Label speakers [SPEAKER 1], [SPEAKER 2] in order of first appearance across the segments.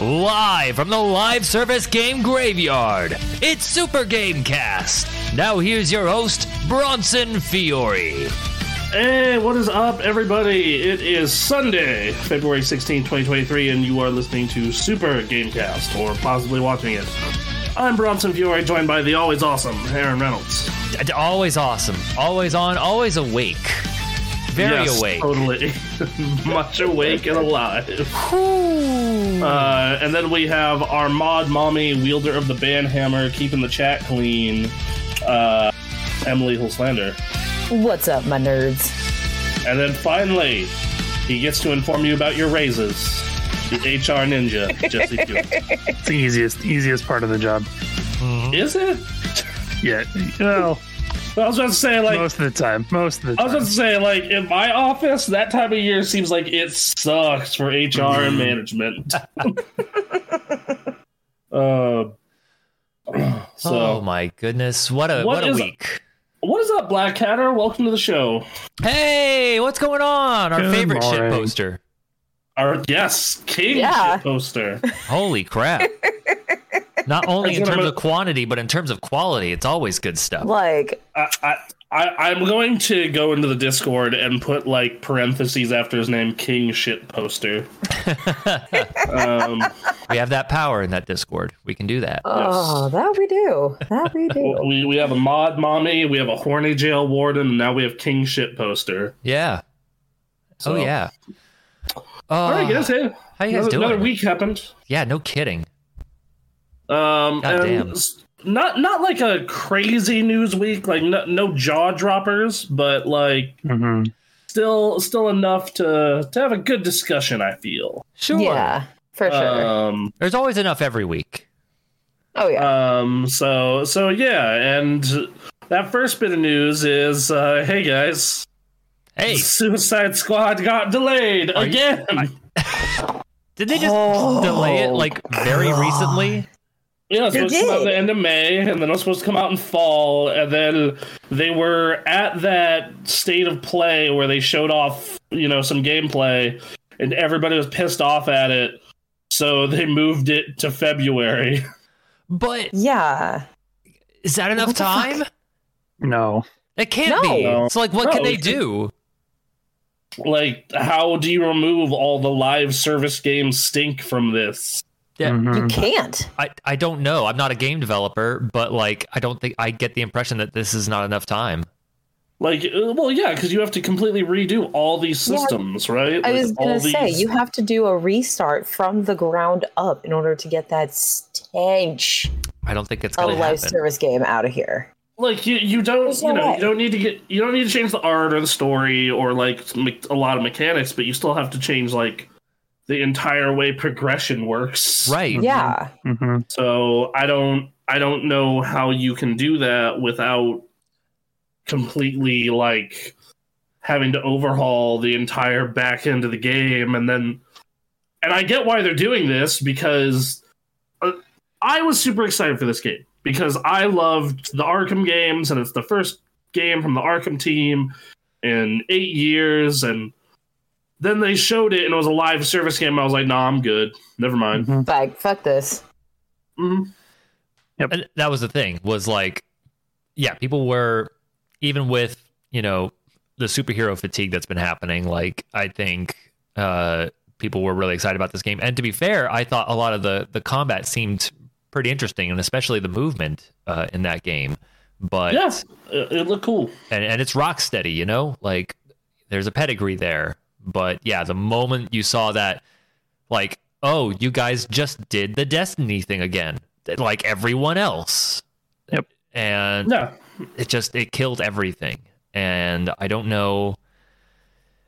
[SPEAKER 1] Live from the live service game graveyard, it's Super Gamecast. Now here's your host, Bronson Fiore.
[SPEAKER 2] Hey, what is up, everybody? It is Sunday, February 16, 2023, and you are listening to Super Gamecast, or possibly watching it. I'm Bronson Fiore, joined by the always awesome Aaron Reynolds.
[SPEAKER 1] D- Always awesome, always on, always awake. Very
[SPEAKER 2] Yes, Oh.
[SPEAKER 1] awake.
[SPEAKER 2] Totally. Much awake and alive. Uh, and then we have our mod mommy, wielder of the banhammer, keeping the chat clean, uh, Emily Hulslander.
[SPEAKER 3] What's up, my nerds?
[SPEAKER 2] And then finally, he gets to inform you about your raises. The HR ninja, Jesse Hewitt.
[SPEAKER 4] It's the easiest easiest part of the job.
[SPEAKER 2] Is it?
[SPEAKER 4] Yeah. Well,
[SPEAKER 2] I was about to say, like,
[SPEAKER 4] most of the time. Most of the
[SPEAKER 2] I was
[SPEAKER 4] time.
[SPEAKER 2] about to say, like, in my office, that time of year seems like it sucks for HR and management. uh,
[SPEAKER 1] oh
[SPEAKER 2] so,
[SPEAKER 1] my goodness, what a what,
[SPEAKER 2] What
[SPEAKER 1] a
[SPEAKER 2] is-
[SPEAKER 1] week.
[SPEAKER 2] what is up, Black Hatter? Welcome to the show.
[SPEAKER 1] Hey, what's going on? Our
[SPEAKER 4] Good
[SPEAKER 1] favorite shit
[SPEAKER 4] morning.
[SPEAKER 1] poster.
[SPEAKER 2] Our yes, King
[SPEAKER 3] Yeah.
[SPEAKER 2] shit poster.
[SPEAKER 1] Holy crap. Not only
[SPEAKER 2] That's
[SPEAKER 1] in
[SPEAKER 2] what I'm
[SPEAKER 1] terms
[SPEAKER 2] gonna-
[SPEAKER 1] of quantity, but in terms of quality, it's always good stuff.
[SPEAKER 3] Like,
[SPEAKER 2] I, I, I, I'm going to go into the Discord and put like parentheses after his name, King shit poster. um,
[SPEAKER 1] We have that power in that Discord. We can do that.
[SPEAKER 3] oh, that we do. That we do.
[SPEAKER 2] we we have a mod mommy, we have a horny jail warden, and now we have King shit poster.
[SPEAKER 1] Yeah.
[SPEAKER 2] So-
[SPEAKER 1] oh yeah. Oh,
[SPEAKER 2] All right, guys. Hey,
[SPEAKER 1] how you guys
[SPEAKER 2] another,
[SPEAKER 1] doing?
[SPEAKER 2] another week happened.
[SPEAKER 1] Yeah, no kidding.
[SPEAKER 2] Um,
[SPEAKER 1] God
[SPEAKER 2] and
[SPEAKER 1] damn.
[SPEAKER 2] s- Not not like a crazy news week, like no, no jaw droppers, but like
[SPEAKER 4] Mhm.
[SPEAKER 2] still still enough to to have a good discussion. I feel.
[SPEAKER 1] Sure.
[SPEAKER 3] Yeah, for sure.
[SPEAKER 2] Um,
[SPEAKER 1] There's always enough every week.
[SPEAKER 3] oh yeah.
[SPEAKER 2] um. So so yeah, and that first bit of news is, uh, hey guys,
[SPEAKER 1] Hey,
[SPEAKER 2] Suicide Squad got delayed
[SPEAKER 1] Are you-
[SPEAKER 2] again.
[SPEAKER 1] did they just
[SPEAKER 3] Oh,
[SPEAKER 1] delay it like very
[SPEAKER 3] God.
[SPEAKER 1] recently?
[SPEAKER 2] Yeah, it's
[SPEAKER 3] They
[SPEAKER 2] supposed to come out
[SPEAKER 3] did.
[SPEAKER 2] the end of May, and then it was supposed to come out in fall, and then they were at that state of play where they showed off, you know, some gameplay, and everybody was pissed off at it, so they moved it to February.
[SPEAKER 1] But
[SPEAKER 3] yeah.
[SPEAKER 1] is that enough
[SPEAKER 3] What the fuck?
[SPEAKER 1] time?
[SPEAKER 4] Mm-hmm. No.
[SPEAKER 1] It can't
[SPEAKER 3] No.
[SPEAKER 1] be.
[SPEAKER 2] No.
[SPEAKER 1] It's like what
[SPEAKER 2] No,
[SPEAKER 1] can they
[SPEAKER 2] it-
[SPEAKER 1] do?
[SPEAKER 2] like, how do you remove all the live service games stink from this?
[SPEAKER 1] Yeah.
[SPEAKER 3] You
[SPEAKER 2] Mm-hmm.
[SPEAKER 4] Mhm.
[SPEAKER 3] can't.
[SPEAKER 1] I, I don't know. I'm not a game developer, but like I don't think I get the impression that this is not enough time.
[SPEAKER 2] Like, uh, well, yeah, because you have to completely redo all these
[SPEAKER 3] Yeah,
[SPEAKER 2] systems, right?
[SPEAKER 3] I
[SPEAKER 2] Like,
[SPEAKER 3] was gonna
[SPEAKER 2] all
[SPEAKER 3] say
[SPEAKER 2] these-
[SPEAKER 3] you have to do a restart from the ground up in order to get that stench
[SPEAKER 1] I don't think it's
[SPEAKER 3] of
[SPEAKER 1] gonna
[SPEAKER 3] Oh, live
[SPEAKER 1] happen.
[SPEAKER 3] service game out of here.
[SPEAKER 2] like you, you don't
[SPEAKER 3] There's
[SPEAKER 2] you
[SPEAKER 3] no
[SPEAKER 2] know
[SPEAKER 3] way.
[SPEAKER 2] you don't need to get you don't need to change the art or the story or like me- a lot of mechanics but you still have to change like the entire way progression works
[SPEAKER 1] Right.
[SPEAKER 3] Yeah.
[SPEAKER 4] Mhm.
[SPEAKER 2] so i don't i don't know how you can do that without completely like having to overhaul the entire back end of the game and then and i get why they're doing this because uh, i was super excited for this game because i loved the arkham games and it's the first game from the arkham team in eight years and then they showed it and it was a live service game and i was like nah i'm good never mind
[SPEAKER 4] Mhm.
[SPEAKER 3] Like, fuck this.
[SPEAKER 2] Mhm.
[SPEAKER 1] and that was the thing was like yeah people were even with you know the superhero fatigue that's been happening like i think uh people were really excited about this game and to be fair i thought a lot of the the combat seemed pretty interesting and especially the movement uh in that game but
[SPEAKER 2] Yeah, it, it looked cool.
[SPEAKER 1] and, and it's rock steady you know like there's a pedigree there but yeah the moment you saw that like oh you guys just did the destiny thing again like everyone else
[SPEAKER 4] Yep.
[SPEAKER 1] and
[SPEAKER 2] Yeah,
[SPEAKER 1] it just it killed everything and i don't know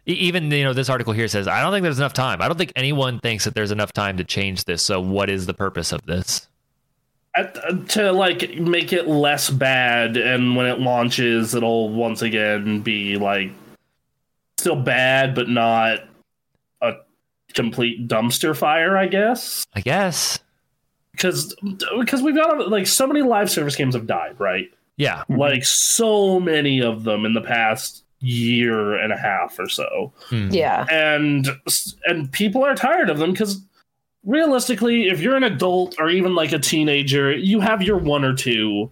[SPEAKER 1] e- even you know this article here says i don't think there's enough time i don't think anyone thinks that there's enough time to change this so what is the purpose of this
[SPEAKER 2] At, uh, to like make it less bad, and when it launches, it'll once again be like still bad, but not a complete dumpster fire, I guess.
[SPEAKER 1] i guess
[SPEAKER 2] Because because we've got like so many live service games have died, right?
[SPEAKER 1] yeah
[SPEAKER 4] Mhm.
[SPEAKER 2] Like so many of them in the past year and a half or so.
[SPEAKER 1] Hmm.
[SPEAKER 3] Yeah.
[SPEAKER 2] and and people are tired of them because realistically, if you're an adult or even like a teenager, you have your one or two,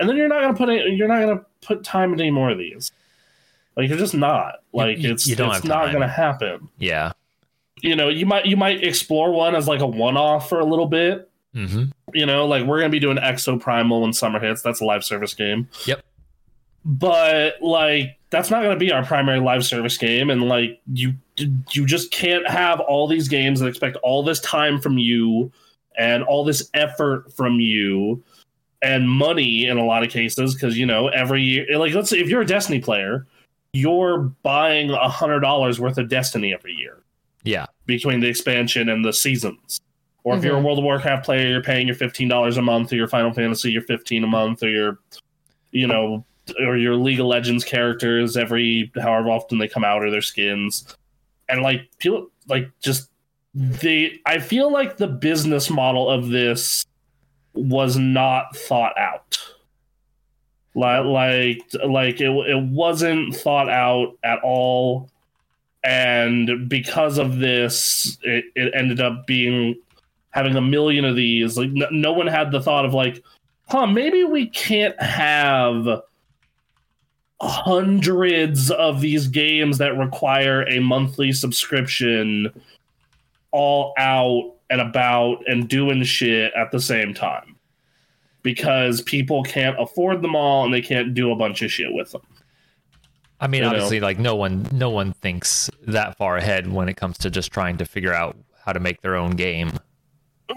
[SPEAKER 2] and then you're not gonna put it. You're not gonna put time into any more of these. Like you're just not. Like
[SPEAKER 1] you-
[SPEAKER 2] it's
[SPEAKER 1] you don't
[SPEAKER 2] it's
[SPEAKER 1] have
[SPEAKER 2] not
[SPEAKER 1] time.
[SPEAKER 2] gonna happen.
[SPEAKER 1] Yeah.
[SPEAKER 2] You know, you might you might explore one as like a one off for a little bit,
[SPEAKER 1] Mm-hmm.
[SPEAKER 2] you know, like we're gonna be doing Exo Primal when summer hits. That's a live service game.
[SPEAKER 1] Yep.
[SPEAKER 2] But like that's not gonna be our primary live service game, and like you you just can't have all these games that expect all this time from you and all this effort from you and money in a lot of cases because you know every year like let's say if you're a Destiny player, you're buying a hundred dollars worth of Destiny every year
[SPEAKER 1] Yeah.
[SPEAKER 2] between the expansion and the seasons. Or if you're a
[SPEAKER 3] Mhm.
[SPEAKER 2] World of Warcraft player, you're paying your fifteen dollars a month, or your Final Fantasy, your fifteen a month, or your, you know, or your League of Legends characters every however often they come out, or their skins, and like people like just the. I feel like the business model of this was not thought out. Like like like it it wasn't thought out at all and because of this it, it ended up being having a million of these like no, no one had the thought of like huh maybe we can't have hundreds of these games that require a monthly subscription all out and about and doing shit at the same time because people can't afford them all and they can't do a bunch of shit with them
[SPEAKER 1] I mean,
[SPEAKER 2] You know.
[SPEAKER 1] obviously, like no one, no one thinks that far ahead when it comes to just trying to figure out how to make their own game.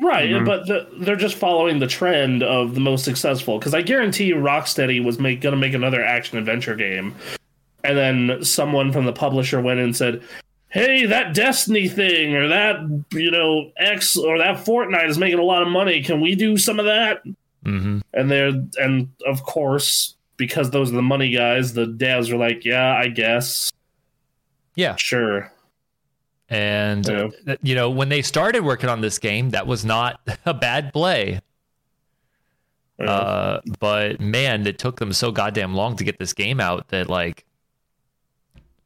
[SPEAKER 2] Right,
[SPEAKER 4] Mhm.
[SPEAKER 2] but the, they're just following the trend of the most successful. Because I guarantee you, Rocksteady was make, gonna make another action adventure game, and then someone from the publisher went and said, "Hey, that Destiny thing, or that you know X, or that Fortnite is making a lot of money. Can we do some of that?"
[SPEAKER 1] Mm-hmm.
[SPEAKER 2] And they're and of course, because those are the money guys, the devs were like, "Yeah, I guess,
[SPEAKER 1] Yeah.
[SPEAKER 2] sure."
[SPEAKER 1] And
[SPEAKER 2] Yeah.
[SPEAKER 1] uh, you know, when they started working on this game, that was not a bad play. Uh, but man, it took them so goddamn long to get this game out that like,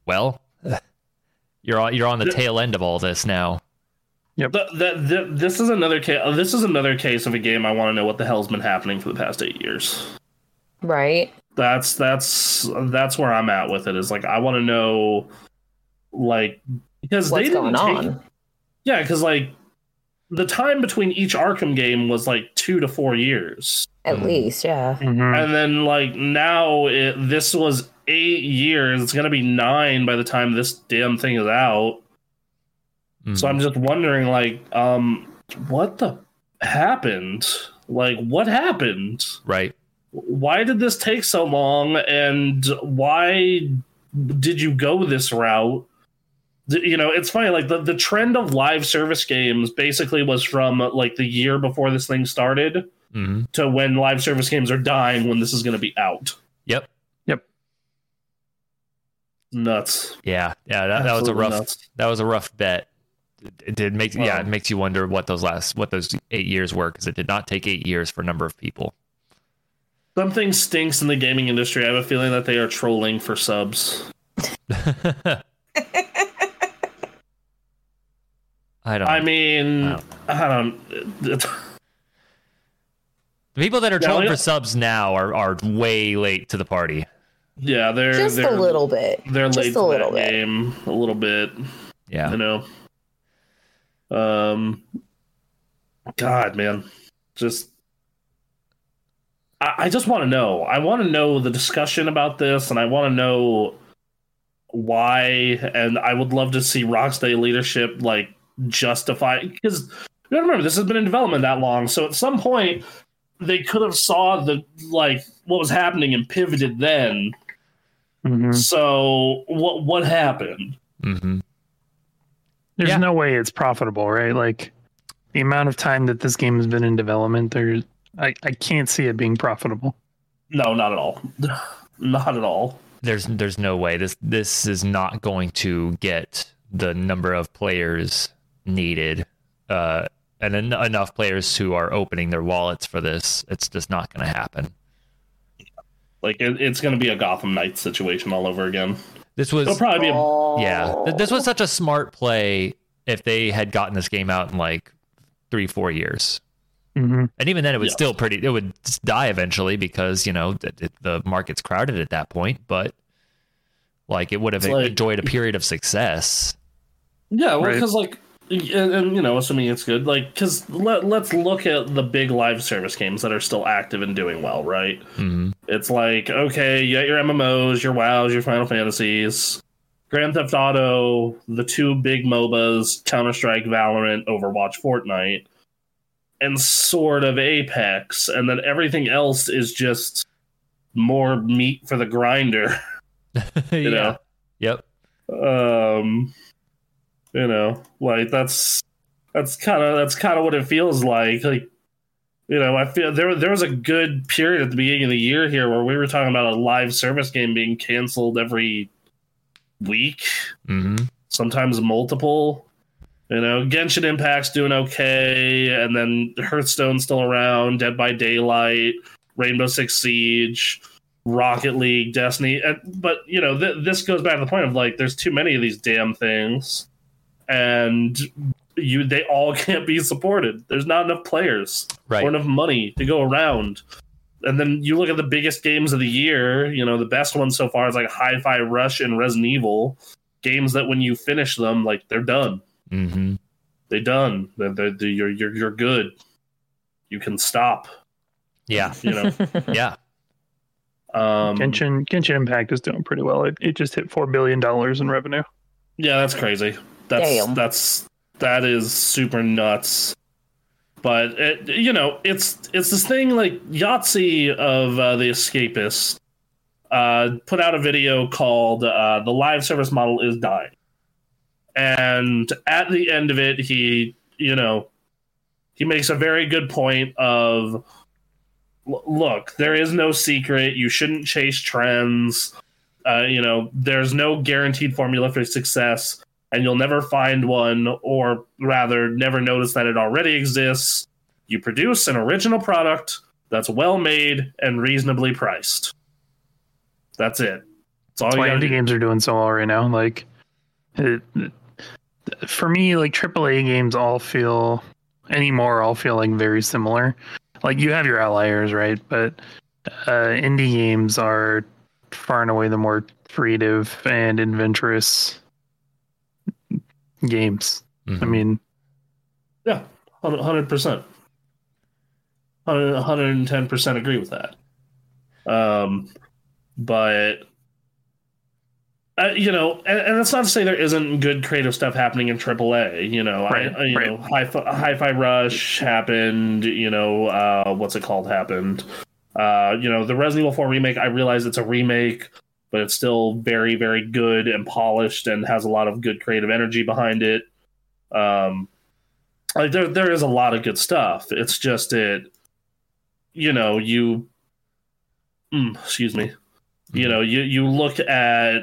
[SPEAKER 1] well, you're on you're on the tail end of all this now.
[SPEAKER 2] Th th th this is another case. This is another case of a game. I want to know what the hell's been happening for the past eight years.
[SPEAKER 3] Right.
[SPEAKER 2] That's that's that's where I'm at with it. Is like I want to know, like because
[SPEAKER 3] What's
[SPEAKER 2] they didn't
[SPEAKER 3] going
[SPEAKER 2] take,
[SPEAKER 3] on?
[SPEAKER 2] Yeah, because like the time between each Arkham game was like two to four years,
[SPEAKER 3] At
[SPEAKER 1] Mm.
[SPEAKER 3] least, yeah.
[SPEAKER 4] Mhm.
[SPEAKER 2] and then like now it, this was eight years. It's gonna be nine by the time this damn thing is out.
[SPEAKER 1] Mm-hmm.
[SPEAKER 2] So I'm just wondering, like, um, what the happened? Like, what happened?
[SPEAKER 1] Mm-hmm. right.
[SPEAKER 2] Why did this take so long? And why did you go this route? Th- You know, it's funny. Like the, the trend of live service games basically was from like the year before this thing started
[SPEAKER 1] Mm-hmm.
[SPEAKER 2] to when live service games are dying when this is going to be out.
[SPEAKER 1] Yep.
[SPEAKER 2] Nuts.
[SPEAKER 1] Yeah. Yeah. That, that was a
[SPEAKER 2] Absolutely
[SPEAKER 1] rough.
[SPEAKER 2] nuts.
[SPEAKER 1] That was a rough bet. It did make yeah. It
[SPEAKER 2] Wow.
[SPEAKER 1] makes you wonder what those last what those eight years were because it did not take eight years for a number of people.
[SPEAKER 2] Something stinks in the gaming industry. I have a feeling that they are trolling for subs.
[SPEAKER 1] I don't.
[SPEAKER 2] I
[SPEAKER 1] know.
[SPEAKER 2] mean,
[SPEAKER 1] Wow.
[SPEAKER 2] I don't.
[SPEAKER 1] the people that are
[SPEAKER 2] Yeah,
[SPEAKER 1] trolling
[SPEAKER 2] like-
[SPEAKER 1] for subs now are are way late to the party.
[SPEAKER 2] Yeah, they're
[SPEAKER 3] Just
[SPEAKER 2] they're,
[SPEAKER 3] a little bit.
[SPEAKER 2] They're
[SPEAKER 3] Just
[SPEAKER 2] late
[SPEAKER 3] a
[SPEAKER 2] to
[SPEAKER 3] little
[SPEAKER 2] that
[SPEAKER 3] bit.
[SPEAKER 2] game a little bit.
[SPEAKER 1] Yeah.
[SPEAKER 2] You know. Um. God, man, just. I, I just want to know. I want to know the discussion about this, and I want to know why. And I would love to see Rocksteady leadership like justify because you gotta remember this has been in development that long. So at some point, they could have saw the like what was happening and pivoted then.
[SPEAKER 4] Mhm.
[SPEAKER 2] So what what happened?
[SPEAKER 1] hmm
[SPEAKER 4] There's
[SPEAKER 1] Yeah.
[SPEAKER 4] no way it's profitable, right? Like the amount of time that this game has been in development, there I, I can't see it being profitable.
[SPEAKER 2] No, not at all. Not at all.
[SPEAKER 1] There's there's no way this this is not going to get the number of players needed, uh, and en- enough players who are opening their wallets for this. It's just not going to happen.
[SPEAKER 2] Like it, it's going to be a Gotham Knights situation all over again.
[SPEAKER 1] This was
[SPEAKER 2] It'll probably be a,
[SPEAKER 3] Oh.
[SPEAKER 1] Yeah, th- this was such a smart play. If they had gotten this game out in like three four years.
[SPEAKER 2] Um,
[SPEAKER 4] hmm
[SPEAKER 1] And even then, it was
[SPEAKER 2] Yeah.
[SPEAKER 1] still pretty. It would s- die eventually because you know the, the- the market's crowded at that point. But like, it would have
[SPEAKER 2] It's like-
[SPEAKER 1] enjoyed a period of success.
[SPEAKER 2] Yeah, well,
[SPEAKER 4] Right.
[SPEAKER 2] because like, and, and, you know, assuming it's good, like, because let let's look at the big live service games that are still active and doing well, right?
[SPEAKER 1] hmm
[SPEAKER 2] It's like okay, you got your MMOs, your WoWs, your Final Fantasies, Grand Theft Auto, the two big MOBAs, Counter Strike, Valorant, Overwatch, Fortnite, and sort of Apex, and then everything else is just more meat for the grinder.
[SPEAKER 1] yeah.
[SPEAKER 2] know.
[SPEAKER 1] Yep.
[SPEAKER 2] um you know like that's that's kind of that's kind of what it feels like like you know i feel there there was a good period at the beginning of the year here where we were talking about a live service game being canceled every week
[SPEAKER 1] hmm
[SPEAKER 2] sometimes multiple you know genshin impact's doing okay and then hearthstone's still around dead by daylight rainbow six siege Rocket League, Destiny, and, but you know th- this goes back to the point of like there's too many of these damn things, and you they all can't be supported. There's not enough players
[SPEAKER 1] Right.
[SPEAKER 2] or enough money to go around. And then you look at the biggest games of the year. You know the best ones so far is like Hi-Fi Rush and Resident Evil, games that when you finish them, like they're done.
[SPEAKER 1] hmm
[SPEAKER 2] They're done. They're, they're, they're- you're you're you're good. You can stop.
[SPEAKER 1] Yeah.
[SPEAKER 2] You know.
[SPEAKER 1] Yeah.
[SPEAKER 2] Um,
[SPEAKER 4] Genshin Genshin Impact is doing pretty well. It, it just hit four billion dollars in revenue.
[SPEAKER 2] Yeah, that's crazy. That's
[SPEAKER 3] Damn.
[SPEAKER 2] that's that is super nuts. But it, you know, it's it's this thing like Yahtzee of uh, the Escapist uh, put out a video called uh, "The Live Service Model Is Dying," and at the end of it, he you know he makes a very good point of "L- look, there is no secret. You shouldn't chase trends uh, you know, there's no guaranteed formula for success, and you'll never find one, or rather, never notice that it already exists. You produce an original product that's well made and reasonably priced. That's it. That's all
[SPEAKER 4] That's
[SPEAKER 2] you
[SPEAKER 4] why
[SPEAKER 2] gotta do.
[SPEAKER 4] indie games are doing so well right now. Like, it, it- for me, like AAA games all feel anymore all feel like very similar. Like you have your outliers, right? But uh, indie games are far and away the more creative and adventurous games. I
[SPEAKER 1] Mhm.
[SPEAKER 4] mean,
[SPEAKER 2] Yeah, hundred percent. Hundred and ten percent agree with that. Um, but uh, you know, and, and that's not to say there isn't good creative stuff happening in AAA. You know,
[SPEAKER 4] Right,
[SPEAKER 2] I, you
[SPEAKER 4] right.
[SPEAKER 2] know, Hi-Fi, Hi-Fi Rush happened. You know, uh, what's it called? Happened. Uh, you know, the Resident Evil Four remake. I realize it's a remake, but it's still very, very good and polished, and has a lot of good creative energy behind it. Um, like there there is a lot of good stuff. It's just it, you know, you, mm, excuse me, you know, you you look at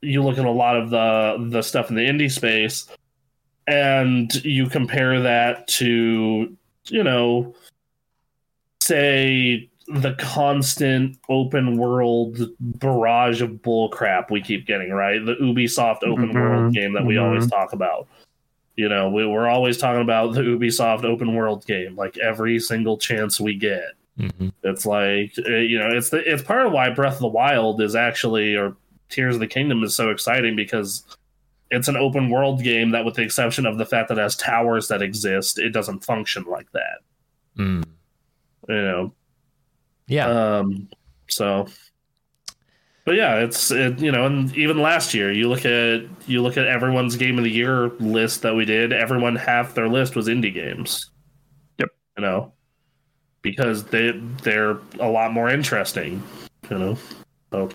[SPEAKER 2] you look at a lot of the the stuff in the indie space, and you compare that to you know, say the constant open world barrage of bullcrap we keep getting right the ubisoft open
[SPEAKER 4] Mhm.
[SPEAKER 2] world game that we
[SPEAKER 4] Mhm.
[SPEAKER 2] always talk about you know, we, we're always talking about the Ubisoft open world game, like every single chance we get.
[SPEAKER 1] Mhm.
[SPEAKER 2] It's like, uh, you know, it's the it's part of why Breath of the Wild is actually or Tears of the Kingdom is so exciting because it's an open world game that, with the exception of the fact that it has towers that exist, it doesn't function like that.
[SPEAKER 1] Mm.
[SPEAKER 2] You know,
[SPEAKER 1] Yeah.
[SPEAKER 2] um, so, but yeah, it's it, you know, and even last year, you look at you look at everyone's game of the year list that we did. Everyone half their list was indie games.
[SPEAKER 4] Yep.
[SPEAKER 2] You know, because they they're a lot more interesting. You know,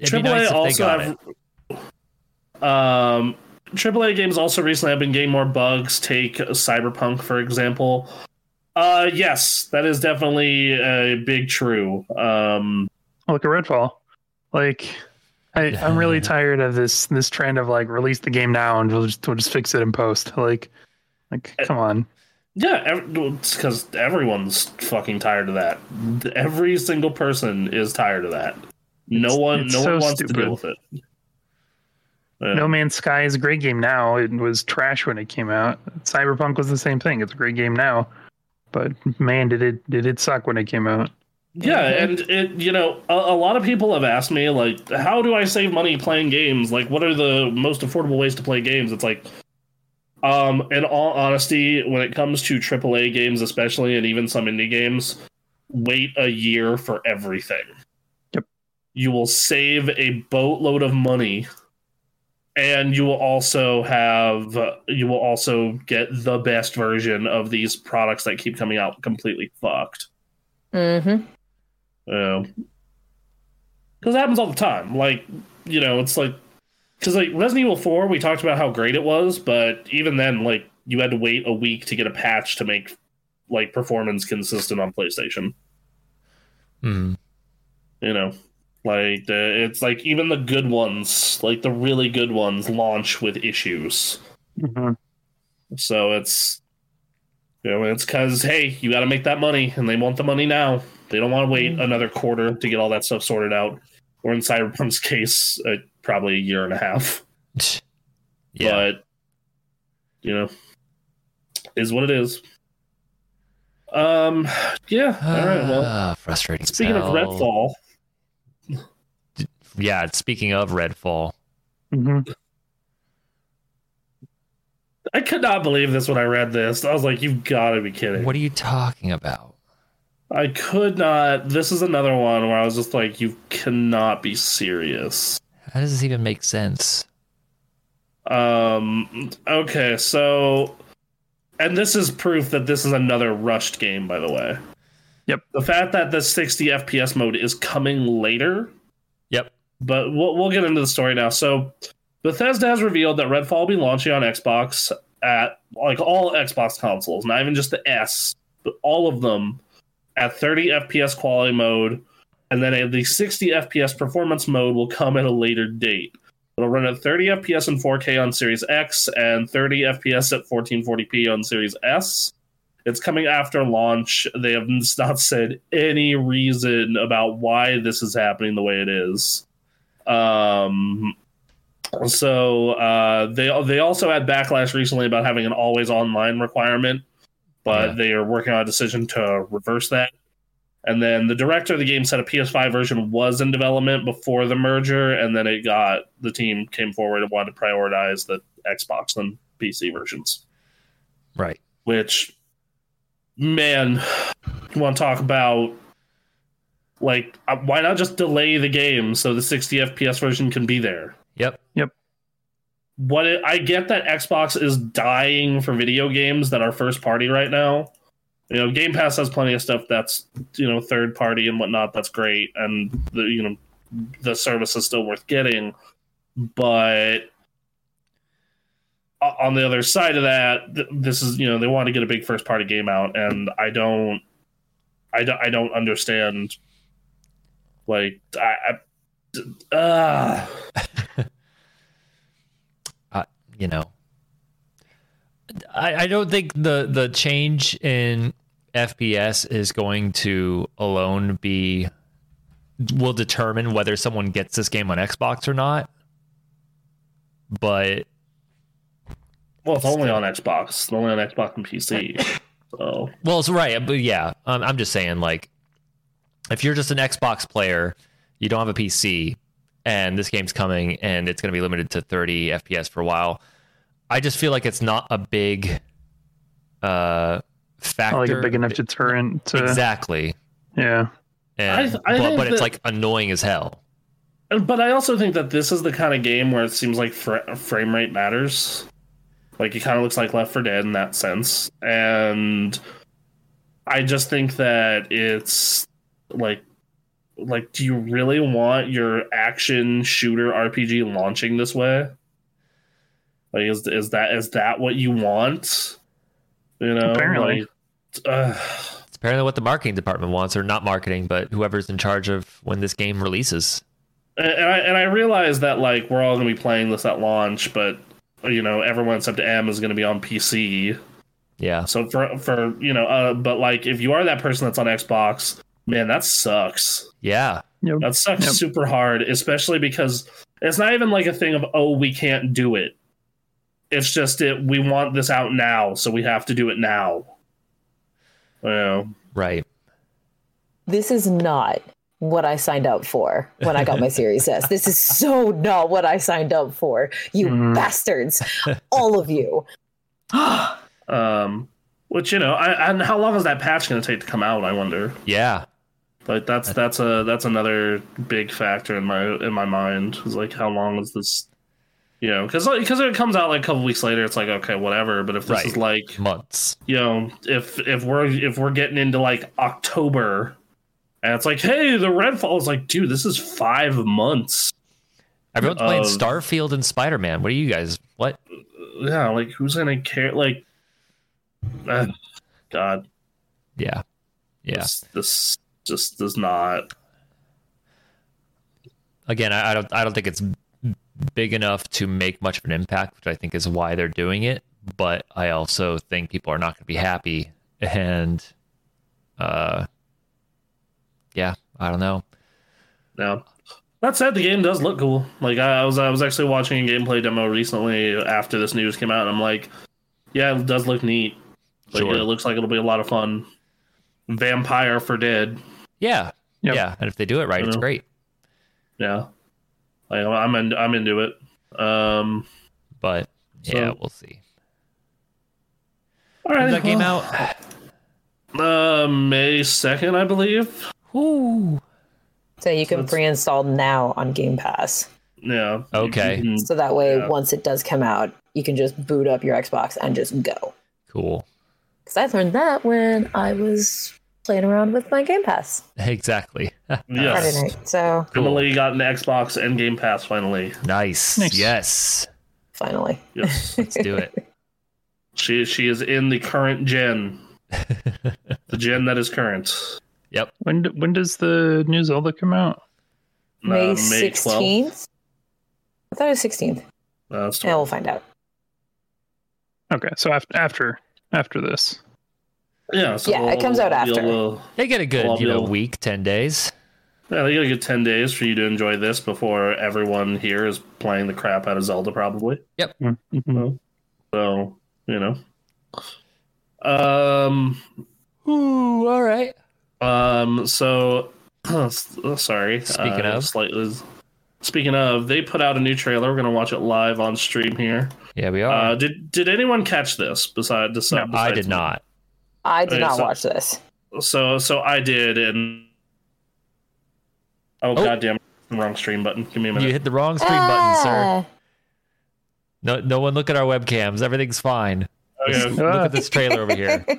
[SPEAKER 1] It'd be nice if they got it.
[SPEAKER 2] have um AAA games also recently have been getting more bugs. Take Cyberpunk for example. Uh, yes, that is definitely a big true. Um,
[SPEAKER 4] look at Redfall. Like, I, I'm really tired of this this trend of like release the game now and we'll just we'll just fix it in post. Like, like come on.
[SPEAKER 2] yeah, because everyone's fucking tired of that. Every single person is tired of that. No
[SPEAKER 4] It's-
[SPEAKER 2] one,
[SPEAKER 4] it's
[SPEAKER 2] no
[SPEAKER 4] so
[SPEAKER 2] one wants to
[SPEAKER 4] stupid.
[SPEAKER 2] deal with it. Yeah.
[SPEAKER 4] No Man's Sky is a great game now. It was trash when it came out. Cyberpunk was the same thing. It's a great game now, but man, did it did it suck when it came out?
[SPEAKER 2] Yeah, and it you know a, a lot of people have asked me like, how do I save money playing games? Like, what are the most affordable ways to play games? It's like, um, in all honesty, when it comes to AAA games, especially, and even some indie games, wait a year for everything.
[SPEAKER 4] Yep.
[SPEAKER 2] You will save a boatload of money, and you will also have you will also get the best version of these products that keep coming out completely fucked.
[SPEAKER 3] Mm-hmm.
[SPEAKER 2] Yeah. Because it happens all the time. Like, you know, it's like. Because, like, Resident Evil 4, we talked about how great it was, but even then, like, you had to wait a week to get a patch to make, like, performance consistent on PlayStation.
[SPEAKER 1] Mm.
[SPEAKER 2] You know? Like, the, it's like even the good ones, like, the really good ones launch with issues. So it's. You know, it's because, hey, you got to make that money, and they want the money now. They don't want to
[SPEAKER 1] Mm-hmm.
[SPEAKER 2] wait another quarter to get all that stuff sorted out. Or in Cyberpunk's case, uh, probably a year and a half.
[SPEAKER 1] Yeah.
[SPEAKER 2] But, you know, is what it is. Um, yeah. all right. Well,
[SPEAKER 1] Ah, frustrating.
[SPEAKER 2] speaking of
[SPEAKER 1] spell.
[SPEAKER 2] Redfall,
[SPEAKER 1] Yeah, speaking of Redfall.
[SPEAKER 4] hmm
[SPEAKER 2] I could not believe this when I read this. I was like, you've got to be kidding.
[SPEAKER 1] What are you talking about?
[SPEAKER 2] I could not. This is another one where I was just like, you cannot be serious.
[SPEAKER 1] How does this even make sense?
[SPEAKER 2] Um. Okay. So, and this is proof that this is another rushed game, by the way.
[SPEAKER 4] Yep.
[SPEAKER 2] The fact that the 60 FPS mode is coming later,
[SPEAKER 1] Yep.
[SPEAKER 2] but we'll we'll get into the story now. So, Bethesda has revealed that Redfall will be launching on Xbox at like all Xbox consoles, not even just the S, but all of them at 30 FPS quality mode, and then the 60 FPS performance mode will come at a later date. It'll run at 30 FPS and 4K on Series X and 30 FPS at 1440p on Series S. It's coming after launch. They have not said any reason about why this is happening the way it is. Um, so uh, they they also had backlash recently about having an always online requirement, but
[SPEAKER 1] Yeah.
[SPEAKER 2] they are working on a decision to reverse that. And then the director of the game said a PS5 version was in development before the merger, and then it got the team came forward and wanted to prioritize the Xbox and PC versions.
[SPEAKER 1] Right.
[SPEAKER 2] Which, man, you want to talk about? Like, uh, why not just delay the game so the 60 FPS version can be there?
[SPEAKER 1] Yep.
[SPEAKER 2] What it, I get that Xbox is dying for video games that are first party right now. You know, Game Pass has plenty of stuff that's you know third party and whatnot. That's great, and the you know the service is still worth getting. But o- on the other side of that, th- this is you know they want to get a big first party game out, and I don't, I don't, I don't understand. Like I, I uh,
[SPEAKER 1] you know I, I don't think the the change in FPS is going to alone be will determine whether someone gets this game on Xbox or not. But
[SPEAKER 2] well, it's only on Xbox, it's only on Xbox and PC. So
[SPEAKER 1] well, it's right, but yeah, um, I'm just saying like if you're just an Xbox player, you don't have a PC, and this game's coming and it's going to be limited to 30 FPS for a while. I just feel like it's not a big uh factor
[SPEAKER 4] Like a big enough deterrent to
[SPEAKER 1] exactly.
[SPEAKER 4] yeah.
[SPEAKER 1] And,
[SPEAKER 2] I
[SPEAKER 1] but
[SPEAKER 2] think
[SPEAKER 1] but it's
[SPEAKER 2] that-
[SPEAKER 1] like annoying as hell.
[SPEAKER 2] But I also think that this is the kind of game where it seems like fr- frame rate matters. Like it kind of looks like Left 4 Dead in that sense, and I just think that it's like, like, do you really want your action shooter RPG launching this way? Like, is is that is that what you want? You know,
[SPEAKER 4] Apparently.
[SPEAKER 2] like, uh,
[SPEAKER 1] It's apparently what the marketing department wants, or not marketing, but whoever's in charge of when this game releases.
[SPEAKER 2] and and I and I realize that like we're all gonna be playing this at launch, but you know everyone except M is gonna be on PC.
[SPEAKER 1] Yeah.
[SPEAKER 2] So for for you know, uh, but like if you are that person that's on Xbox, Man, that sucks.
[SPEAKER 1] Yeah.
[SPEAKER 4] Yep.
[SPEAKER 2] That sucks
[SPEAKER 4] Yep.
[SPEAKER 2] super hard, especially because it's not even like a thing of oh we can't do it. It's just it we want this out now, so we have to do it now. Well,
[SPEAKER 1] Right.
[SPEAKER 3] This is not what I signed up for when I got my Series S. This is so not what I signed up for. You
[SPEAKER 2] Mm-hmm.
[SPEAKER 4] Mhm.
[SPEAKER 3] bastards, all of you.
[SPEAKER 2] um, which you know, I, and how long is that patch going to take to come out? I wonder.
[SPEAKER 1] Yeah.
[SPEAKER 2] Like that's that's a that's another big factor in my in my mind is like how long is this? You know, because because it comes out like a couple weeks later, it's like okay, whatever. But if this
[SPEAKER 1] Right.
[SPEAKER 2] is like
[SPEAKER 1] Months.
[SPEAKER 2] you know, if if we're if we're getting into like October, and it's like, hey, the Redfall is like, dude, this is five months.
[SPEAKER 1] Everyone's playing
[SPEAKER 2] Um,
[SPEAKER 1] Starfield and Spider Man. What are you guys? What?
[SPEAKER 2] Yeah, like who's gonna care? Like, ah, God,
[SPEAKER 1] Yeah. Yeah.
[SPEAKER 2] this, this just does not.
[SPEAKER 1] Again, I, I don't. I don't think it's big enough to make much of an impact, which I think is why they're doing it. But I also think people are not going to be happy, and uh, yeah, I don't know.
[SPEAKER 2] No. That said, the game does look cool. Like I, I was, I was actually watching a gameplay demo recently after this news came out, and I'm like, yeah, it does look neat. Like
[SPEAKER 1] Sure.
[SPEAKER 2] it looks like it'll be a lot of fun. Vampire for dead.
[SPEAKER 1] Yeah.
[SPEAKER 4] Yep.
[SPEAKER 1] Yeah. And if they do it right,
[SPEAKER 2] I
[SPEAKER 1] it's
[SPEAKER 2] know.
[SPEAKER 1] great.
[SPEAKER 2] Yeah, like, I'm in, I'm into it. Um,
[SPEAKER 1] But
[SPEAKER 2] So-
[SPEAKER 1] yeah, we'll see.
[SPEAKER 2] all right,
[SPEAKER 1] When's that game
[SPEAKER 2] well,
[SPEAKER 1] out?
[SPEAKER 2] uh, May second, I believe.
[SPEAKER 1] Ooh.
[SPEAKER 3] So you can
[SPEAKER 2] That's-
[SPEAKER 3] pre-install now on Game Pass.
[SPEAKER 2] Yeah.
[SPEAKER 1] Okay.
[SPEAKER 2] You can-
[SPEAKER 3] So that way,
[SPEAKER 2] Yeah.
[SPEAKER 3] once it does come out, you can just boot up your Xbox and just go.
[SPEAKER 1] Cool.
[SPEAKER 3] Because I learned that when I was playing around with my Game Pass
[SPEAKER 1] Exactly.
[SPEAKER 3] Friday
[SPEAKER 2] Yes.
[SPEAKER 3] night. So
[SPEAKER 2] Emily got an Xbox and Game Pass finally.
[SPEAKER 1] Nice.
[SPEAKER 4] Nice.
[SPEAKER 1] Yes.
[SPEAKER 3] finally,
[SPEAKER 2] Yes.
[SPEAKER 1] Let's do it.
[SPEAKER 2] she she is in the current gen. the gen that is current.
[SPEAKER 4] When do, when does the new Zelda come out?
[SPEAKER 2] Uh,
[SPEAKER 3] May
[SPEAKER 2] 12th.
[SPEAKER 3] sixteenth. Oh. I thought it was sixteenth.
[SPEAKER 2] Uh, it's
[SPEAKER 3] Yeah,
[SPEAKER 2] 12th.
[SPEAKER 3] we'll find out.
[SPEAKER 4] Okay, so after after after this.
[SPEAKER 2] yeah, so
[SPEAKER 3] Yeah, it comes out
[SPEAKER 2] we'll-
[SPEAKER 3] after.
[SPEAKER 2] we'll-
[SPEAKER 1] They get a good,
[SPEAKER 2] Well,
[SPEAKER 1] you know,
[SPEAKER 2] Bill.
[SPEAKER 1] week, ten days.
[SPEAKER 2] yeah, they got a good ten days for you to enjoy this before everyone here is playing the crap out of Zelda, probably.
[SPEAKER 4] Mhm.
[SPEAKER 2] So you know. Um.
[SPEAKER 1] Ooh, all right.
[SPEAKER 2] Um. So, s- oh, sorry.
[SPEAKER 1] Speaking of.
[SPEAKER 2] slightly. Speaking of, they put out a new trailer. We're gonna watch it live on stream here.
[SPEAKER 1] Yeah, we are.
[SPEAKER 2] Uh, did Did anyone catch this? Beside, besides,
[SPEAKER 1] Oh. I did not.
[SPEAKER 3] I did
[SPEAKER 2] Okay,
[SPEAKER 3] not
[SPEAKER 2] so-
[SPEAKER 3] watch this.
[SPEAKER 2] So, so I did, and oh, goddamn, wrong stream button. Give me a minute.
[SPEAKER 1] You hit the wrong stream
[SPEAKER 3] Ah.
[SPEAKER 1] button, sir. No, no one look at our webcams. Everything's fine. Just
[SPEAKER 2] Okay.
[SPEAKER 1] Look at this trailer over here. There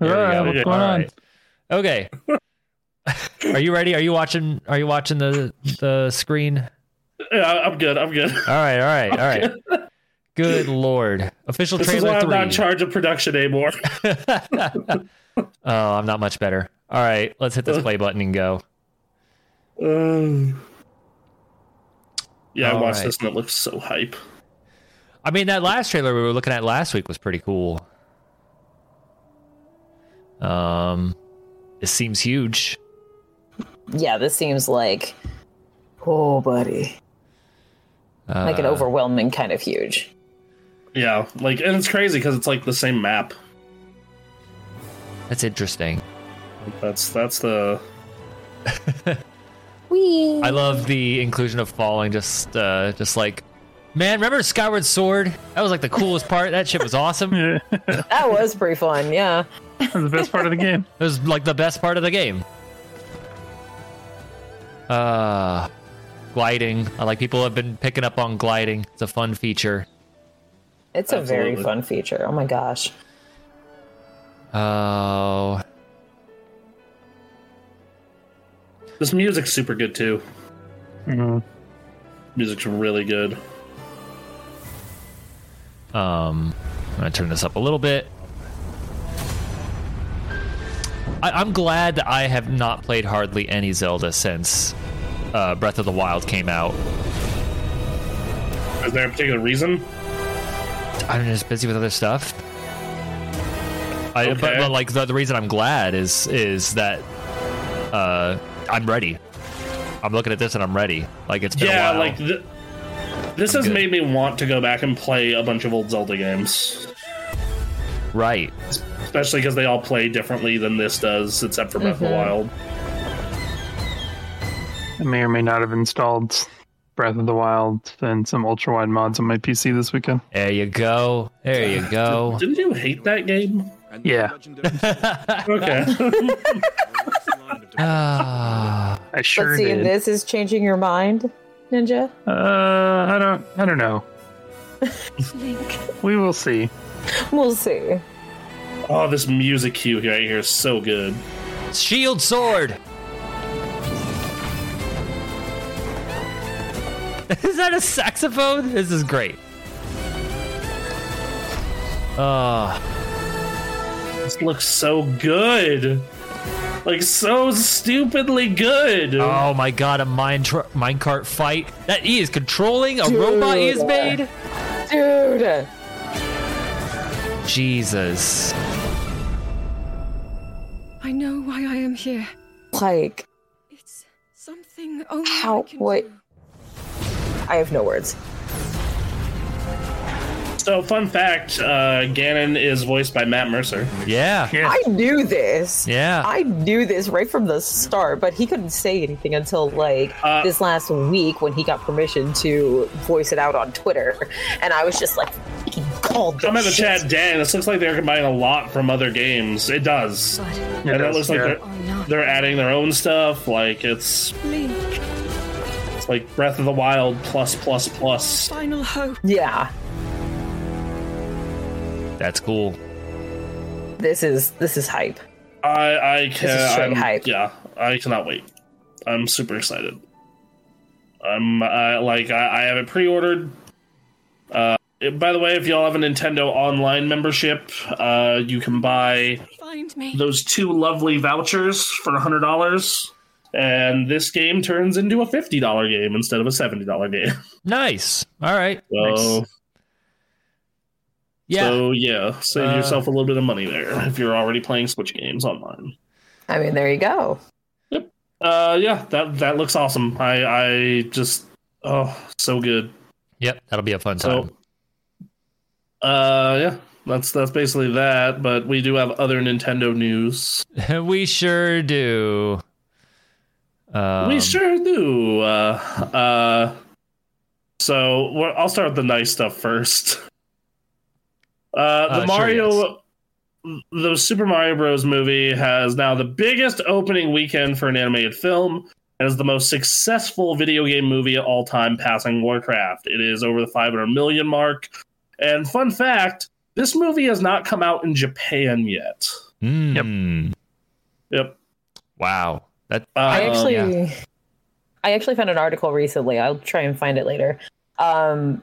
[SPEAKER 1] we
[SPEAKER 4] Ah,
[SPEAKER 1] go.
[SPEAKER 4] what's
[SPEAKER 2] Yeah.
[SPEAKER 4] going
[SPEAKER 1] All
[SPEAKER 4] on?
[SPEAKER 1] right. Okay. are you ready? Are you watching? Are you watching the the screen?
[SPEAKER 2] Yeah, I'm good. I'm good.
[SPEAKER 1] All right. All right. All right. Good lord! Official
[SPEAKER 2] This is why
[SPEAKER 1] trailer
[SPEAKER 2] I'm not in
[SPEAKER 1] three.
[SPEAKER 2] charge of production anymore.
[SPEAKER 1] oh, I'm not much better. All right, let's hit this play button and go.
[SPEAKER 2] Um, yeah, I
[SPEAKER 1] All
[SPEAKER 2] watched
[SPEAKER 1] right.
[SPEAKER 2] this and it looks so hype.
[SPEAKER 1] I mean, that last trailer we were looking at last week was pretty cool. Um, it seems huge.
[SPEAKER 3] Yeah, this seems like, oh, buddy,
[SPEAKER 1] Uh,
[SPEAKER 3] like an overwhelming kind of huge.
[SPEAKER 2] Yeah, like, and it's crazy because it's like the same map.
[SPEAKER 1] That's interesting.
[SPEAKER 2] That's that's the
[SPEAKER 3] Wee.
[SPEAKER 1] I love the inclusion of falling. Just, uh, just like, man, remember Skyward Sword? That was like the coolest part. That shit was awesome. It
[SPEAKER 4] Yeah,
[SPEAKER 3] that was pretty fun. Yeah.
[SPEAKER 4] that's the best part of the game.
[SPEAKER 1] was like the best part of the game. Uh, gliding. I like people have been picking up on gliding. It's a fun feature.
[SPEAKER 3] It's a
[SPEAKER 2] Absolutely.
[SPEAKER 3] very fun feature. Oh my gosh.
[SPEAKER 1] Oh,
[SPEAKER 2] this music's super good too.
[SPEAKER 1] Mm-hmm.
[SPEAKER 4] Mhm.
[SPEAKER 2] Music's really good.
[SPEAKER 1] Um, I'm gonna turn this up a little bit. I, I'm glad that I have not played hardly any Zelda since uh, Breath of the Wild came out.
[SPEAKER 2] Is there a particular reason?
[SPEAKER 1] I'm just busy with other stuff. I, but,
[SPEAKER 2] Okay.
[SPEAKER 1] but like the, the reason I'm glad is is that uh, I'm ready. I'm looking at this and I'm ready. Like it's been
[SPEAKER 2] yeah,
[SPEAKER 1] a while.
[SPEAKER 2] like th- this has
[SPEAKER 1] good.
[SPEAKER 2] made me want to go back and play a bunch of old Zelda games,
[SPEAKER 1] right.
[SPEAKER 2] especially because they all play differently than this does, except for Breath of
[SPEAKER 4] Mm-hmm.
[SPEAKER 2] the
[SPEAKER 3] Mhm.
[SPEAKER 2] Wild.
[SPEAKER 4] I may or may not have installed Breath of the Wild and some ultra wide mods on my PC this weekend.
[SPEAKER 1] There you go. There you go.
[SPEAKER 2] Didn't you hate that game?
[SPEAKER 4] Yeah.
[SPEAKER 2] Okay,
[SPEAKER 1] Ah.
[SPEAKER 4] I sure
[SPEAKER 3] but seeing
[SPEAKER 4] did.
[SPEAKER 3] this is changing your mind, Ninja.
[SPEAKER 4] Uh, I don't. I don't know. we will see.
[SPEAKER 3] We'll see.
[SPEAKER 2] oh, this music cue right here is so good.
[SPEAKER 1] Shield sword. Is that a saxophone? This is great. Ah,
[SPEAKER 2] This looks so good, like so stupidly good.
[SPEAKER 1] oh my god, a mine tr- minecart fight. That E is controlling a
[SPEAKER 3] Dude.
[SPEAKER 1] robot E is made.
[SPEAKER 3] Dude.
[SPEAKER 1] Jesus.
[SPEAKER 5] I know why I am here.
[SPEAKER 3] Like,
[SPEAKER 5] It's something only
[SPEAKER 3] How-
[SPEAKER 5] I can
[SPEAKER 3] what-
[SPEAKER 5] do.
[SPEAKER 3] I have no words.
[SPEAKER 2] So, fun fact: uh, Ganon is voiced by Matt Mercer.
[SPEAKER 1] Yeah.
[SPEAKER 4] Yeah.
[SPEAKER 3] I knew this.
[SPEAKER 1] Yeah.
[SPEAKER 3] I knew this right from the start, but he couldn't say anything until like
[SPEAKER 2] Uh,
[SPEAKER 3] this last week when he got permission to voice it out on Twitter, and I was just like, "He called."
[SPEAKER 2] Come in
[SPEAKER 3] this
[SPEAKER 2] the
[SPEAKER 3] shit.
[SPEAKER 2] chat, Dan. This looks like they're combining a lot from other games. It does.
[SPEAKER 5] But
[SPEAKER 4] It
[SPEAKER 2] and that looks
[SPEAKER 4] does, yeah.
[SPEAKER 2] like
[SPEAKER 5] or not.
[SPEAKER 2] they're, they're adding their own stuff. Like it's
[SPEAKER 5] Link,
[SPEAKER 2] it's like Breath of the Wild plus plus plus.
[SPEAKER 5] final hope.
[SPEAKER 3] Yeah,
[SPEAKER 1] That's cool.
[SPEAKER 3] this is this is hype.
[SPEAKER 2] I I
[SPEAKER 3] is straight
[SPEAKER 2] can I'm,
[SPEAKER 3] hype.
[SPEAKER 2] yeah I cannot wait. I'm super excited. I'm uh, like I, I have it pre-ordered. Uh, it- by the way, if y'all have a Nintendo Online membership, uh, you can buy
[SPEAKER 5] Find me.
[SPEAKER 2] those two lovely vouchers for hundred dollars, and this game turns into a fifty dollar game instead of a seventy dollar game.
[SPEAKER 1] Nice. All right.
[SPEAKER 2] So.
[SPEAKER 4] Nice.
[SPEAKER 1] Yeah.
[SPEAKER 2] So yeah, save
[SPEAKER 1] Uh,
[SPEAKER 2] yourself a little bit of money there if you're already playing Switch games online.
[SPEAKER 3] I mean, there you go.
[SPEAKER 2] Uh, yeah, that that looks awesome. I I just oh so good.
[SPEAKER 1] yep. That'll be a fun time.
[SPEAKER 2] So uh yeah, that's that's basically that. But we do have other Nintendo news.
[SPEAKER 1] we sure do. Um,
[SPEAKER 2] we sure do. Uh, uh, so well, I'll start with the nice stuff first. Uh, the
[SPEAKER 1] Uh, sure,
[SPEAKER 2] Mario, the Super Mario Bros. movie has now the biggest opening weekend for an animated film and is the most successful video game movie of all time, passing Warcraft. It is over the 500 million mark. And fun fact this movie has not come out in Japan yet.
[SPEAKER 1] Mm.
[SPEAKER 2] Yep.
[SPEAKER 1] Wow. That
[SPEAKER 3] I
[SPEAKER 2] Um,
[SPEAKER 3] actually,
[SPEAKER 1] Uh, yeah.
[SPEAKER 3] I actually found an article recently. I'll try and find it later. Um,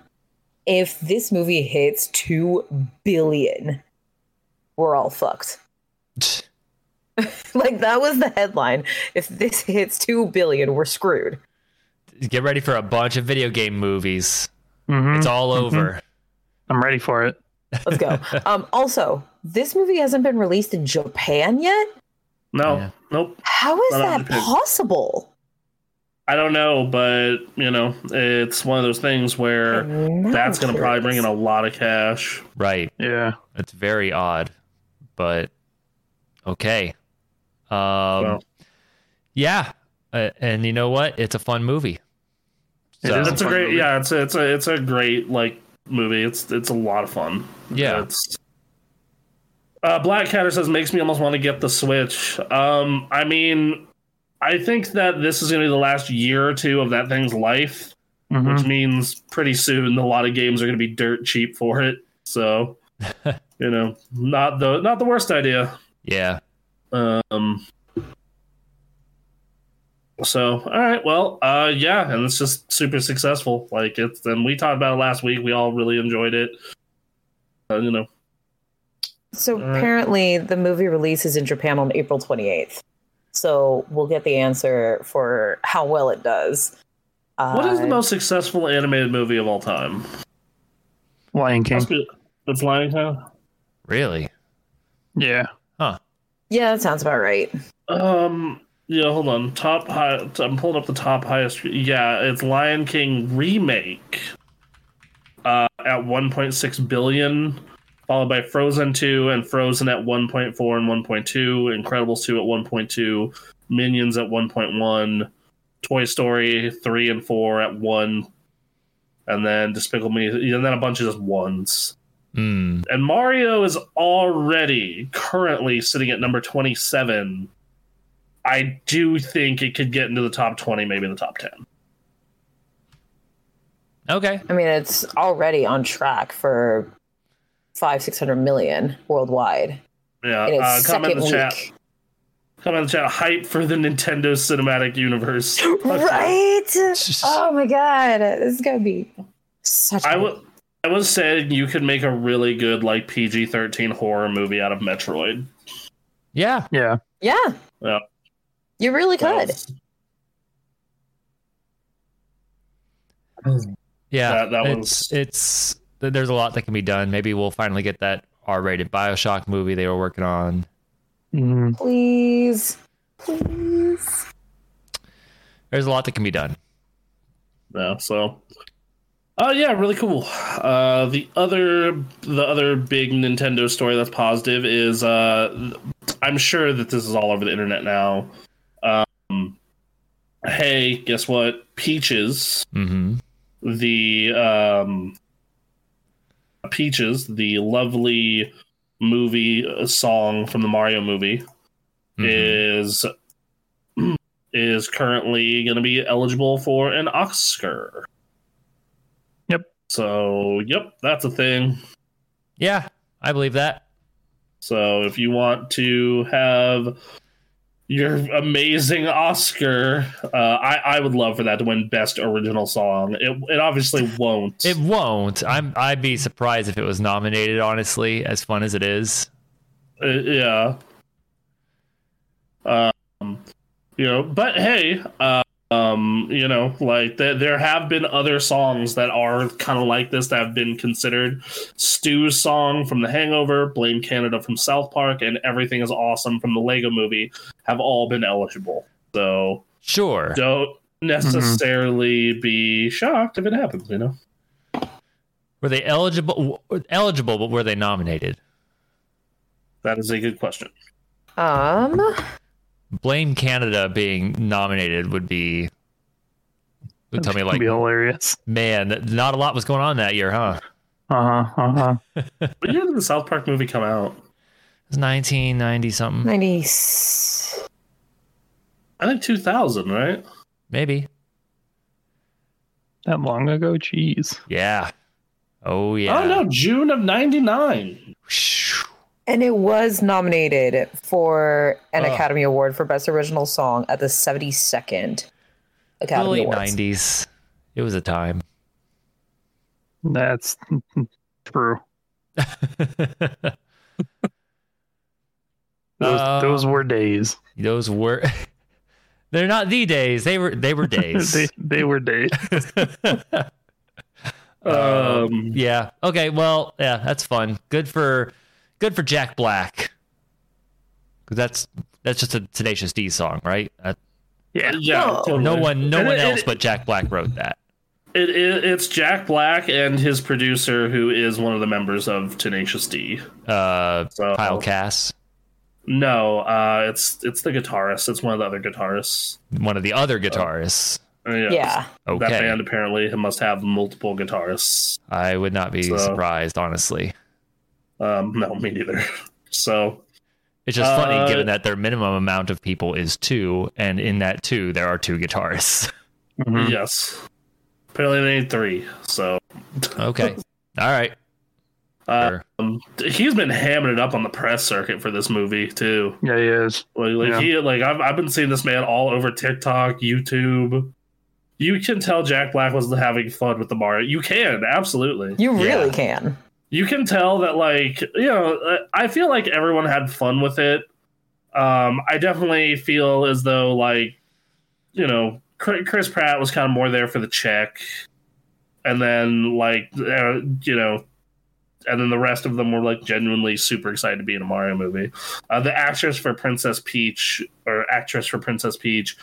[SPEAKER 3] if this movie hits two billion, we're all fucked. Like that was the headline. If this hits two billion, we're screwed.
[SPEAKER 1] get ready for a bunch of video game movies.
[SPEAKER 4] Mhm.
[SPEAKER 1] It's all
[SPEAKER 2] Mm-hmm.
[SPEAKER 4] Mhm.
[SPEAKER 1] over.
[SPEAKER 4] I'm ready for it.
[SPEAKER 3] Let's go. um, also, this movie hasn't been released in Japan yet.
[SPEAKER 2] No,
[SPEAKER 1] Yeah.
[SPEAKER 2] nope.
[SPEAKER 3] How is
[SPEAKER 2] Not out
[SPEAKER 3] that
[SPEAKER 2] in Japan.
[SPEAKER 3] possible?
[SPEAKER 2] I don't know, but you know, it's one of those things where
[SPEAKER 3] I'm
[SPEAKER 2] that's
[SPEAKER 3] now
[SPEAKER 2] going to probably bring in
[SPEAKER 3] curious.
[SPEAKER 2] a lot of cash.
[SPEAKER 1] Right.
[SPEAKER 4] Yeah.
[SPEAKER 1] It's very odd, but okay. Um,
[SPEAKER 2] Well.
[SPEAKER 1] yeah. Uh, and you know what? It's a fun movie.
[SPEAKER 4] It
[SPEAKER 1] So-
[SPEAKER 4] is
[SPEAKER 2] It's a
[SPEAKER 4] fun
[SPEAKER 2] great,
[SPEAKER 4] movie.
[SPEAKER 2] yeah. It's a, it's a, it's a great like movie. It's, it's a lot of fun.
[SPEAKER 1] Yeah.
[SPEAKER 2] It's, uh, Black Catter says makes me almost want to get the Switch. Um, I mean, I think that this is going to be the last year or two of that thing's life,
[SPEAKER 4] Mhm.
[SPEAKER 2] which means pretty soon a lot of games are going to be dirt cheap for it. So, you know, not the not the worst idea.
[SPEAKER 1] Yeah.
[SPEAKER 2] Um. So, all right, well, uh, yeah, and it's just super successful. Like it's, and we talked about it last week. We all really enjoyed it. Uh, you know,
[SPEAKER 3] So
[SPEAKER 2] All right.
[SPEAKER 3] apparently, the movie releases in Japan on April 28th. So we'll get the answer for how well it does. Uh,
[SPEAKER 2] what is the most successful animated movie of all time?
[SPEAKER 4] Lion King.
[SPEAKER 2] Must be- It's Lion King.
[SPEAKER 1] Really?
[SPEAKER 4] Yeah.
[SPEAKER 3] Yeah, that sounds about right.
[SPEAKER 2] Um, Yeah, hold on. Top high. I'm pulling up the top highest. Yeah, it's Lion King remake. Uh, at 1.6 billion, followed by Frozen 2 and Frozen at 1.4 and 1.2, Incredibles 2 at 1.2, Minions at 1.1, Toy Story 3 and 4 at 1, and then Despicable Me, and then a bunch of just ones.
[SPEAKER 1] Mm.
[SPEAKER 2] And Mario is already currently sitting at number 27. I do think it could get into the top 20, maybe the top 10.
[SPEAKER 1] Okay.
[SPEAKER 3] I mean, it's already on track for five, six hundred million worldwide
[SPEAKER 2] Yeah.
[SPEAKER 3] in its
[SPEAKER 2] Uh, comment
[SPEAKER 3] second
[SPEAKER 2] in the
[SPEAKER 3] week.
[SPEAKER 2] chat. Comment in the chat. Hype for the Nintendo Cinematic Universe.
[SPEAKER 3] Right? Oh my god, this is gonna be such.
[SPEAKER 2] I
[SPEAKER 3] a-
[SPEAKER 2] would. I was saying you could make a really good like PG thirteen horror movie out of Metroid.
[SPEAKER 1] Yeah.
[SPEAKER 4] Yeah.
[SPEAKER 3] yeah.
[SPEAKER 2] Yeah.
[SPEAKER 3] You really could.
[SPEAKER 2] That,
[SPEAKER 1] Yeah.
[SPEAKER 2] That- that
[SPEAKER 1] it's,
[SPEAKER 2] was-
[SPEAKER 1] it's th- there's a lot that can be done. Maybe we'll finally get that R-rated BioShock movie they were working on.
[SPEAKER 4] Mhm.
[SPEAKER 3] Please, please.
[SPEAKER 1] There's a lot that can be done.
[SPEAKER 2] yeah. So. Oh yeah, really cool. Uh, the other the other big Nintendo story that's positive is uh, I'm sure that this is all over the internet now. Um, hey, guess what? Peaches
[SPEAKER 1] Mm-hmm.
[SPEAKER 2] the um, Peaches, the lovely movie uh, song from the Mario movie,
[SPEAKER 1] Mm-hmm.
[SPEAKER 2] is is currently going to be eligible for an Oscar.
[SPEAKER 4] Yep.
[SPEAKER 2] So, yep, that's a thing.
[SPEAKER 1] Yeah, I believe that.
[SPEAKER 2] So, if you want to have your amazing Oscar, uh, I I would love for that to win Best Original Song. It it obviously won't.
[SPEAKER 1] It won't. I'm. I'd be surprised if it was nominated. Honestly, as fun as it is.
[SPEAKER 2] Uh, yeah. Um, you know, but hey, uh, um, you know, like there there have been other songs that are kind of like this that have been considered. Stu's song from The Hangover, Blame Canada from South Park, and Everything Is Awesome from the Lego Movie have all been eligible. So
[SPEAKER 1] Sure.
[SPEAKER 2] don't necessarily be shocked if it happens. You know,
[SPEAKER 1] Were they eligible? w- Eligible, but were they nominated?
[SPEAKER 2] that is a good question.
[SPEAKER 3] Um,
[SPEAKER 1] Blame Canada being nominated would be. Would tell me
[SPEAKER 4] It'd be
[SPEAKER 1] like,
[SPEAKER 4] hilarious.
[SPEAKER 1] man, th- not a lot was going on that year, huh?
[SPEAKER 4] Uh huh. Uh huh.
[SPEAKER 2] What year did the South Park movie come out?
[SPEAKER 1] It was 1990 something,
[SPEAKER 3] ninety.
[SPEAKER 2] I think 2000, right?
[SPEAKER 1] maybe.
[SPEAKER 4] That long ago? Jeez.
[SPEAKER 1] Yeah. Oh yeah.
[SPEAKER 2] Oh no, June of '99.
[SPEAKER 1] Shh.
[SPEAKER 3] And it was nominated for an
[SPEAKER 1] Ugh.
[SPEAKER 3] Academy Award for Best Original Song at the 72nd
[SPEAKER 1] The
[SPEAKER 3] Academy
[SPEAKER 1] late
[SPEAKER 3] Awards.
[SPEAKER 1] 90s. It was a time.
[SPEAKER 4] That's true. Those,
[SPEAKER 1] Uh,
[SPEAKER 4] those were days.
[SPEAKER 1] Those were. They're not the days. They were. They were days.
[SPEAKER 4] they they were days.
[SPEAKER 1] Oh,
[SPEAKER 2] Um,
[SPEAKER 1] yeah. Okay. Well. Yeah. That's fun. Good for. Good for Jack Black. 'Cause that's that's just a Tenacious D song, right? Uh,
[SPEAKER 4] Yeah.
[SPEAKER 2] yeah,
[SPEAKER 3] No.
[SPEAKER 2] totally.
[SPEAKER 1] no one. No
[SPEAKER 2] And
[SPEAKER 1] one
[SPEAKER 2] it-
[SPEAKER 1] else
[SPEAKER 2] it-
[SPEAKER 1] but Jack Black wrote that.
[SPEAKER 2] It, it, it's Jack Black and his producer, who is one of the members of Tenacious D.
[SPEAKER 1] Uh,
[SPEAKER 2] So
[SPEAKER 1] Kyle Cass,
[SPEAKER 2] no, uh, it's it's the guitarist. It's one of the other guitarists.
[SPEAKER 1] one of the other guitarists.
[SPEAKER 2] Uh,
[SPEAKER 3] Yeah.
[SPEAKER 1] Okay.
[SPEAKER 2] That band apparently must have multiple guitarists.
[SPEAKER 1] I would not be
[SPEAKER 2] So-
[SPEAKER 1] surprised, honestly.
[SPEAKER 2] Um, no, me neither. So
[SPEAKER 1] It's just
[SPEAKER 2] Uh,
[SPEAKER 1] funny given that their minimum amount of people is two, and in that two there are two guitarists. Hmm.
[SPEAKER 4] Mhm.
[SPEAKER 2] yes, apparently they need three. So
[SPEAKER 1] Okay. All right.
[SPEAKER 2] uh,
[SPEAKER 1] Sure.
[SPEAKER 2] he's been hamming it up on the press circuit for this movie too.
[SPEAKER 4] Yeah, he is.
[SPEAKER 2] Like, like
[SPEAKER 4] Yeah.
[SPEAKER 2] he, like I've, I've been seeing this man all over TikTok, YouTube. You can tell Jack Black was having fun with the Mario. You can absolutely.
[SPEAKER 3] You
[SPEAKER 1] Yeah.
[SPEAKER 3] really can.
[SPEAKER 2] You can tell that, like you know, I I feel like everyone had fun with it. Um, I definitely feel as though, like you know, Chr- Chris Pratt was kind of more there for the check, and then like uh, you know, and then the rest of them were like genuinely super excited to be in a Mario movie. Uh, the actress for Princess Peach or actress for Princess Peach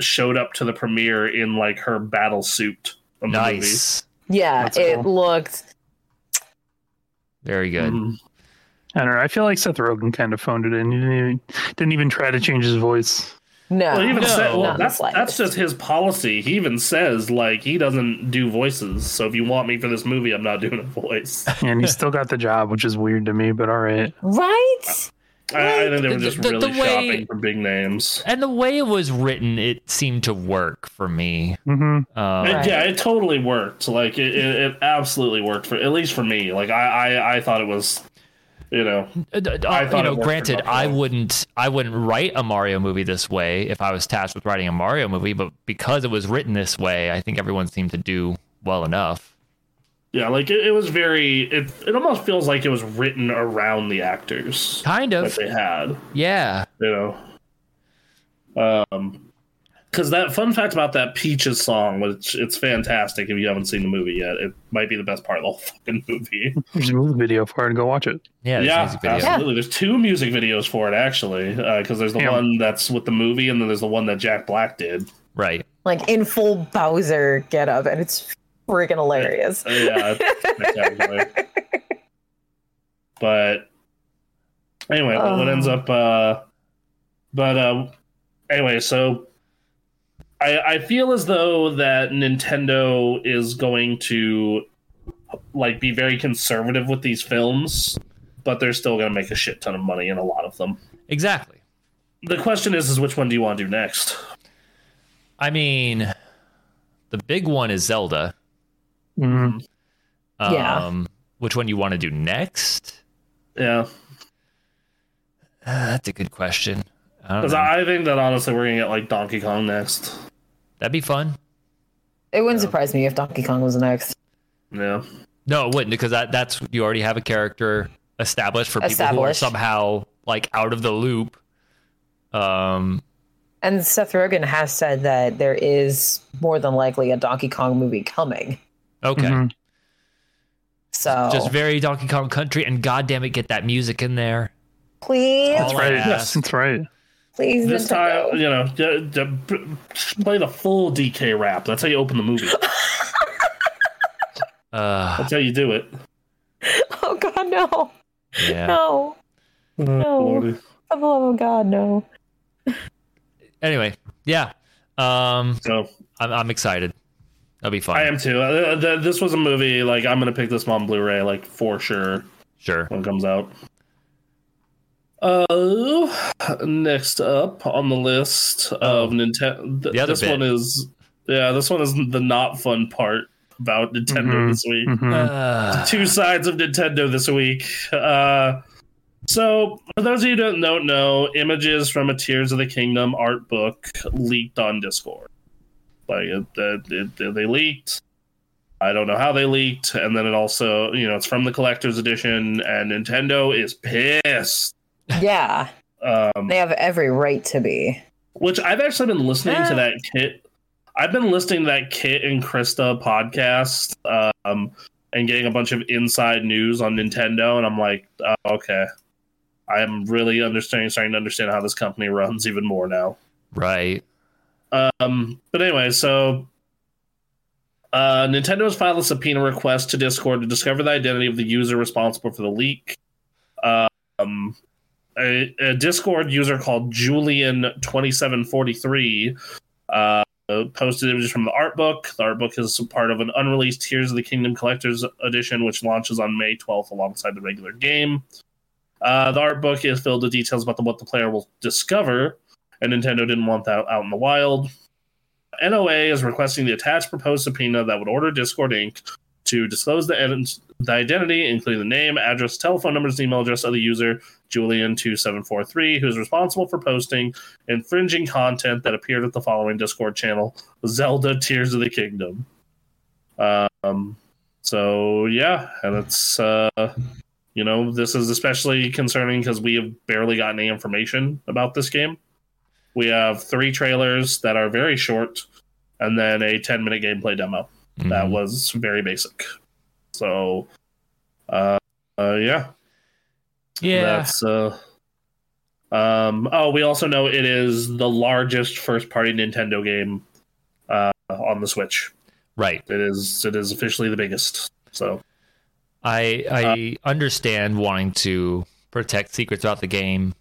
[SPEAKER 2] showed up to the premiere in like her battle suit. Of
[SPEAKER 1] Nice.
[SPEAKER 3] Yeah,
[SPEAKER 4] That's
[SPEAKER 3] it
[SPEAKER 4] cool.
[SPEAKER 3] looked.
[SPEAKER 1] Very
[SPEAKER 2] The movie.
[SPEAKER 1] good.
[SPEAKER 2] Mhm.
[SPEAKER 4] I don't know. I feel like Seth Rogen kind of phoned it in. He didn't even, didn't even try to change his voice.
[SPEAKER 3] No,
[SPEAKER 2] Well, even
[SPEAKER 1] No.
[SPEAKER 2] said, well,
[SPEAKER 3] Not in the
[SPEAKER 2] that's that's
[SPEAKER 3] slightest.
[SPEAKER 2] just his policy. He even says like he doesn't do voices. So if you want me for this movie, I'm not doing a voice.
[SPEAKER 4] And he still got the job, which is weird to me, but all right.
[SPEAKER 3] right?
[SPEAKER 2] I, I think they were
[SPEAKER 1] The-
[SPEAKER 2] just
[SPEAKER 1] the- the
[SPEAKER 2] really
[SPEAKER 1] way-
[SPEAKER 2] shopping for big names.
[SPEAKER 1] And the way it was written, it seemed to work for me.
[SPEAKER 4] hmm
[SPEAKER 1] Um,
[SPEAKER 2] It-
[SPEAKER 3] Right.
[SPEAKER 2] yeah, it totally worked. Like it, it, it absolutely worked for at least for me. Like I, I, I thought it was, you know,
[SPEAKER 1] Uh, d- d-
[SPEAKER 2] I
[SPEAKER 1] uh,
[SPEAKER 2] thought
[SPEAKER 1] you know,
[SPEAKER 2] it worked for
[SPEAKER 1] granted,
[SPEAKER 2] Buffalo.
[SPEAKER 1] I wouldn't, I wouldn't write a Mario movie this way if I was tasked with writing a Mario movie. But because it was written this way, I think everyone seemed to do well enough.
[SPEAKER 2] yeah, like it, it was very. It it almost feels like it was written around the actors
[SPEAKER 1] Kind
[SPEAKER 2] that
[SPEAKER 1] of,
[SPEAKER 2] they had.
[SPEAKER 1] yeah.
[SPEAKER 2] you know. Um, because that fun fact about that Peaches song, which it's fantastic if you haven't seen the movie yet, it might be the best part of the whole fucking movie.
[SPEAKER 4] There's a movie video for it and go watch it.
[SPEAKER 1] Yeah, there's
[SPEAKER 2] yeah,
[SPEAKER 1] music video.
[SPEAKER 2] absolutely. There's two music videos for it actually, because there's the
[SPEAKER 4] Yeah.
[SPEAKER 2] one that's with the movie, and then there's the one that Jack Black did.
[SPEAKER 1] right.
[SPEAKER 3] Like in full Bowser getup, and it's freaking hilarious.
[SPEAKER 2] Uh, yeah, it's spectacular. but anyway, what- what
[SPEAKER 3] Oh.
[SPEAKER 2] ends up? Uh, but uh, anyway, so I I feel as though that Nintendo is going to like be very conservative with these films, but they're still going to make a shit ton of money in a lot of them.
[SPEAKER 1] Exactly.
[SPEAKER 2] The question is, is which one do you want to do next?
[SPEAKER 1] I mean, the big one is Zelda.
[SPEAKER 4] hmm
[SPEAKER 1] Um,
[SPEAKER 3] Yeah.
[SPEAKER 1] Which one you want to do next?
[SPEAKER 2] Yeah,
[SPEAKER 1] Uh, that's a good question. I don't
[SPEAKER 2] because
[SPEAKER 1] know.
[SPEAKER 2] I think that honestly we're going to get like Donkey Kong next.
[SPEAKER 1] That'd be fun.
[SPEAKER 3] It wouldn't surprise me if Donkey Kong was next.
[SPEAKER 2] Yeah.
[SPEAKER 1] No, it wouldn't because that, that's you already have a character established for people who are
[SPEAKER 3] Established.
[SPEAKER 1] somehow like out of the loop. Um,
[SPEAKER 3] And Seth Rogen has said that there is more than likely a Donkey Kong movie coming.
[SPEAKER 1] okay,
[SPEAKER 3] Mm-hmm.
[SPEAKER 4] Mhm.
[SPEAKER 3] So
[SPEAKER 1] just very Donkey Kong Country, and goddamn it, get that music in there.
[SPEAKER 3] please,
[SPEAKER 1] All I
[SPEAKER 4] Right.
[SPEAKER 1] ask.
[SPEAKER 4] That's right.
[SPEAKER 3] please,
[SPEAKER 2] This time,
[SPEAKER 3] Nintendo.
[SPEAKER 2] you know, d- d- b- play the full DK rap. That's how you open the movie.
[SPEAKER 1] Uh,
[SPEAKER 2] That's how you do it.
[SPEAKER 3] Oh God, no,
[SPEAKER 1] yeah.
[SPEAKER 3] no,
[SPEAKER 2] Lordy.
[SPEAKER 3] for the love of God, no.
[SPEAKER 1] Anyway, yeah. Um,
[SPEAKER 2] So
[SPEAKER 1] I'm, I'm excited. That'll be fun.
[SPEAKER 2] I am too. Uh, th- this was a movie. Like I'm gonna pick this one on Blu-ray, like for sure
[SPEAKER 1] Sure.
[SPEAKER 2] when it comes out. Uh, next up on the list of Nintendo.
[SPEAKER 1] Oh. The other
[SPEAKER 2] this
[SPEAKER 1] bit.
[SPEAKER 2] one is yeah. This one is the not fun part about Nintendo
[SPEAKER 1] Mm-hmm.
[SPEAKER 4] Mhm.
[SPEAKER 2] this week.
[SPEAKER 3] Mm-hmm.
[SPEAKER 4] hmm
[SPEAKER 1] Uh,
[SPEAKER 2] two sides of Nintendo this week. Uh, so, for those of you who don't know, know, images from a Tears of the Kingdom art book leaked on Discord. Like, it, it, it- they leaked. I don't know how they leaked. And then it also, you know, it's from the collector's edition, and Nintendo is pissed.
[SPEAKER 3] Yeah,
[SPEAKER 2] Um,
[SPEAKER 3] they have every right to be.
[SPEAKER 2] which I've actually been listening to that kit. I've been listening to that Kit and Krista podcast um, and getting a bunch of inside news on Nintendo, and I'm like, oh, okay, I'm really understanding, starting to understand how this company runs even more now.
[SPEAKER 1] right.
[SPEAKER 2] Um, but anyway, so uh, Nintendo has filed a subpoena request to Discord to discover the identity of the user responsible for the leak. Um, a, a Discord user called Julian2743 uh, posted images from the art book. The art book is part of an unreleased Tears of the Kingdom Collector's Edition, which launches on May 12th alongside the regular game. Uh, the art book is filled with details about the, what the player will discover, and Nintendo didn't want that out in the wild. NOA is requesting the attached proposed subpoena that would order Discord Inc. to disclose the, ident- the identity, including the name, address, telephone numbers, and email address of the user, Julian2743, who is responsible for posting infringing content that appeared at the following Discord channel Zelda Tears of the Kingdom. Um, so, yeah, and it's, uh, you know, this is especially concerning because we have barely gotten any information about this game. We have three trailers that are very short, and then
[SPEAKER 1] Mm.
[SPEAKER 2] a 10
[SPEAKER 1] Mm-hmm.
[SPEAKER 2] minute gameplay demo that
[SPEAKER 1] Mhm.
[SPEAKER 2] was very basic. So, uh, Uh, yeah. That's uh um oh we also know it is the largest first party Nintendo game uh on the Switch.
[SPEAKER 1] right.
[SPEAKER 2] It is it is officially the biggest. So
[SPEAKER 1] I
[SPEAKER 2] Uh,
[SPEAKER 1] I understand wanting to protect secrets about the game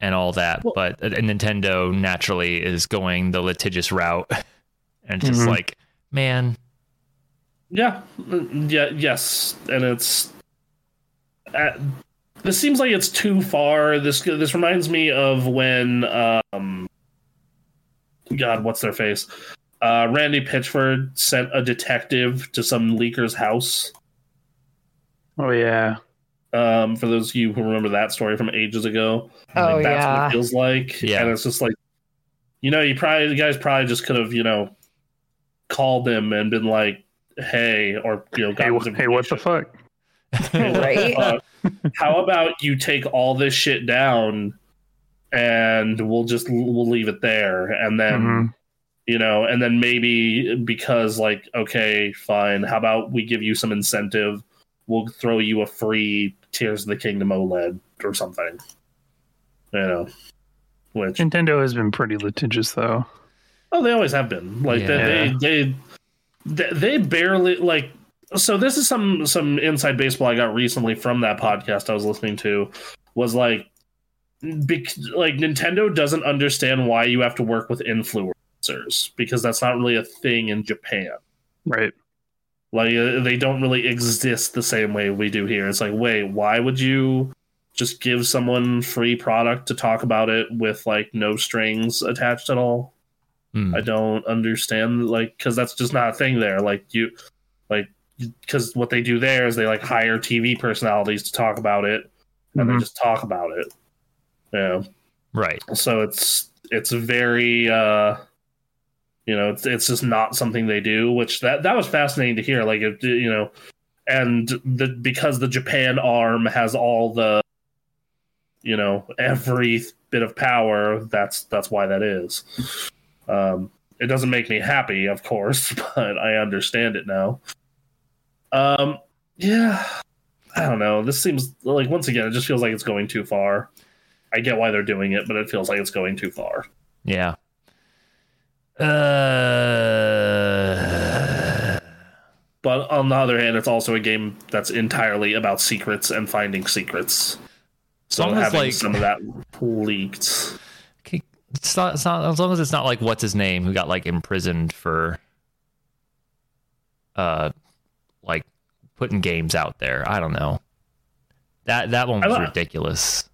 [SPEAKER 1] and all that,
[SPEAKER 2] Well-
[SPEAKER 1] but uh, Nintendo naturally is going the litigious route and just
[SPEAKER 2] Mm-hmm.
[SPEAKER 4] Mhm.
[SPEAKER 1] like, man,
[SPEAKER 2] yeah. mm, Yeah yes. And it's uh, this seems like it's too far. This this reminds me of when um God, what's their face? Uh, Randy Pitchford sent a detective to some leaker's house
[SPEAKER 4] Oh yeah.
[SPEAKER 2] um, for those of you who remember that story from ages ago.
[SPEAKER 3] Oh,
[SPEAKER 2] like, that's what
[SPEAKER 3] yeah.
[SPEAKER 2] it feels like.
[SPEAKER 1] Yeah.
[SPEAKER 2] And it's just like, you know, you probably, the guys probably just could have, you know, called them and been like, hey, or, you know,
[SPEAKER 4] Hey,
[SPEAKER 2] gotten
[SPEAKER 4] wh-
[SPEAKER 2] some
[SPEAKER 4] hey, what the fuck?
[SPEAKER 3] Right?
[SPEAKER 2] uh, how about you take all this shit down and we'll just, we'll leave it there. And then,
[SPEAKER 4] Mhm.
[SPEAKER 2] you know, and then maybe because, like, okay, fine, how about we give you some incentive? We'll throw you a free Tears of the Kingdom OLED or something. You know, which,
[SPEAKER 4] Nintendo has been pretty litigious though.
[SPEAKER 2] oh, they always have been. Like,
[SPEAKER 4] Yeah.
[SPEAKER 2] they, they, they, they barely, like, so this is some some inside baseball I got recently from that podcast I was listening to was like bec- like Nintendo doesn't understand why you have to work with influencers because that's not really a thing in Japan.
[SPEAKER 4] Right.
[SPEAKER 2] Like uh, they don't really exist the same way we do here. It's like, wait, why would you just give someone free product to talk about it with like no strings attached at all?
[SPEAKER 1] Hmm.
[SPEAKER 2] I don't understand like cuz that's just not a thing there. Like you like cuz what they do there is they like hire TV personalities to talk about it and
[SPEAKER 4] Mhm.
[SPEAKER 2] they just talk about it. Yeah.
[SPEAKER 1] right.
[SPEAKER 2] So it's it's very uh you know, it's it's just not something they do, which that that was fascinating to hear like it, you know, and the because the Japan arm has all the you know, every bit of power, that's that's why that is. Um it doesn't make me happy, of course, but I understand it now. Um yeah. I don't know. This seems like once again, it just feels like it's going too far. I get why they're doing it, but it feels like it's going too far.
[SPEAKER 1] Yeah. Uh,
[SPEAKER 2] But on the other hand, it's also a game that's entirely about secrets and finding secrets. So
[SPEAKER 1] Almost
[SPEAKER 2] having
[SPEAKER 1] like-
[SPEAKER 2] some of that leaked.
[SPEAKER 1] okay, it's not, it's not, as long as it's not like what's his name who got like imprisoned for, uh, like putting games out there. I don't know. That that one
[SPEAKER 2] I
[SPEAKER 1] was
[SPEAKER 2] lo-
[SPEAKER 1] ridiculous.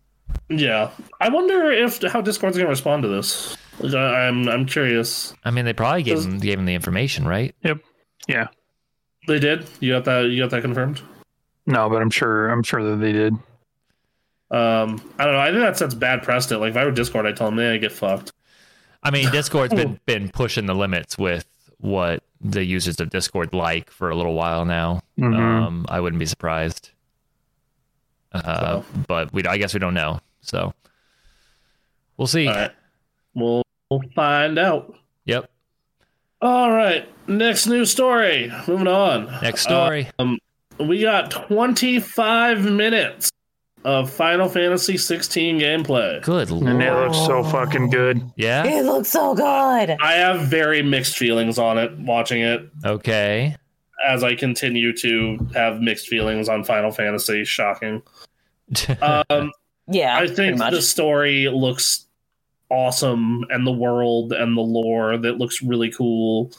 [SPEAKER 2] Yeah, I wonder if how Discord's going to respond to this. I- I'm I'm curious.
[SPEAKER 1] I mean, they probably gave
[SPEAKER 2] Does-
[SPEAKER 1] him gave him the information, right?
[SPEAKER 4] Yeah.
[SPEAKER 2] They did. You got that. You got that confirmed.
[SPEAKER 4] No, but I'm sure I'm sure that they did.
[SPEAKER 2] Um, I don't know. I think that sets bad precedent. Like if I were Discord, I'd tell them, "Yeah, I get fucked."
[SPEAKER 1] I mean, Discord's been been pushing the limits with what the users of Discord like for a little while now.
[SPEAKER 4] Mhm.
[SPEAKER 2] Mm-hmm. Uh,
[SPEAKER 1] Um, I wouldn't be surprised. Uh,
[SPEAKER 2] So.
[SPEAKER 1] But we, I guess we don't know. So we'll see.
[SPEAKER 2] All right, we'll, we'll find out.
[SPEAKER 1] Yep.
[SPEAKER 2] All right, next news story. Moving on.
[SPEAKER 1] Next
[SPEAKER 2] Uh,
[SPEAKER 1] story.
[SPEAKER 2] We got 25 minutes of Final Fantasy 16 gameplay.
[SPEAKER 1] Good
[SPEAKER 4] And
[SPEAKER 1] lord.
[SPEAKER 4] it looks so fucking good.
[SPEAKER 1] Yeah.
[SPEAKER 3] It looks so good.
[SPEAKER 2] I have very mixed feelings on it watching it
[SPEAKER 1] Okay.
[SPEAKER 2] as I continue to have mixed feelings on Final Fantasy. Shocking. Um,
[SPEAKER 3] Yeah,
[SPEAKER 2] I
[SPEAKER 3] pretty
[SPEAKER 2] think
[SPEAKER 3] much.
[SPEAKER 2] the story looks awesome and the world and the lore that looks really cool.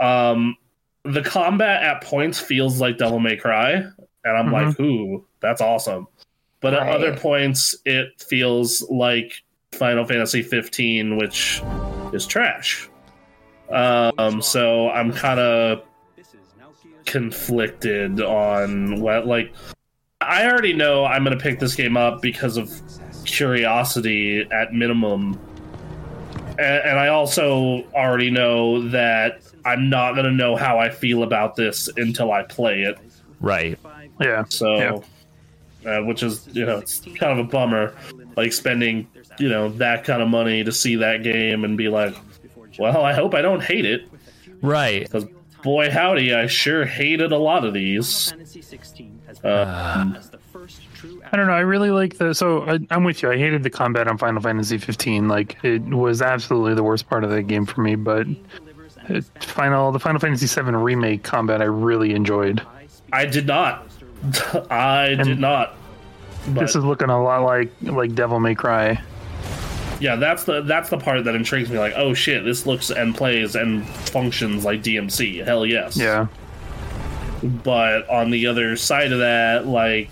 [SPEAKER 2] Um, the combat at points feels like Devil May Cry, and
[SPEAKER 3] Mm-hmm.
[SPEAKER 2] I'm like, ooh, that's awesome. But at
[SPEAKER 3] Right.
[SPEAKER 2] other points, it feels like Final Fantasy 15, which is trash. Um, so I'm kind of conflicted on what, like, I already know I'm going to pick this game up because of curiosity at minimum. A- And I also already know that I'm not going to know how I feel about this until I play it.
[SPEAKER 1] right.
[SPEAKER 4] Yeah.
[SPEAKER 2] So, uh, which is, you know, it's kind of a bummer. Like spending, you know, that kind of money to see that game and be like, well, I hope I don't hate it.
[SPEAKER 1] Right.
[SPEAKER 2] Because, boy, howdy, I sure hated a lot of these.
[SPEAKER 6] Fantasy 16 has
[SPEAKER 2] Uh,
[SPEAKER 6] as the first
[SPEAKER 4] I don't know. I really like the. So I, I'm with you. I hated the combat on Final Fantasy 15. Like it was absolutely the worst part of that game for me. But it, final the Final Fantasy 7 remake combat I really enjoyed.
[SPEAKER 2] I did not. I did
[SPEAKER 4] And-
[SPEAKER 2] not. But
[SPEAKER 4] This is looking a lot like like Devil May Cry.
[SPEAKER 2] yeah, that's the that's the part that intrigues me. Like, oh shit, this looks and plays and functions like DMC. Hell yes.
[SPEAKER 4] Yeah.
[SPEAKER 2] But on the other side of that, like,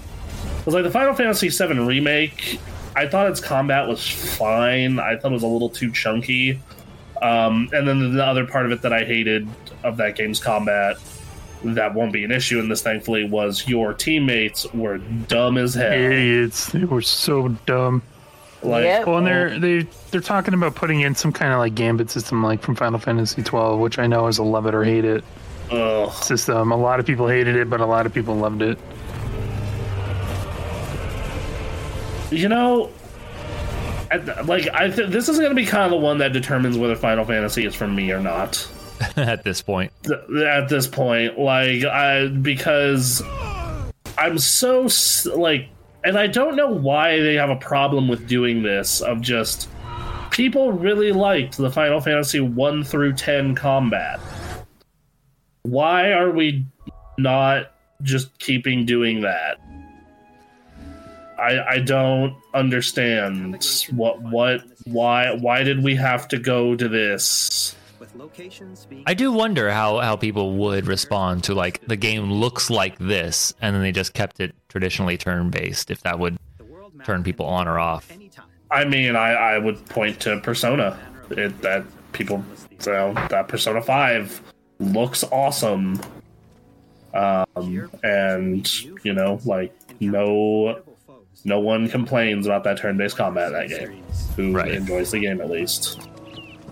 [SPEAKER 2] it was like the Final Fantasy VII remake. I thought its combat was fine. I thought it was a little too chunky. Um, and then the other part of it that I hated of that game's combat that won't be an issue in this, thankfully, was your teammates were dumb as hell.
[SPEAKER 4] Idiots. They were so dumb.
[SPEAKER 2] Like,
[SPEAKER 3] Yep.
[SPEAKER 4] Well, and they're they they're talking about putting in some kind of like gambit system, like from Final Fantasy 12, which I know is a love it or hate it
[SPEAKER 2] ugh.
[SPEAKER 4] system. A lot of people hated it, but a lot of people loved it.
[SPEAKER 2] You know, at the- like I th- this is going to be kind of the one that determines whether Final Fantasy is for me or not.
[SPEAKER 1] at this point.
[SPEAKER 2] Th- at this point, like I because I'm so s- like, and I don't know why they have a problem with doing this. Of just people really liked the Final Fantasy one through ten combat. Why are we not just keeping doing that? I, I don't understand what what why why did we have to go to this?
[SPEAKER 6] With locations being
[SPEAKER 1] I do wonder how how people would respond to like the game looks like this, and then they just kept it traditionally turn based. If that would
[SPEAKER 6] the world map
[SPEAKER 1] turn
[SPEAKER 6] can
[SPEAKER 1] people
[SPEAKER 6] be
[SPEAKER 1] on or off.
[SPEAKER 6] anytime.
[SPEAKER 2] I mean, I, I would point to Persona. It, that people, so that Persona Five looks awesome. Um, and you know, like no,
[SPEAKER 6] Incredible foes.
[SPEAKER 2] no one complains about that turn-based combat in that game.
[SPEAKER 6] Series.
[SPEAKER 2] Who
[SPEAKER 1] Right.
[SPEAKER 2] enjoys the game at least?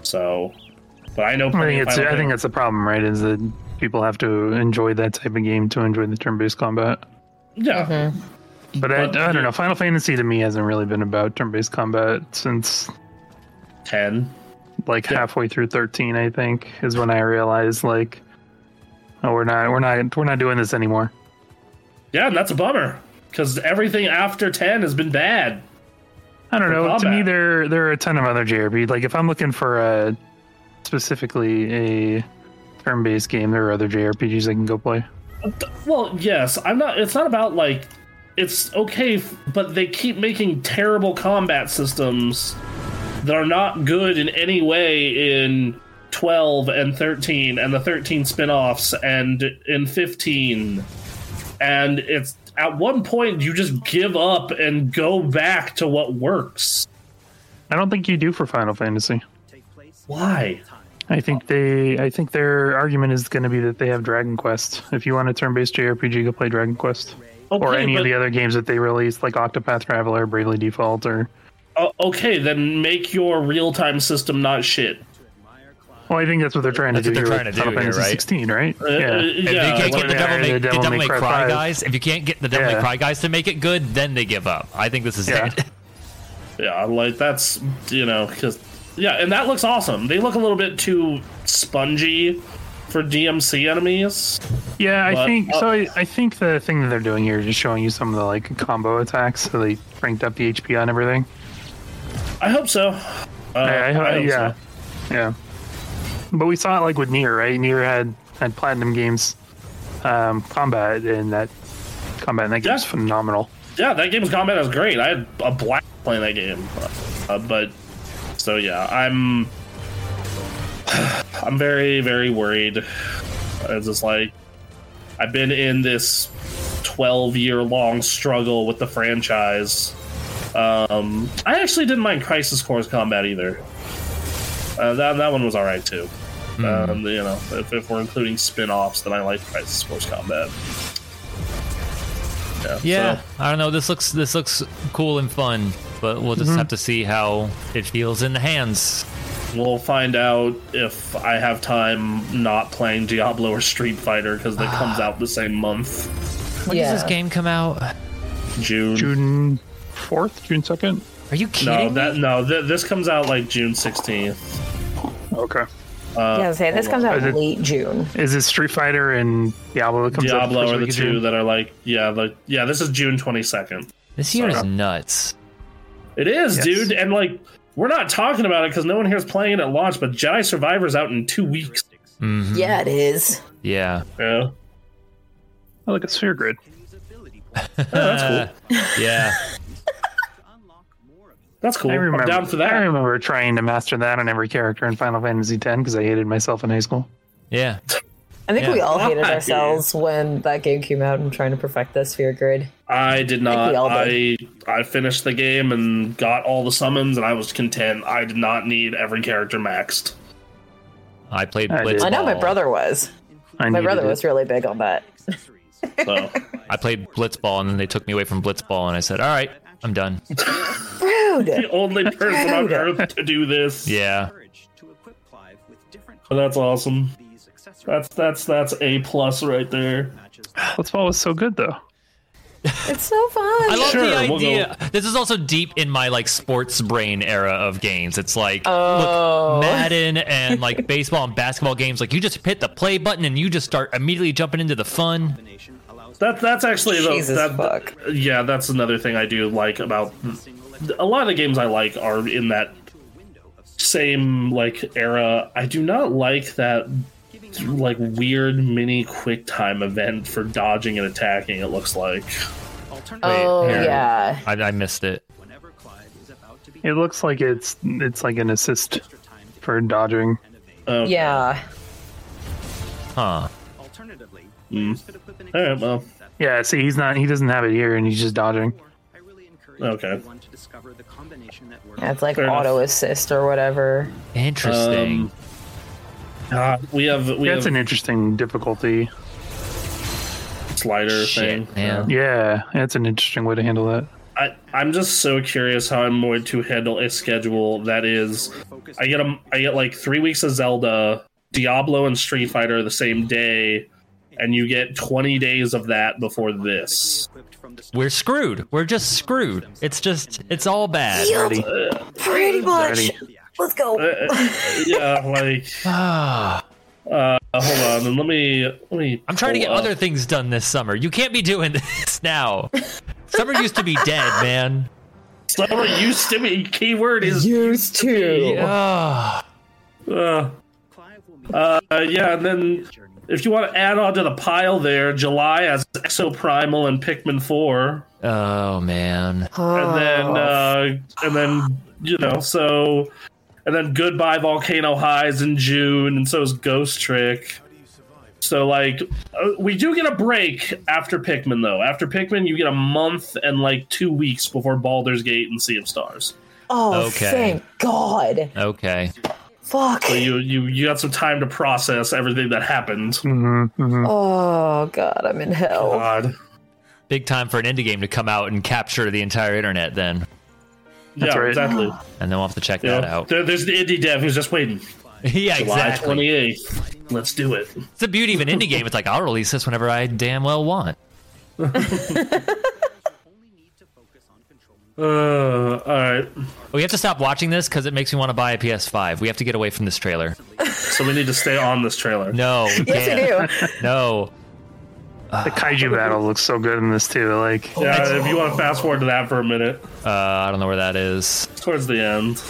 [SPEAKER 2] So, but I know.
[SPEAKER 4] I
[SPEAKER 2] plenty
[SPEAKER 4] think
[SPEAKER 2] of
[SPEAKER 4] it's
[SPEAKER 2] Final
[SPEAKER 4] I think
[SPEAKER 2] Fan-
[SPEAKER 4] that's the problem, right? Is that people have to enjoy that type of game to enjoy the turn-based combat.
[SPEAKER 2] yeah.
[SPEAKER 4] But I,
[SPEAKER 2] But-
[SPEAKER 4] I don't know. Final Fantasy to me hasn't really been about turn-based combat since
[SPEAKER 2] Ten.
[SPEAKER 4] like halfway through 13, I think, is when I realized like, oh, we're not, we're not, we're not doing this anymore.
[SPEAKER 2] Yeah, and that's a bummer because everything after ten has been bad.
[SPEAKER 4] I don't
[SPEAKER 2] For
[SPEAKER 4] know. To
[SPEAKER 2] combat.
[SPEAKER 4] me, there there are a ton of other JRPG. Like if I'm looking for a specifically a turn-based game, there are other JRPGs I can go play.
[SPEAKER 2] Well, yes, I'm not. It's not about like it's okay, f- but they keep making terrible combat systems that are not good in any way in 12 and 13 and the 13 spin-offs and in 15 and it's at one point you just give up and go back to what works
[SPEAKER 4] I don't think you do for Final Fantasy.
[SPEAKER 6] Take place
[SPEAKER 2] why
[SPEAKER 4] I think they, I think their argument is going to be that they have Dragon Quest. If you want a turn-based JRPG, go play Dragon Quest. or any of
[SPEAKER 2] but-
[SPEAKER 4] the other games that they released, like Octopath Traveler, Bravely Default, or
[SPEAKER 2] o- okay then make your real-time system not shit
[SPEAKER 4] well, I think that's what they're trying
[SPEAKER 1] That's
[SPEAKER 4] to
[SPEAKER 1] what
[SPEAKER 4] do
[SPEAKER 1] they're
[SPEAKER 4] here
[SPEAKER 1] trying
[SPEAKER 4] with
[SPEAKER 1] to do
[SPEAKER 4] Final
[SPEAKER 1] here,
[SPEAKER 4] Fantasy
[SPEAKER 1] right?
[SPEAKER 4] 16, right?
[SPEAKER 2] Uh, uh,
[SPEAKER 4] yeah.
[SPEAKER 1] If
[SPEAKER 2] yeah,
[SPEAKER 1] you can't
[SPEAKER 2] like-
[SPEAKER 1] get the Devil May,
[SPEAKER 4] the
[SPEAKER 1] the
[SPEAKER 4] Devil
[SPEAKER 1] Devil
[SPEAKER 4] May
[SPEAKER 1] May
[SPEAKER 4] Cry
[SPEAKER 1] Cry
[SPEAKER 4] five.
[SPEAKER 1] guys, if you can't get the Devil May
[SPEAKER 4] Yeah.
[SPEAKER 1] Cry guys to make it good, then they give up. I think this is
[SPEAKER 4] Yeah.
[SPEAKER 1] it.
[SPEAKER 2] Yeah, like that's you know because yeah, and that looks awesome. They look a little bit too spongy for DMC enemies.
[SPEAKER 4] Yeah, I
[SPEAKER 2] But,
[SPEAKER 4] think
[SPEAKER 2] uh,
[SPEAKER 4] so. I, I think the thing that they're doing here is just showing you some of the like combo attacks, so they cranked up the HP on everything.
[SPEAKER 2] I hope so. Uh,
[SPEAKER 4] I, I,
[SPEAKER 2] hope
[SPEAKER 4] yeah,
[SPEAKER 2] so.
[SPEAKER 4] yeah. But we saw it like with Nier, right? Nier had had Platinum Games um, combat, and that combat in that game's
[SPEAKER 2] Yeah.
[SPEAKER 4] phenomenal.
[SPEAKER 2] yeah, that game's combat is great. I had a blast playing that game, uh, but so yeah, I'm I'm very very worried. It's just like I've been in this 12 year long struggle with the franchise. Um, I actually didn't mind Crisis Core's combat either. Uh, that that one was all right too. Um, you know, if, if we're including spin offs, then I like Crisis Core's combat. Yeah.
[SPEAKER 1] Yeah,
[SPEAKER 2] so-
[SPEAKER 1] I don't know. This looks this looks cool and fun, but we'll just have to see how it feels in the hands.
[SPEAKER 2] We'll find out if I have time not playing Diablo or Street Fighter because that comes
[SPEAKER 4] Ah.
[SPEAKER 2] out the same month,
[SPEAKER 1] When
[SPEAKER 3] Yeah.
[SPEAKER 1] does this game come out?
[SPEAKER 2] June.
[SPEAKER 4] June fourth, June second.
[SPEAKER 1] Are you
[SPEAKER 2] no,
[SPEAKER 1] kidding?
[SPEAKER 2] that no, th- this comes out like June sixteenth.
[SPEAKER 4] Okay.
[SPEAKER 3] yeah, I was saying, this comes out
[SPEAKER 4] Is it-
[SPEAKER 3] late June.
[SPEAKER 4] Is it Street Fighter and Diablo that comes out
[SPEAKER 2] Diablo
[SPEAKER 4] first
[SPEAKER 2] are the
[SPEAKER 4] week
[SPEAKER 2] two
[SPEAKER 4] of June?
[SPEAKER 2] that are like yeah, like yeah. This is June twenty second.
[SPEAKER 1] This year is nuts.
[SPEAKER 2] It is,
[SPEAKER 4] Yes.
[SPEAKER 2] dude. And like, we're not talking about it because no one here's playing it at launch, but Jedi Survivor's out in two weeks.
[SPEAKER 1] Mhm.
[SPEAKER 3] Yeah, it is.
[SPEAKER 1] Yeah.
[SPEAKER 2] Yeah.
[SPEAKER 4] Oh, look at Sphere Grid.
[SPEAKER 6] Can use ability points
[SPEAKER 2] that's cool.
[SPEAKER 1] cool. yeah.
[SPEAKER 6] to unlock more abilities.
[SPEAKER 2] That's cool.
[SPEAKER 4] I remember.
[SPEAKER 2] I'm down for
[SPEAKER 4] I
[SPEAKER 2] that.
[SPEAKER 4] remember trying to master that on every character in Final Fantasy X because I hated myself in high school.
[SPEAKER 1] Yeah.
[SPEAKER 3] I think
[SPEAKER 1] Yeah.
[SPEAKER 3] we all hated
[SPEAKER 2] Why?
[SPEAKER 3] ourselves when that game came out and trying to perfect the sphere grid.
[SPEAKER 2] I did
[SPEAKER 3] think
[SPEAKER 2] not.
[SPEAKER 3] we all
[SPEAKER 2] I I finished the game and got all the summons, and I was content. I did not need every character maxed.
[SPEAKER 1] I played
[SPEAKER 4] I did.
[SPEAKER 1] Blitzball.
[SPEAKER 3] I know my brother was.
[SPEAKER 4] I
[SPEAKER 3] My
[SPEAKER 4] needed
[SPEAKER 3] brother
[SPEAKER 4] it.
[SPEAKER 3] was really big on that.
[SPEAKER 6] Accessories.
[SPEAKER 2] So
[SPEAKER 1] I played Blitzball and then they took me away from Blitzball and I said, "All right, I'm done."
[SPEAKER 2] the
[SPEAKER 3] Rude.
[SPEAKER 2] only person on
[SPEAKER 3] Dude.
[SPEAKER 2] earth to do this.
[SPEAKER 1] Yeah.
[SPEAKER 6] Courage to equip Clive with different
[SPEAKER 2] Well, that's awesome.
[SPEAKER 6] These accessories
[SPEAKER 2] That's that's that's a plus right there.
[SPEAKER 6] matches
[SPEAKER 4] Blitzball was so good though.
[SPEAKER 3] It's so fun.
[SPEAKER 1] I love
[SPEAKER 2] Sure,
[SPEAKER 1] the
[SPEAKER 2] we'll
[SPEAKER 1] idea. this is also deep in my like sports brain era of games. It's like
[SPEAKER 3] Oh.
[SPEAKER 1] look, Madden and like baseball and basketball games. Like you just hit the play button and you just start immediately jumping into the fun.
[SPEAKER 6] combination allows
[SPEAKER 2] That that's actually the,
[SPEAKER 3] Jesus
[SPEAKER 2] that,
[SPEAKER 3] fuck.
[SPEAKER 2] Yeah, that's another thing I do like about
[SPEAKER 6] single
[SPEAKER 2] a lot of the games I like are in that
[SPEAKER 6] to a window of
[SPEAKER 2] same like era. I do not like that
[SPEAKER 6] giving
[SPEAKER 2] like weird mini quick time event for dodging and attacking. It looks like
[SPEAKER 6] alternative
[SPEAKER 3] Oh
[SPEAKER 1] Wait, here.
[SPEAKER 3] yeah.
[SPEAKER 1] I, I missed it.
[SPEAKER 6] whenever Clive is about to be
[SPEAKER 4] It looks like it's it's like an assist
[SPEAKER 6] extra time to
[SPEAKER 4] for dodging.
[SPEAKER 6] innovate.
[SPEAKER 2] oh
[SPEAKER 3] Yeah.
[SPEAKER 1] Huh.
[SPEAKER 6] Alternatively,
[SPEAKER 2] Mm.
[SPEAKER 6] players could equip an
[SPEAKER 2] All right, well.
[SPEAKER 6] accessory that-
[SPEAKER 4] Yeah, see, he's not he doesn't have it here, and he's just dodging.
[SPEAKER 6] Or, I really encourage
[SPEAKER 2] Okay.
[SPEAKER 6] everyone to discover the combination that works.
[SPEAKER 3] That's like
[SPEAKER 2] Fair enough.
[SPEAKER 3] auto assist or whatever.
[SPEAKER 1] Interesting.
[SPEAKER 2] Um, God, we have we
[SPEAKER 4] That's
[SPEAKER 2] have
[SPEAKER 4] an interesting difficulty.
[SPEAKER 2] a slider
[SPEAKER 1] Shit,
[SPEAKER 2] thing.
[SPEAKER 1] man.
[SPEAKER 4] Yeah, that's an interesting way to handle that.
[SPEAKER 2] I, I'm just so curious how I'm going to handle a schedule that is
[SPEAKER 6] Focus
[SPEAKER 2] I get a, I get like three weeks of Zelda, Diablo, and Street Fighter the same day, and you get 20 days of that before this.
[SPEAKER 6] equipped from the
[SPEAKER 1] We're screwed. We're just screwed. It's just it's all bad.
[SPEAKER 4] Already.
[SPEAKER 3] Pretty much.
[SPEAKER 4] Already.
[SPEAKER 3] Let's go.
[SPEAKER 2] Uh, uh, yeah, like
[SPEAKER 1] Ah,
[SPEAKER 2] uh, hold on, and let me let me.
[SPEAKER 1] I'm trying to
[SPEAKER 2] pull
[SPEAKER 1] get
[SPEAKER 2] up.
[SPEAKER 1] other things done this summer. You can't be doing this now. summer used to be dead, man.
[SPEAKER 2] Summer used to be. Keyword is
[SPEAKER 3] Used to.
[SPEAKER 1] Ah.
[SPEAKER 2] uh,
[SPEAKER 6] Clive will meet
[SPEAKER 2] uh, yeah, and then.
[SPEAKER 6] his journey.
[SPEAKER 2] If you want to add on to the pile there, July has Exoprimal and Pikmin 4.
[SPEAKER 1] Oh man.
[SPEAKER 2] and then uh, and then you know so and then goodbye volcano highs in june and so is ghost trick so like uh, we do get a break after pikmin though after pikmin you get a month and like two weeks before baldur's gate and sea of stars
[SPEAKER 3] oh,
[SPEAKER 1] okay.
[SPEAKER 3] thank God.
[SPEAKER 1] Okay.
[SPEAKER 3] Fuck.
[SPEAKER 2] so you you you got some time to process everything that happened
[SPEAKER 4] hmm hmm
[SPEAKER 3] Oh God, I'm in hell.
[SPEAKER 2] god
[SPEAKER 1] Big time for an indie game to come out and capture the entire internet then.
[SPEAKER 2] yeah
[SPEAKER 4] right.
[SPEAKER 2] exactly
[SPEAKER 1] And then we'll have to check that
[SPEAKER 2] yeah.
[SPEAKER 1] out.
[SPEAKER 2] There, there's the indie dev who's just waiting
[SPEAKER 1] yeah,
[SPEAKER 2] july
[SPEAKER 1] exactly.
[SPEAKER 2] 28th let's do it
[SPEAKER 1] It's the beauty of an indie game. It's like I'll release this whenever I damn well want.
[SPEAKER 6] Only need to focus on controlling
[SPEAKER 2] uh, all right
[SPEAKER 1] We have to stop watching this because it makes me want to buy a PS5. We have to get away from this trailer.
[SPEAKER 2] so we need to stay on this trailer
[SPEAKER 1] No, we can't.
[SPEAKER 3] Yes, we do.
[SPEAKER 1] No.
[SPEAKER 4] The kaiju battle looks so good in this too. Like,
[SPEAKER 2] Yeah, if you want to fast forward to that for a minute,
[SPEAKER 1] Uh, I don't know where that is.
[SPEAKER 2] towards the end.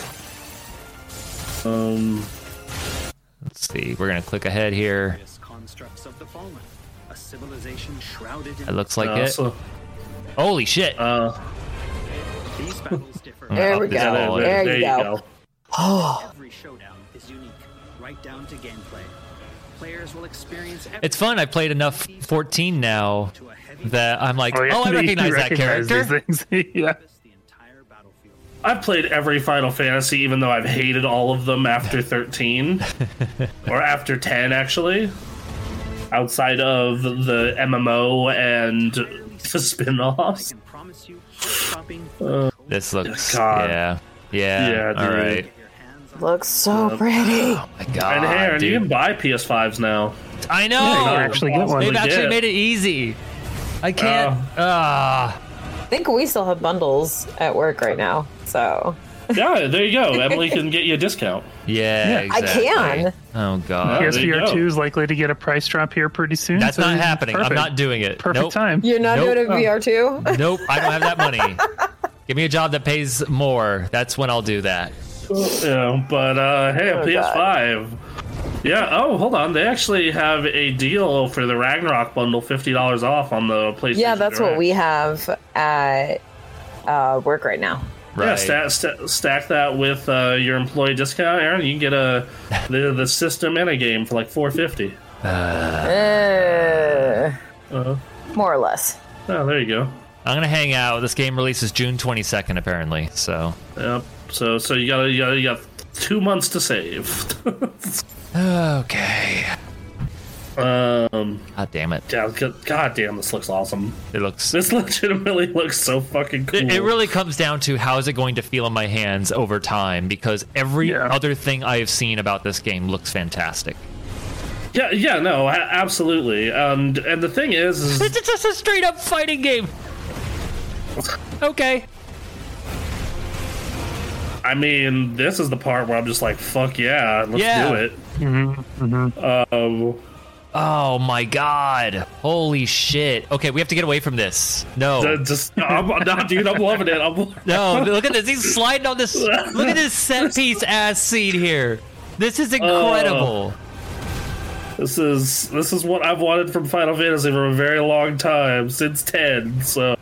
[SPEAKER 2] Um,
[SPEAKER 1] Let's see. We're gonna click ahead here.
[SPEAKER 6] various constructs of the fallen. A civilization shrouded in
[SPEAKER 1] It looks like
[SPEAKER 2] uh,
[SPEAKER 1] it.
[SPEAKER 2] so,
[SPEAKER 1] Holy shit!
[SPEAKER 2] uh,
[SPEAKER 6] these battles differ.
[SPEAKER 3] There we
[SPEAKER 1] Up
[SPEAKER 3] go.
[SPEAKER 1] is
[SPEAKER 2] yeah, there,
[SPEAKER 1] all
[SPEAKER 2] there-
[SPEAKER 1] it
[SPEAKER 3] There
[SPEAKER 2] there
[SPEAKER 3] you go.
[SPEAKER 6] Every showdown is unique, right down to gameplay. Players will experience every
[SPEAKER 1] It's fun. I played enough 14 now
[SPEAKER 6] to a heavy
[SPEAKER 1] that I'm like, oh,
[SPEAKER 4] yeah,
[SPEAKER 1] I
[SPEAKER 4] you
[SPEAKER 1] recognize that
[SPEAKER 4] recognize
[SPEAKER 1] character.
[SPEAKER 4] these things. yeah,
[SPEAKER 6] surface the entire battlefield.
[SPEAKER 2] I've played every Final Fantasy, even though I've hated all of them after 13 or after 10, actually. Outside of the MMO and the spin
[SPEAKER 6] I
[SPEAKER 2] offs.
[SPEAKER 6] can promise you, shopping
[SPEAKER 1] This looks,
[SPEAKER 2] God.
[SPEAKER 1] yeah, yeah.
[SPEAKER 2] Yeah,
[SPEAKER 1] all
[SPEAKER 2] dude.
[SPEAKER 1] right.
[SPEAKER 6] your hands on
[SPEAKER 3] Looks so pretty.
[SPEAKER 1] My God,
[SPEAKER 2] And Aaron, you can
[SPEAKER 1] Ah, dude.
[SPEAKER 2] buy PS5s now.
[SPEAKER 1] I
[SPEAKER 4] you
[SPEAKER 1] know.
[SPEAKER 4] can actually get one.
[SPEAKER 1] They've
[SPEAKER 2] Really
[SPEAKER 1] actually
[SPEAKER 2] did.
[SPEAKER 1] made it easy. I can't. Ah,
[SPEAKER 3] I think we still have bundles at work right now. So
[SPEAKER 2] Yeah, there you go. Emily can get you a discount.
[SPEAKER 1] Yeah,
[SPEAKER 4] Yeah.
[SPEAKER 3] I
[SPEAKER 1] exactly.
[SPEAKER 3] can.
[SPEAKER 1] Oh god,
[SPEAKER 2] Yeah, there you
[SPEAKER 4] PSVR
[SPEAKER 2] go.
[SPEAKER 4] 2 is likely to get a price drop here pretty soon.
[SPEAKER 1] that's
[SPEAKER 4] so
[SPEAKER 1] not
[SPEAKER 4] it's
[SPEAKER 1] happening.
[SPEAKER 4] Perfect.
[SPEAKER 1] I'm not doing it.
[SPEAKER 4] Perfect
[SPEAKER 1] nope.
[SPEAKER 4] time.
[SPEAKER 3] You're not
[SPEAKER 1] Nope. Oh.
[SPEAKER 3] going to VR2?
[SPEAKER 1] Nope, I don't have that money. Give me a job that pays more. That's when I'll do that.
[SPEAKER 2] you know, but uh, hey,
[SPEAKER 3] Oh,
[SPEAKER 2] PS5. Yeah. Oh, hold on. They actually have a deal for the Ragnarok bundle, fifty dollars off on the PlayStation.
[SPEAKER 3] yeah, that's what
[SPEAKER 2] Direct.
[SPEAKER 3] we have at uh, work right now.
[SPEAKER 1] Right.
[SPEAKER 2] Yeah, stack, sta stack that with uh, your employee discount, Aaron. You can get a the, the system and a game for like four fifty.
[SPEAKER 3] Uh,
[SPEAKER 1] Uh-huh.
[SPEAKER 2] Uh,
[SPEAKER 3] more or less.
[SPEAKER 2] oh, there you go.
[SPEAKER 1] I'm gonna hang out. This game releases June 22nd, apparently. So
[SPEAKER 2] Yep. So so you got you got you got two months to save.
[SPEAKER 1] okay.
[SPEAKER 2] um.
[SPEAKER 1] God damn it!
[SPEAKER 2] Yeah, God, God damn, this looks awesome.
[SPEAKER 1] It looks.
[SPEAKER 2] This legitimately looks so fucking cool.
[SPEAKER 1] It, it really comes down to how is it going to feel in my hands over time because every
[SPEAKER 4] Yeah.
[SPEAKER 1] other thing I have seen about this game looks fantastic.
[SPEAKER 2] Yeah, yeah, no, a- absolutely. And and the thing is, is
[SPEAKER 1] It's just a straight up fighting game. Okay.
[SPEAKER 2] I mean, this is the part where I'm just like, fuck yeah, let's
[SPEAKER 1] Yeah.
[SPEAKER 2] do it.
[SPEAKER 3] Mm-hmm,
[SPEAKER 2] Um,
[SPEAKER 1] Oh my god. Holy shit. Okay, we have to get away from this. No.
[SPEAKER 2] th- just, I'm, nah, dude, I'm loving it. I'm,
[SPEAKER 1] No, look at this. He's sliding on this. Look at this set piece ass scene here. This is incredible.
[SPEAKER 2] this is this is what I've wanted from Final Fantasy for a very long time, since ten. So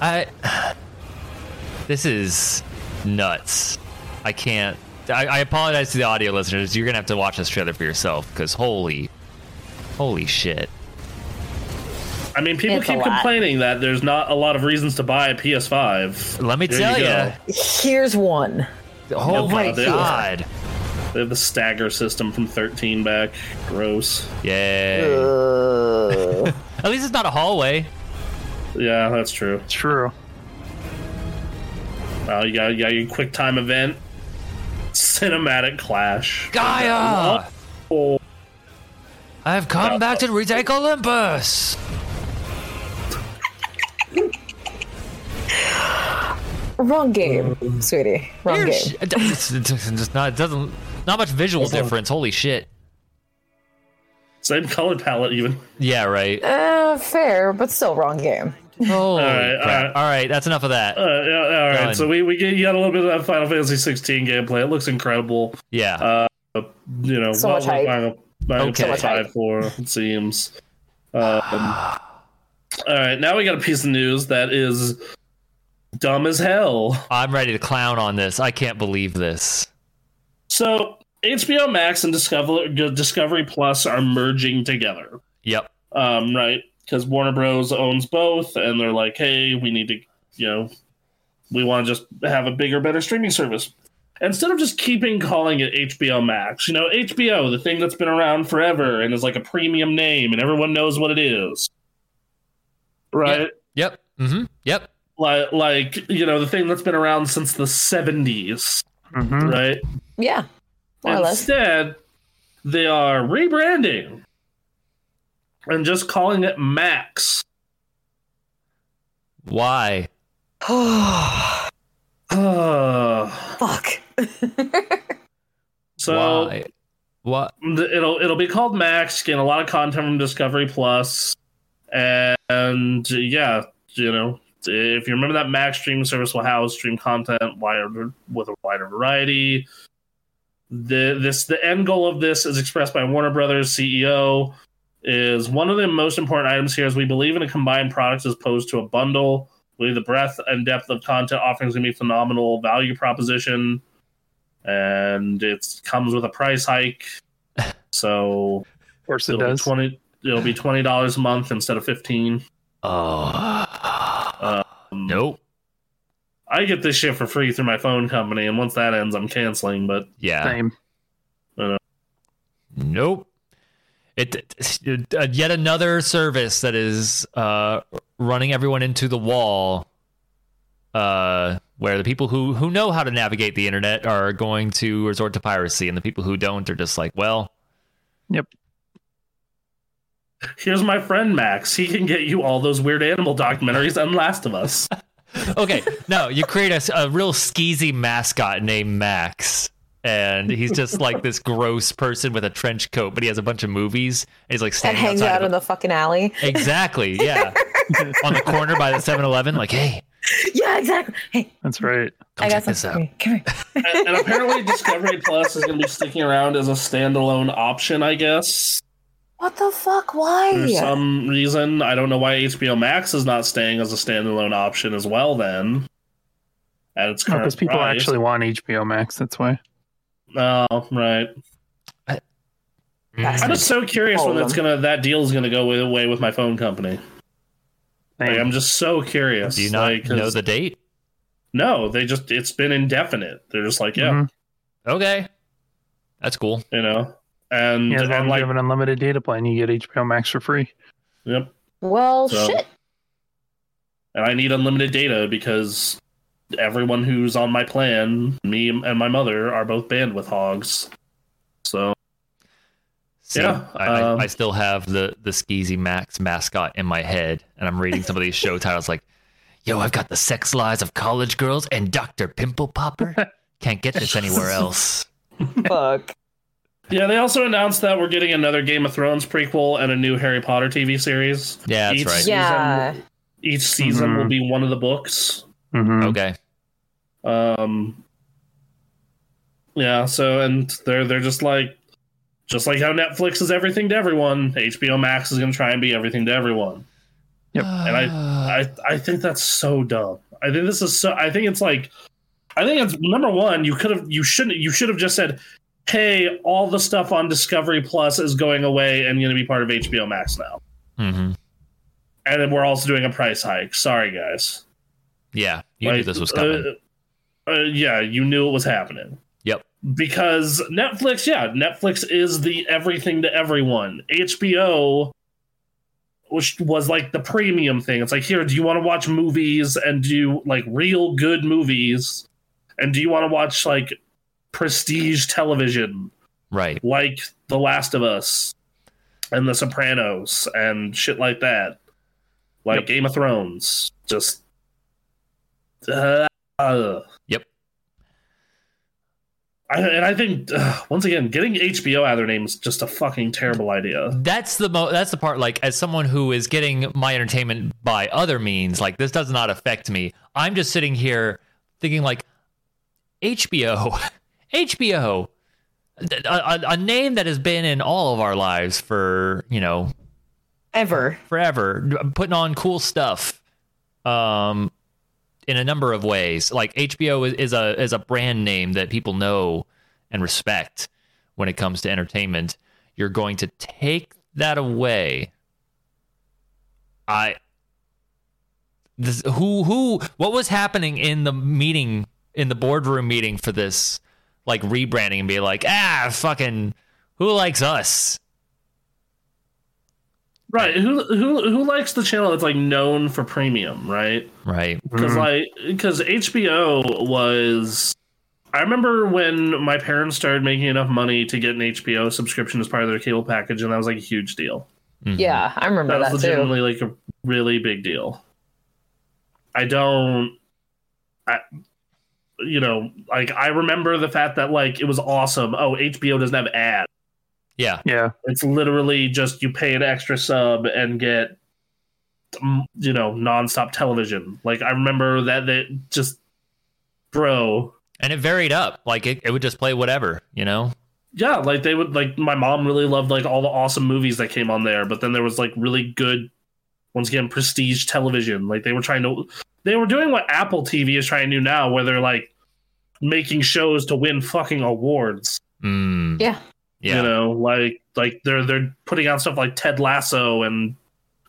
[SPEAKER 1] I. This is nuts. I can't. I, I apologize to the audio listeners. You're gonna have to watch this trailer for yourself because holy, holy shit.
[SPEAKER 2] I mean, people
[SPEAKER 3] It's a
[SPEAKER 2] keep
[SPEAKER 3] lot.
[SPEAKER 2] complaining that there's not a lot of reasons to buy a PS5.
[SPEAKER 1] Let me
[SPEAKER 2] There
[SPEAKER 1] tell
[SPEAKER 2] you
[SPEAKER 1] you.
[SPEAKER 3] Here's one.
[SPEAKER 1] Oh
[SPEAKER 2] No
[SPEAKER 1] my
[SPEAKER 2] problem.
[SPEAKER 1] god.
[SPEAKER 2] They have the stagger system from 13 back. Gross.
[SPEAKER 1] Yay.
[SPEAKER 3] Uh,
[SPEAKER 1] At least it's not a hallway.
[SPEAKER 2] Yeah, that's true.
[SPEAKER 4] True.
[SPEAKER 2] Uh, you got you got your quick time event, cinematic clash.
[SPEAKER 1] Gaia.
[SPEAKER 2] Oh,
[SPEAKER 1] I've come
[SPEAKER 2] Yeah.
[SPEAKER 1] back to retake Olympus.
[SPEAKER 3] wrong
[SPEAKER 1] Mm.
[SPEAKER 3] game, sweetie. Wrong
[SPEAKER 1] Here
[SPEAKER 3] game.
[SPEAKER 1] she- it's, it's it's not it doesn't not much visual difference. Holy shit.
[SPEAKER 2] same color palette even.
[SPEAKER 1] Yeah, right.
[SPEAKER 3] Uh, fair, but still wrong game.
[SPEAKER 1] Holy all
[SPEAKER 2] right,
[SPEAKER 1] right,
[SPEAKER 2] all
[SPEAKER 1] crap.
[SPEAKER 2] right.
[SPEAKER 1] All right, that's enough of that.
[SPEAKER 2] Uh, yeah, all right,
[SPEAKER 1] Done.
[SPEAKER 2] so we we get you got a little bit of that Final Fantasy 16 gameplay. It looks incredible.
[SPEAKER 1] yeah.
[SPEAKER 2] Uh, you know,
[SPEAKER 3] So
[SPEAKER 2] well,
[SPEAKER 3] much hype.
[SPEAKER 2] Final, Final
[SPEAKER 1] Okay. So much
[SPEAKER 2] Fantasy 5 for it seems. Um, all right, now we got a piece of news that is dumb as hell.
[SPEAKER 1] I'm ready to clown on this. I can't believe this.
[SPEAKER 2] So HBO Max and Discover- Discovery Plus are merging together.
[SPEAKER 1] Yep.
[SPEAKER 2] um, right? Because Warner Bros. owns both, and they're like, "Hey, we need to, you know, we want to just have a bigger, better streaming service." Instead of just keeping calling it HBO Max, you know, HBO, the thing that's been around forever and is like a premium name, and everyone knows what it is, right?
[SPEAKER 1] Yep. Mm-hmm. Yep.
[SPEAKER 2] Like, like you know, the thing that's been around since the '70s,
[SPEAKER 4] Mhm.
[SPEAKER 2] right?
[SPEAKER 3] Yeah, Mm-hmm. more or less.
[SPEAKER 2] Instead, they are rebranding and just calling it Max.
[SPEAKER 1] Why?
[SPEAKER 2] Uh,
[SPEAKER 3] Fuck.
[SPEAKER 2] so
[SPEAKER 1] Why? What?
[SPEAKER 2] th- it'll it'll be called Max. Get a lot of content from Discovery Plus, and yeah, you know, if you remember that Max streaming service will house stream content wider with a wider variety. The this the end goal of this is expressed by Warner Brothers CEO is one of the most important items here is we believe in a combined product as opposed to a bundle. We the breadth and depth of content offerings gonna be phenomenal value proposition. And it comes with a price hike. So
[SPEAKER 4] Of course it
[SPEAKER 2] it'll be
[SPEAKER 4] does.
[SPEAKER 2] twenty it'll be twenty dollars a month instead of fifteen. Uh,
[SPEAKER 1] Oh.
[SPEAKER 2] um,
[SPEAKER 1] nope.
[SPEAKER 2] I get this shit for free through my phone company, and once that ends I'm canceling, but
[SPEAKER 1] Yeah.
[SPEAKER 4] Same.
[SPEAKER 1] Nope. It, it- uh, yet another service that is uh, running everyone into the wall, uh, where the people who who know how to navigate the internet are going to resort to piracy, and the people who don't are just like, well,
[SPEAKER 4] Yep.
[SPEAKER 2] here's my friend Max. He can get you all those weird animal documentaries and Last of Us.
[SPEAKER 1] Okay, no, you create a, s- a real skeezy mascot named Max, and he's just like this gross person with a trench coat, but he has a bunch of movies, and he's like
[SPEAKER 3] that
[SPEAKER 1] standing
[SPEAKER 3] hangs
[SPEAKER 1] outside
[SPEAKER 3] out
[SPEAKER 1] of
[SPEAKER 3] in the fucking alley.
[SPEAKER 1] a- exactly, yeah, on the corner by the 7-Eleven, like, hey,
[SPEAKER 3] Yeah, exactly. Hey,
[SPEAKER 4] That's right.
[SPEAKER 1] come
[SPEAKER 3] I got
[SPEAKER 1] check this out.
[SPEAKER 3] something. Come here.
[SPEAKER 2] and, and apparently Discovery Plus is going to be sticking around as a standalone option, I guess,
[SPEAKER 3] What the fuck? Why?
[SPEAKER 2] for some reason. I don't know why HBO Max is not staying as a standalone option as well. Then, at its current
[SPEAKER 4] Because Oh, people
[SPEAKER 2] price.
[SPEAKER 4] actually want HBO Max. That's why.
[SPEAKER 2] Oh, right.
[SPEAKER 1] Mm.
[SPEAKER 2] I'm just so curious
[SPEAKER 3] All
[SPEAKER 2] when
[SPEAKER 3] of
[SPEAKER 2] that's
[SPEAKER 3] them.
[SPEAKER 2] gonna that deal's gonna go away with my phone company. Like, I'm just so curious.
[SPEAKER 1] Do you not
[SPEAKER 2] like, 'cause-
[SPEAKER 1] know the date?
[SPEAKER 2] No, they just it's been indefinite. They're just like, yeah,
[SPEAKER 1] Mm-hmm.
[SPEAKER 4] Mhm.
[SPEAKER 1] Okay, that's cool.
[SPEAKER 2] you know, and,
[SPEAKER 4] Yeah, as
[SPEAKER 2] and
[SPEAKER 4] long as you
[SPEAKER 2] like,
[SPEAKER 4] have an unlimited data plan, you get HBO Max for free.
[SPEAKER 2] yep.
[SPEAKER 3] well,
[SPEAKER 2] So-
[SPEAKER 3] shit.
[SPEAKER 2] And I need unlimited data because everyone who's on my plan, me and my mother, are both bandwidth hogs. So
[SPEAKER 1] So
[SPEAKER 2] Yeah,
[SPEAKER 1] I, I,
[SPEAKER 2] um,
[SPEAKER 1] I still have the the Skeezy Max mascot in my head, and I'm reading some of these show titles like, "Yo, I've got the sex lies of college girls and Doctor Pimple Popper. Can't get this anywhere else."
[SPEAKER 3] Fuck.
[SPEAKER 2] yeah, they also announced that we're getting another Game of Thrones prequel and a new Harry Potter TV series.
[SPEAKER 1] Yeah, that's
[SPEAKER 2] Each
[SPEAKER 1] right.
[SPEAKER 3] Yeah.
[SPEAKER 2] Each season
[SPEAKER 1] Mm-hmm.
[SPEAKER 4] Mhm.
[SPEAKER 2] will be one of the books.
[SPEAKER 4] Mhm.
[SPEAKER 1] Okay,
[SPEAKER 2] Um, yeah. So and they're they're just like, just like how Netflix is everything to everyone. HBO Max is going to try and be everything to everyone.
[SPEAKER 4] Yep.
[SPEAKER 2] And I I think that's so dumb. I think this is so. I think it's like, I think it's number one. You could have you shouldn't you should have just said, hey, all the stuff on Discovery Plus is going away and going to be part of HBO Max now.
[SPEAKER 1] hmm
[SPEAKER 2] And then we're also doing a price hike. Sorry, guys.
[SPEAKER 1] yeah, you knew
[SPEAKER 2] Like,
[SPEAKER 1] this was coming.
[SPEAKER 2] uh, uh, yeah, you knew it was happening.
[SPEAKER 1] Yep.
[SPEAKER 2] Because Netflix, yeah, Netflix is the everything to everyone. HBO, which was like the premium thing. It's like, here, do you want to watch movies and do like real good movies? And do you want to watch like prestige television,
[SPEAKER 1] right.
[SPEAKER 2] like The Last of Us and The Sopranos and shit like that? Like
[SPEAKER 4] Yep.
[SPEAKER 2] Game of Thrones. Just. uh,
[SPEAKER 1] Yep.
[SPEAKER 2] I, and I think uh, once again, getting HBO out of their name is just a fucking terrible idea.
[SPEAKER 1] That's the mo- that's the part. Like, as someone who is getting my entertainment by other means, like this does not affect me. I'm just sitting here thinking, like, HBO, HBO, th- a, a, a name that has been in all of our lives for you know
[SPEAKER 3] Ever.
[SPEAKER 1] forever, putting on cool stuff, um, in a number of ways. Like HBO is, is a is a brand name that people know and respect when it comes to entertainment. You're going to take that away. I. This, who who what was happening in the meeting in the boardroom meeting for this like rebranding and be like ah fucking who likes us
[SPEAKER 2] Right? Who who who likes the channel that's like known for premium? Right?
[SPEAKER 1] right
[SPEAKER 2] Because
[SPEAKER 4] Mhm.
[SPEAKER 2] like because HBO was. I remember when my parents started making enough money to get an HBO subscription as part of their cable package, and that was like a huge deal.
[SPEAKER 1] Mhm.
[SPEAKER 3] Mm-hmm. Yeah, I remember
[SPEAKER 2] That was
[SPEAKER 3] that, too.
[SPEAKER 2] legitimately like a really big deal. I don't. I, you know, like I remember the fact that like it was awesome. Oh, HBO doesn't have ads.
[SPEAKER 1] yeah
[SPEAKER 4] yeah.
[SPEAKER 2] It's literally just you pay an extra sub and get, mm, you know, nonstop television. Like I remember that that just, bro,
[SPEAKER 1] and it varied up like it, it would just play whatever you know
[SPEAKER 2] yeah, like they would like my mom really loved like all the awesome movies that came on there, but then there was like really good, once again, prestige television. Like they were trying to, they were doing what Apple TV is trying to do now, where they're like making shows to win fucking awards.
[SPEAKER 1] mm.
[SPEAKER 3] Yeah.
[SPEAKER 1] yeah
[SPEAKER 2] you know like like they're they're putting out stuff like ted lasso and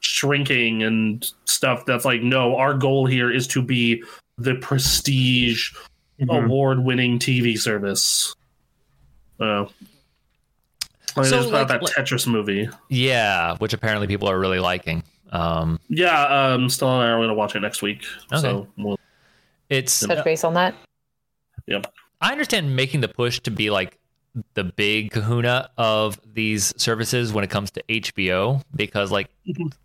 [SPEAKER 2] shrinking and stuff that's like no our goal here is to be the prestige
[SPEAKER 1] Mm-hmm.
[SPEAKER 4] Mhm.
[SPEAKER 2] award-winning tv service uh, I mean,
[SPEAKER 1] So,
[SPEAKER 2] there's about
[SPEAKER 1] like-
[SPEAKER 2] that tetris movie
[SPEAKER 1] yeah which apparently people are really liking um
[SPEAKER 2] yeah um still and i are gonna watch it next week so we'll,
[SPEAKER 1] it's
[SPEAKER 3] Touch base on that.
[SPEAKER 1] I understand making the push to be like the big kahuna of these services when it comes to HBO because like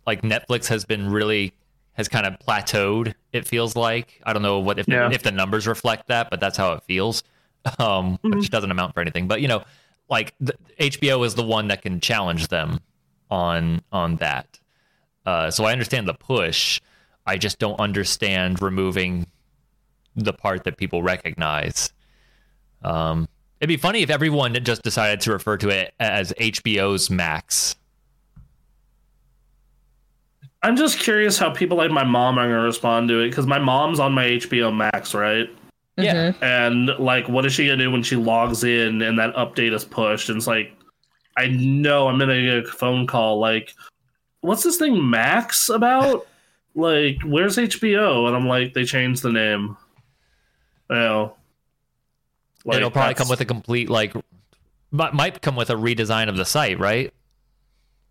[SPEAKER 1] like Netflix has been really has kind of plateaued It feels like I don't know what if
[SPEAKER 4] Yeah.
[SPEAKER 1] if the numbers reflect that, but that's how it feels. Um, which doesn't amount for anything. But you know, like the, HBO is the one that can challenge them on on that. Uh, so I understand the push. I just don't understand removing the part that people recognize. Um, it'd be funny if everyone just decided to refer to it as HBO's Max.
[SPEAKER 2] I'm just curious how people like my mom are gonna respond to it because my mom's on my HBO Max, right?
[SPEAKER 1] Yeah.
[SPEAKER 3] Mm-hmm.
[SPEAKER 2] And like, what is she gonna do when she logs in and that update is pushed? And it's like, I know I'm gonna get a phone call. Like, what's this thing Max about? like, where's HBO? And I'm like, they changed the name. You know, Like,
[SPEAKER 1] It'll probably
[SPEAKER 2] that's-
[SPEAKER 1] come with a complete like, might might come with a redesign of the site, right?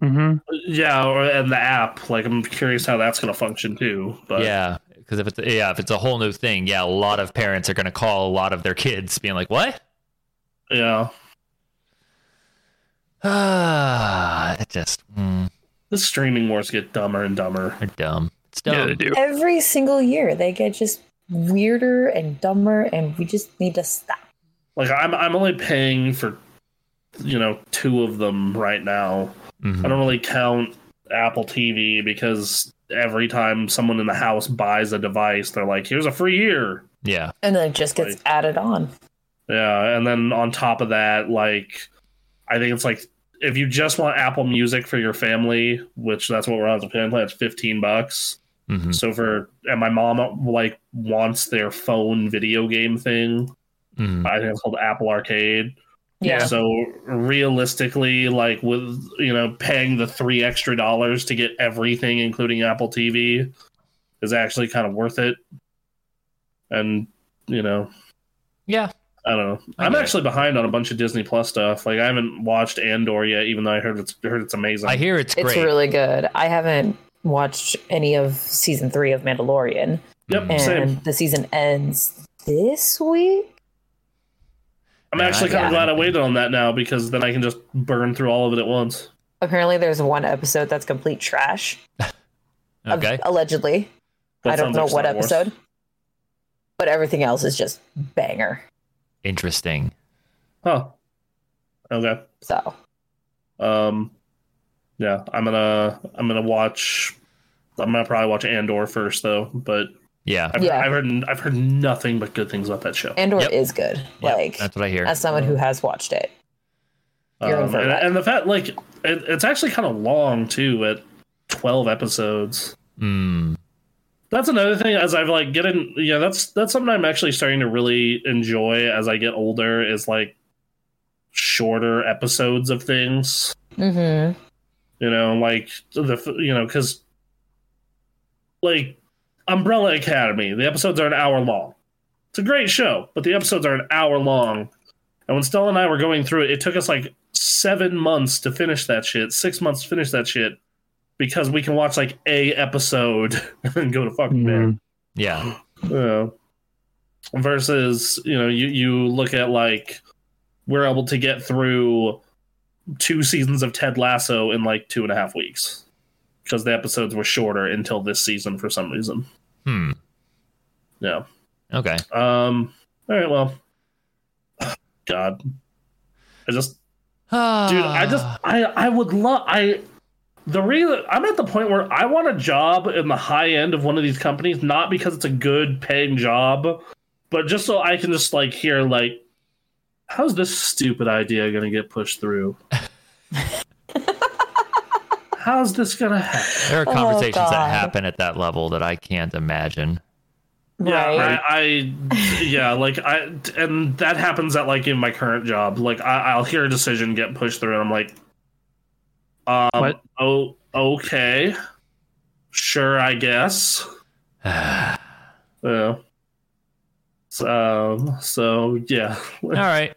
[SPEAKER 4] Mm-hmm.
[SPEAKER 2] yeah, or, and the app. Like, I'm curious how that's gonna function too. But
[SPEAKER 1] yeah, because if it's yeah, if it's a whole new thing, yeah, a lot of parents are going to call a lot of their kids, being like, "What?
[SPEAKER 2] yeah.
[SPEAKER 1] Ah, it just mm,
[SPEAKER 2] The streaming wars get dumber and dumber.
[SPEAKER 1] they're dumb. It's dumb.
[SPEAKER 4] Yeah, they do.
[SPEAKER 3] Every single year, they get just weirder and dumber, and we just need to stop.
[SPEAKER 2] Like I'm I'm only paying for you know two of them right now.
[SPEAKER 1] Mhm.
[SPEAKER 2] I don't really count Apple TV because every time someone in the house buys a device, they're like, "Here's a free year."
[SPEAKER 1] Yeah,
[SPEAKER 3] And then it just gets
[SPEAKER 2] Right.
[SPEAKER 3] added on.
[SPEAKER 2] Yeah, and then on top of that, like I think it's like if you just want Apple Music for your family, which that's what we're on the plan plan, it's fifteen bucks.
[SPEAKER 1] hmm
[SPEAKER 2] So for and my mom like wants their phone video game thing.
[SPEAKER 1] hmm
[SPEAKER 2] I think it's called Apple Arcade.
[SPEAKER 3] Yeah.
[SPEAKER 2] So realistically, like with you know paying the three extra dollars to get everything, including Apple TV, is actually kind of worth it. And you know,
[SPEAKER 1] yeah.
[SPEAKER 2] I don't know.
[SPEAKER 1] I
[SPEAKER 2] I'm
[SPEAKER 1] get it.
[SPEAKER 2] actually behind on a bunch of Disney Plus stuff. Like I haven't watched Andor yet, even though I heard it's heard it's amazing.
[SPEAKER 1] I hear it's great.
[SPEAKER 3] It's really good. I haven't watched any of season three of Mandalorian,
[SPEAKER 1] Mm-hmm.
[SPEAKER 2] yep,
[SPEAKER 3] and
[SPEAKER 2] same.
[SPEAKER 3] the season ends this week.
[SPEAKER 2] I'm
[SPEAKER 1] Yeah,
[SPEAKER 2] actually
[SPEAKER 1] I-
[SPEAKER 2] kind
[SPEAKER 1] yeah.
[SPEAKER 2] of glad I waited on that now because then I can just burn through all of it at once.
[SPEAKER 3] Apparently, there's one episode that's complete trash.
[SPEAKER 1] okay.
[SPEAKER 3] allegedly. I
[SPEAKER 2] That
[SPEAKER 3] don't
[SPEAKER 2] sounds
[SPEAKER 3] know
[SPEAKER 2] like
[SPEAKER 3] what
[SPEAKER 2] Star Wars.
[SPEAKER 3] episode. But everything else is just banger.
[SPEAKER 1] Interesting.
[SPEAKER 2] Huh. Okay.
[SPEAKER 3] So
[SPEAKER 2] Um, yeah, I'm gonna I'm gonna watch. I'm gonna probably watch Andor first though, but
[SPEAKER 1] Yeah.
[SPEAKER 2] I've,
[SPEAKER 3] Yeah.
[SPEAKER 2] I've heard I've heard nothing but good things about that show.
[SPEAKER 3] Andor
[SPEAKER 1] Yep.
[SPEAKER 3] is good.
[SPEAKER 1] Yeah,
[SPEAKER 3] like
[SPEAKER 1] that's what I hear.
[SPEAKER 3] as someone who has watched it. You're
[SPEAKER 2] Um,
[SPEAKER 3] over
[SPEAKER 2] and,
[SPEAKER 3] that.
[SPEAKER 2] and the fact like it, it's actually kind of long too at twelve episodes.
[SPEAKER 1] Mm,
[SPEAKER 2] That's another thing as I've like getting yeah that's that's something I'm actually starting to really enjoy as I get older is like shorter episodes of things.
[SPEAKER 3] Mm-hmm.
[SPEAKER 2] you know like the you know because like umbrella academy the episodes are an hour long it's a great show but the episodes are an hour long and when stella and i were going through it it took us like seven months to finish that shit six months to finish that shit because we can watch like a episode and go to fucking bed
[SPEAKER 4] Mhm.
[SPEAKER 1] yeah.
[SPEAKER 2] yeah. Versus, you know, you, you look at like we're able to get through two seasons of Ted Lasso in like two and a half weeks because the episodes were shorter until this season for some reason.
[SPEAKER 1] Hmm.
[SPEAKER 2] Yeah.
[SPEAKER 1] Okay.
[SPEAKER 2] Um. All right. Well. God. I just dude i just i i would love i the reason i'm at the point where i want a job in the high end of one of these companies not because it's a good paying job but just so i can just like hear like how's this stupid idea gonna get pushed through how's this gonna happen
[SPEAKER 1] there are
[SPEAKER 3] Oh,
[SPEAKER 1] conversations
[SPEAKER 3] God.
[SPEAKER 1] that happen at that level that I can't imagine.
[SPEAKER 3] right.
[SPEAKER 2] yeah I, I yeah like i and that happens at like in my current job like I, i'll hear a decision get pushed through and i'm like um
[SPEAKER 4] What?
[SPEAKER 2] oh okay sure i guess yeah so so yeah
[SPEAKER 1] All right.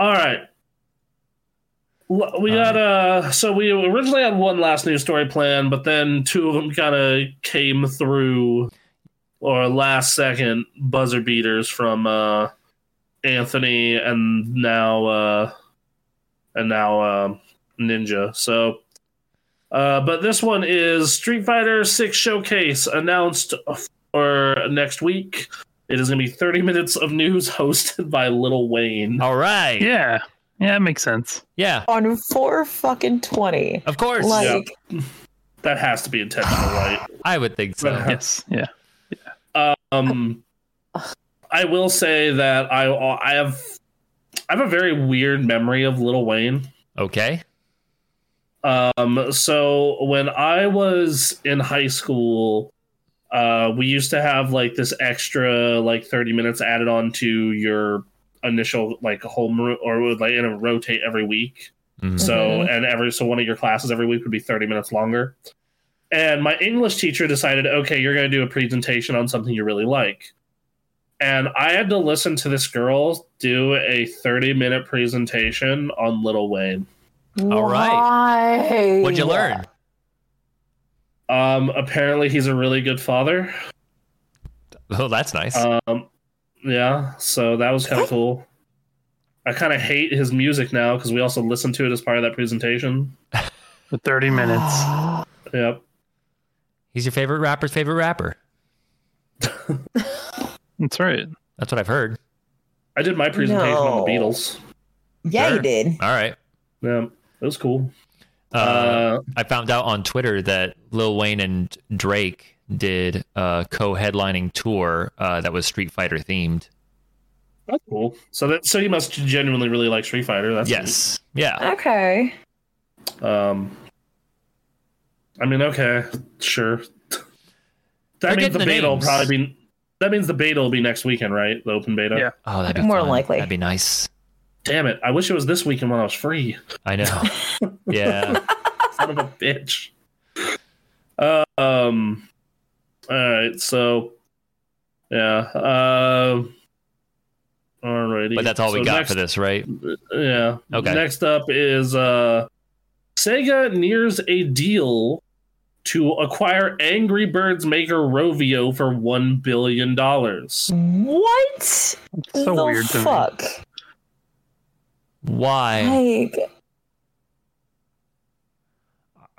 [SPEAKER 2] all right. L- We got uh so we originally had one last news story plan, but then two of them kind of came through or last second buzzer beaters from uh Anthony and now uh and now uh, Ninja. So uh but this one is Street Fighter 6 showcase announced or next week. It is going to be 30 minutes of news hosted by Little Wayne.
[SPEAKER 1] All right. Yeah.
[SPEAKER 4] Yeah. Yeah, it makes sense.
[SPEAKER 3] on four fucking twenty.
[SPEAKER 1] Of course.
[SPEAKER 3] Like
[SPEAKER 2] That has to be intentional, right?
[SPEAKER 1] I would think so.
[SPEAKER 4] Yes. Yeah.
[SPEAKER 2] Um, I will say that I I have I have a very weird memory of Little Wayne.
[SPEAKER 1] Okay.
[SPEAKER 2] Um, so when I was in high school, uh, we used to have like this extra like 30 minutes added on to your initial like homeroom or would like in a rotate every week.
[SPEAKER 1] Mhm.
[SPEAKER 2] So
[SPEAKER 3] Mhm.
[SPEAKER 2] and every so one of your classes every week would be 30 minutes longer. And my English teacher decided, okay, you're going to do a presentation on something you really like. And I had to listen to this girl do a 30 minute presentation on Little Wayne.
[SPEAKER 1] All right.
[SPEAKER 3] Why?
[SPEAKER 1] What'd you learn?
[SPEAKER 2] Um, apparently he's a really good father.
[SPEAKER 1] Oh, that's nice.
[SPEAKER 2] Um, yeah, so that was kind of cool. I kind of hate his music now because we also listened to it as part of that presentation.
[SPEAKER 4] For 30 minutes.
[SPEAKER 2] Yep.
[SPEAKER 1] He's your favorite rapper's favorite rapper.
[SPEAKER 4] That's right.
[SPEAKER 1] That's what I've heard.
[SPEAKER 2] I did my presentation on
[SPEAKER 3] No.
[SPEAKER 2] the Beatles.
[SPEAKER 3] Yeah,
[SPEAKER 1] Sure.
[SPEAKER 3] you did.
[SPEAKER 1] All right.
[SPEAKER 2] Yeah, it was cool.
[SPEAKER 1] Uh,
[SPEAKER 2] Uh,
[SPEAKER 1] I found out on Twitter that Lil Wayne and Drake did a co-headlining tour uh, that was Street Fighter themed.
[SPEAKER 2] that's cool. So that so you must genuinely really like Street Fighter. That's
[SPEAKER 1] Yes. Yeah.
[SPEAKER 3] Okay.
[SPEAKER 2] neat. Um, I mean, okay, sure.
[SPEAKER 1] They're
[SPEAKER 2] that means
[SPEAKER 1] getting
[SPEAKER 2] the,
[SPEAKER 1] the
[SPEAKER 2] beta will
[SPEAKER 1] names.
[SPEAKER 2] probably be. That means the beta will be next weekend, right? The open beta.
[SPEAKER 4] Yeah.
[SPEAKER 1] Oh, that'd be
[SPEAKER 3] More
[SPEAKER 1] fun.
[SPEAKER 3] than likely.
[SPEAKER 1] That'd be nice.
[SPEAKER 2] Damn it! I wish it was this weekend when I was free.
[SPEAKER 1] I know. yeah.
[SPEAKER 2] son of a bitch. Uh, um. All right. So. Yeah. Um. Alrighty.
[SPEAKER 1] But that's all we
[SPEAKER 2] So
[SPEAKER 1] got
[SPEAKER 2] next-
[SPEAKER 1] for this, right?
[SPEAKER 2] Yeah.
[SPEAKER 1] Okay.
[SPEAKER 2] Next up is uh, Sega nears a deal to acquire Angry Birds maker Rovio for one billion dollars.
[SPEAKER 3] What?
[SPEAKER 4] It's so
[SPEAKER 3] the
[SPEAKER 4] weird to me.
[SPEAKER 3] fuck?
[SPEAKER 1] Why
[SPEAKER 3] Like,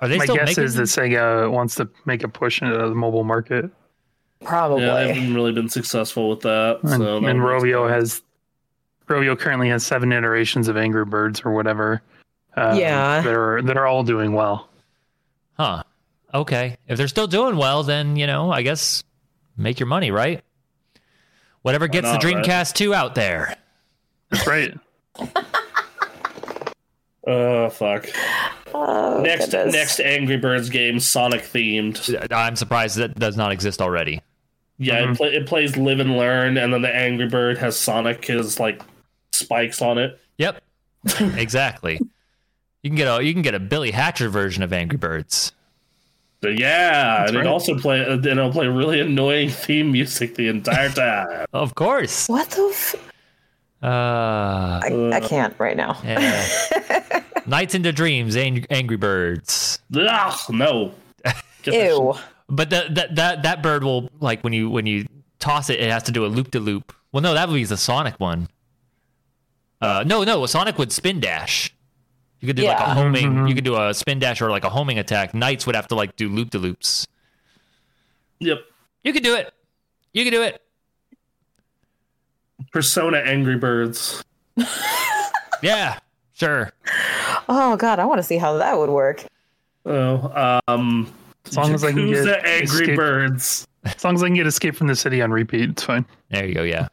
[SPEAKER 1] are they
[SPEAKER 4] My
[SPEAKER 1] still
[SPEAKER 4] guess
[SPEAKER 1] making?
[SPEAKER 4] is that Sega wants to make a push into the mobile market.
[SPEAKER 3] probably.
[SPEAKER 2] Yeah, they haven't really been successful with that.
[SPEAKER 4] Oh, And,
[SPEAKER 2] so
[SPEAKER 4] and Rovio has Rovio currently has seven iterations of Angry Birds or whatever. Uh,
[SPEAKER 3] Yeah.
[SPEAKER 4] that are that are all doing well.
[SPEAKER 1] Huh. Okay. If they're still doing well, then you know, I guess make your money, right? Whatever gets
[SPEAKER 2] not,
[SPEAKER 1] the
[SPEAKER 2] right?
[SPEAKER 1] Dreamcast 2 out there.
[SPEAKER 4] That's right.
[SPEAKER 2] Oh fuck!
[SPEAKER 3] Oh,
[SPEAKER 2] next,
[SPEAKER 3] goodness.
[SPEAKER 2] next Angry Birds game, Sonic themed.
[SPEAKER 1] I'm surprised that does not exist already.
[SPEAKER 2] Yeah,
[SPEAKER 4] Mm-hmm.
[SPEAKER 2] it, pla it plays Live and Learn, and then the Angry Bird has Sonic his like spikes on it.
[SPEAKER 1] Yep. exactly. You can get a you can get a Billy Hatcher version of Angry Birds.
[SPEAKER 2] So yeah, and
[SPEAKER 4] right.
[SPEAKER 2] it also play and it'll play really annoying theme music the entire time.
[SPEAKER 1] Of course.
[SPEAKER 3] What the? F-
[SPEAKER 1] Uh
[SPEAKER 3] I, I can't right now.
[SPEAKER 1] yeah. Nights into Dreams, Ang- Angry Birds.
[SPEAKER 2] Ugh, no. Get that
[SPEAKER 3] Ew.
[SPEAKER 1] But that that that that bird will like when you when you toss it, it has to do a loop de loop. Well, no, that would be the Sonic one. Uh, no, no, Sonic would spin dash. You could do like a
[SPEAKER 3] Yeah.
[SPEAKER 1] homing.
[SPEAKER 4] Mhm.
[SPEAKER 1] You could do a spin dash or like a homing attack. Knights would have to like do loop de loops.
[SPEAKER 2] shit. Yep.
[SPEAKER 1] You could do it. You could do it.
[SPEAKER 2] Persona Angry Birds.
[SPEAKER 1] Yeah, sure.
[SPEAKER 3] Oh god, I want to see how that would work.
[SPEAKER 2] Oh, um,
[SPEAKER 4] As long as I can
[SPEAKER 2] Yakuza
[SPEAKER 4] get
[SPEAKER 2] Angry
[SPEAKER 4] escape,
[SPEAKER 2] Birds.
[SPEAKER 4] as long as I can get Escape from the City on repeat, it's fine.
[SPEAKER 1] There you go. Yeah.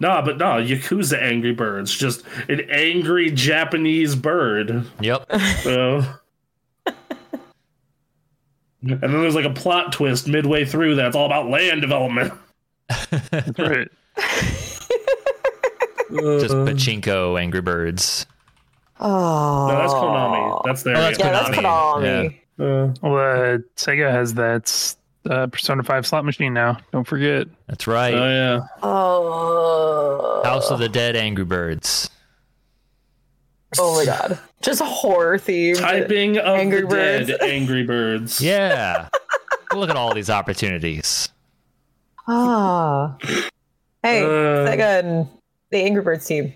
[SPEAKER 2] Nah, but nah, Yakuza Angry Birds. Just an angry Japanese bird.
[SPEAKER 1] Yep.
[SPEAKER 2] So. And then there's like a plot twist midway through that's all about land development.
[SPEAKER 4] That's right.
[SPEAKER 1] Just pachinko Angry Birds.
[SPEAKER 3] Oh.
[SPEAKER 2] No, that's Konami. That's their
[SPEAKER 1] Oh, that's
[SPEAKER 3] yeah,
[SPEAKER 2] game.
[SPEAKER 3] that's
[SPEAKER 1] Konami.
[SPEAKER 3] Konami.
[SPEAKER 2] Uh,
[SPEAKER 4] Well, uh, Sega has that uh, Persona Five slot machine now. Don't forget.
[SPEAKER 1] That's right.
[SPEAKER 2] oh yeah.
[SPEAKER 3] Oh.
[SPEAKER 1] House of the Dead Angry Birds.
[SPEAKER 3] Oh my god. Just horror themed.
[SPEAKER 2] Typing of
[SPEAKER 3] Angry
[SPEAKER 2] the
[SPEAKER 3] Birds.
[SPEAKER 2] dead Angry Birds.
[SPEAKER 1] Yeah. Look at all these opportunities.
[SPEAKER 3] Ah. Hey,
[SPEAKER 2] Uh.
[SPEAKER 3] Sega and the Angry Birds team,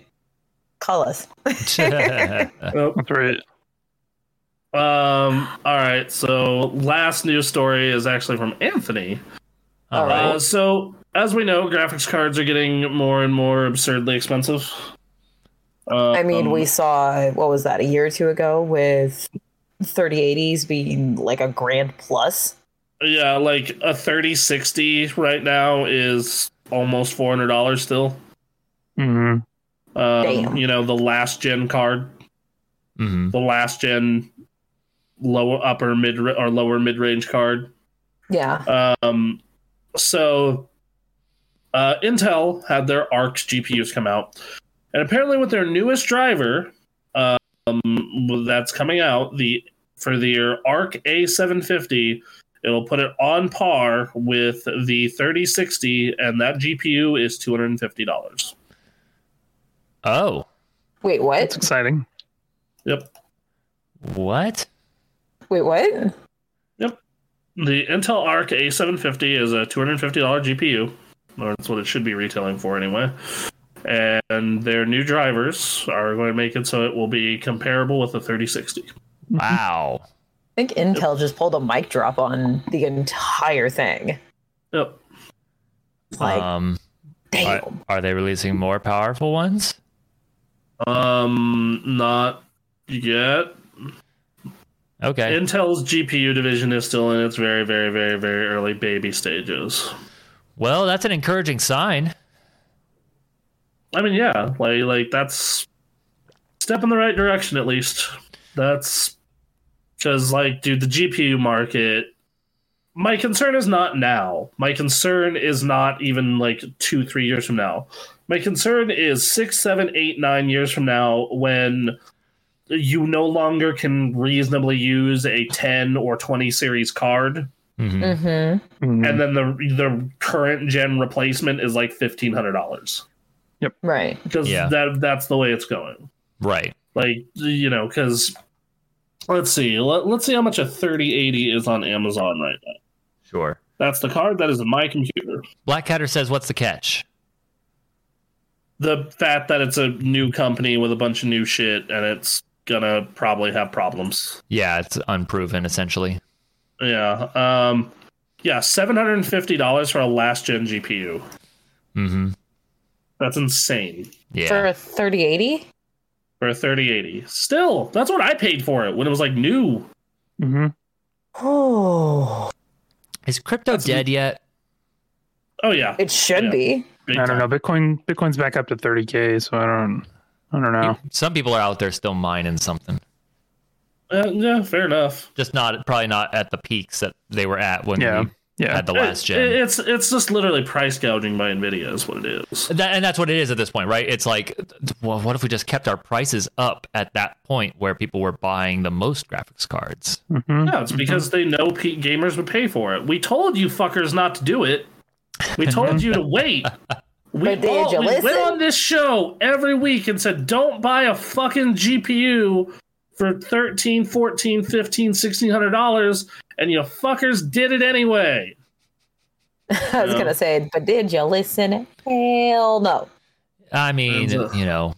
[SPEAKER 3] call us.
[SPEAKER 2] Nope.
[SPEAKER 4] That's right.
[SPEAKER 2] Um. All right. So last news story is actually from Anthony.
[SPEAKER 1] All right.
[SPEAKER 2] Uh, so, as we know, graphics cards are getting more and more absurdly expensive. Uh,
[SPEAKER 3] I mean,
[SPEAKER 2] um,
[SPEAKER 3] we saw what was that a year or two ago with 3080s being like a grand plus.
[SPEAKER 2] yeah, like a 3060 right now is almost four hundred dollars still.
[SPEAKER 4] hmm
[SPEAKER 2] Um,
[SPEAKER 3] Damn.
[SPEAKER 2] You know, the last gen card,
[SPEAKER 1] hmm
[SPEAKER 2] the last gen lower upper mid or lower mid range card.
[SPEAKER 3] Yeah.
[SPEAKER 2] Um, so uh, Intel had their Arcs GPUs come out, and apparently with their newest driver, um, that's coming out the for the Arc A750, it'll put it on par with the 3060, and that GPU is two hundred and fifty dollars.
[SPEAKER 1] Oh,
[SPEAKER 3] Wait,
[SPEAKER 4] That's
[SPEAKER 3] what?
[SPEAKER 4] exciting.
[SPEAKER 2] Yep.
[SPEAKER 1] what?
[SPEAKER 3] Wait, what?
[SPEAKER 2] The Intel Arc A750 is a $250 GPU, or that's what it should be retailing for anyway. And their new drivers are going to make it so it will be comparable with the 3060.
[SPEAKER 3] Mm-hmm.
[SPEAKER 1] Wow.
[SPEAKER 3] I think Intel just pulled a mic drop on the entire thing.
[SPEAKER 2] Yep.
[SPEAKER 3] Like,
[SPEAKER 2] Uh,
[SPEAKER 1] um,
[SPEAKER 3] damn.
[SPEAKER 1] are, are they releasing more powerful ones?
[SPEAKER 2] Um, not yet.
[SPEAKER 1] Okay.
[SPEAKER 2] Intel's GPU division is still in its very, very, very, very early baby stages.
[SPEAKER 1] well, that's an encouraging sign.
[SPEAKER 2] I mean, yeah, like like that's step in the right direction at least. That's because like, dude, the GPU market. My concern is not now. My concern is not even like two, three years from now. My concern is six, seven, eight, nine years from now when you no longer can reasonably use a 10 or 20 series card
[SPEAKER 1] Mhm.
[SPEAKER 3] hmm
[SPEAKER 4] Mhm.
[SPEAKER 2] and then the the current gen replacement is like $1500
[SPEAKER 3] Right.
[SPEAKER 2] because
[SPEAKER 1] Yeah.
[SPEAKER 2] that that's the way it's going
[SPEAKER 1] Right.
[SPEAKER 2] like you know because let's see let, let's see how much a 3080 is on amazon right now
[SPEAKER 1] Sure.
[SPEAKER 2] that's the card that is in my computer
[SPEAKER 1] Black Catter says, "What's the catch?"
[SPEAKER 2] the fact that it's a new company with a bunch of new shit and it's gonna probably have problems
[SPEAKER 1] Yeah, it's unproven essentially.
[SPEAKER 2] yeah um yeah $750 for a last gen gpu
[SPEAKER 1] hmm
[SPEAKER 2] that's insane
[SPEAKER 1] Yeah.
[SPEAKER 3] For a 3080?
[SPEAKER 2] for a 3080 still that's what i paid for it when it was like new
[SPEAKER 4] Mhm.
[SPEAKER 3] Oh,
[SPEAKER 1] Is crypto dead yet?
[SPEAKER 2] oh yeah
[SPEAKER 3] it should
[SPEAKER 2] Yeah.
[SPEAKER 3] be.
[SPEAKER 2] big
[SPEAKER 4] I
[SPEAKER 2] time.
[SPEAKER 4] don't know. Bitcoin Bitcoin's back up to 30k, so I don't I don't know.
[SPEAKER 1] Some people are out there still mining something.
[SPEAKER 2] Uh, yeah fair enough
[SPEAKER 1] Just not probably not at the peaks that they were at when
[SPEAKER 4] Yeah.
[SPEAKER 1] we
[SPEAKER 4] Yeah.
[SPEAKER 1] had the last
[SPEAKER 2] It-
[SPEAKER 1] gen.
[SPEAKER 2] it's it's just literally price gouging by Nvidia is what it is.
[SPEAKER 1] That, and that's what it is at this point, right? It's like, well, what if we just kept our prices up at that point where people were buying the most graphics cards?
[SPEAKER 4] Mhm.
[SPEAKER 2] No, it's because they know pe gamers would pay for it. We told you fuckers not to do it. We told you to wait. We,
[SPEAKER 3] But did you
[SPEAKER 2] we went
[SPEAKER 3] listen?
[SPEAKER 2] on this show every week and said, don't buy a fucking GPU for 13 14 15 $1,600, and you fuckers did it anyway.
[SPEAKER 3] I was
[SPEAKER 2] Yeah.
[SPEAKER 3] going to say, but did you listen? Hell no.
[SPEAKER 1] I mean,
[SPEAKER 2] Ugh.
[SPEAKER 1] you know,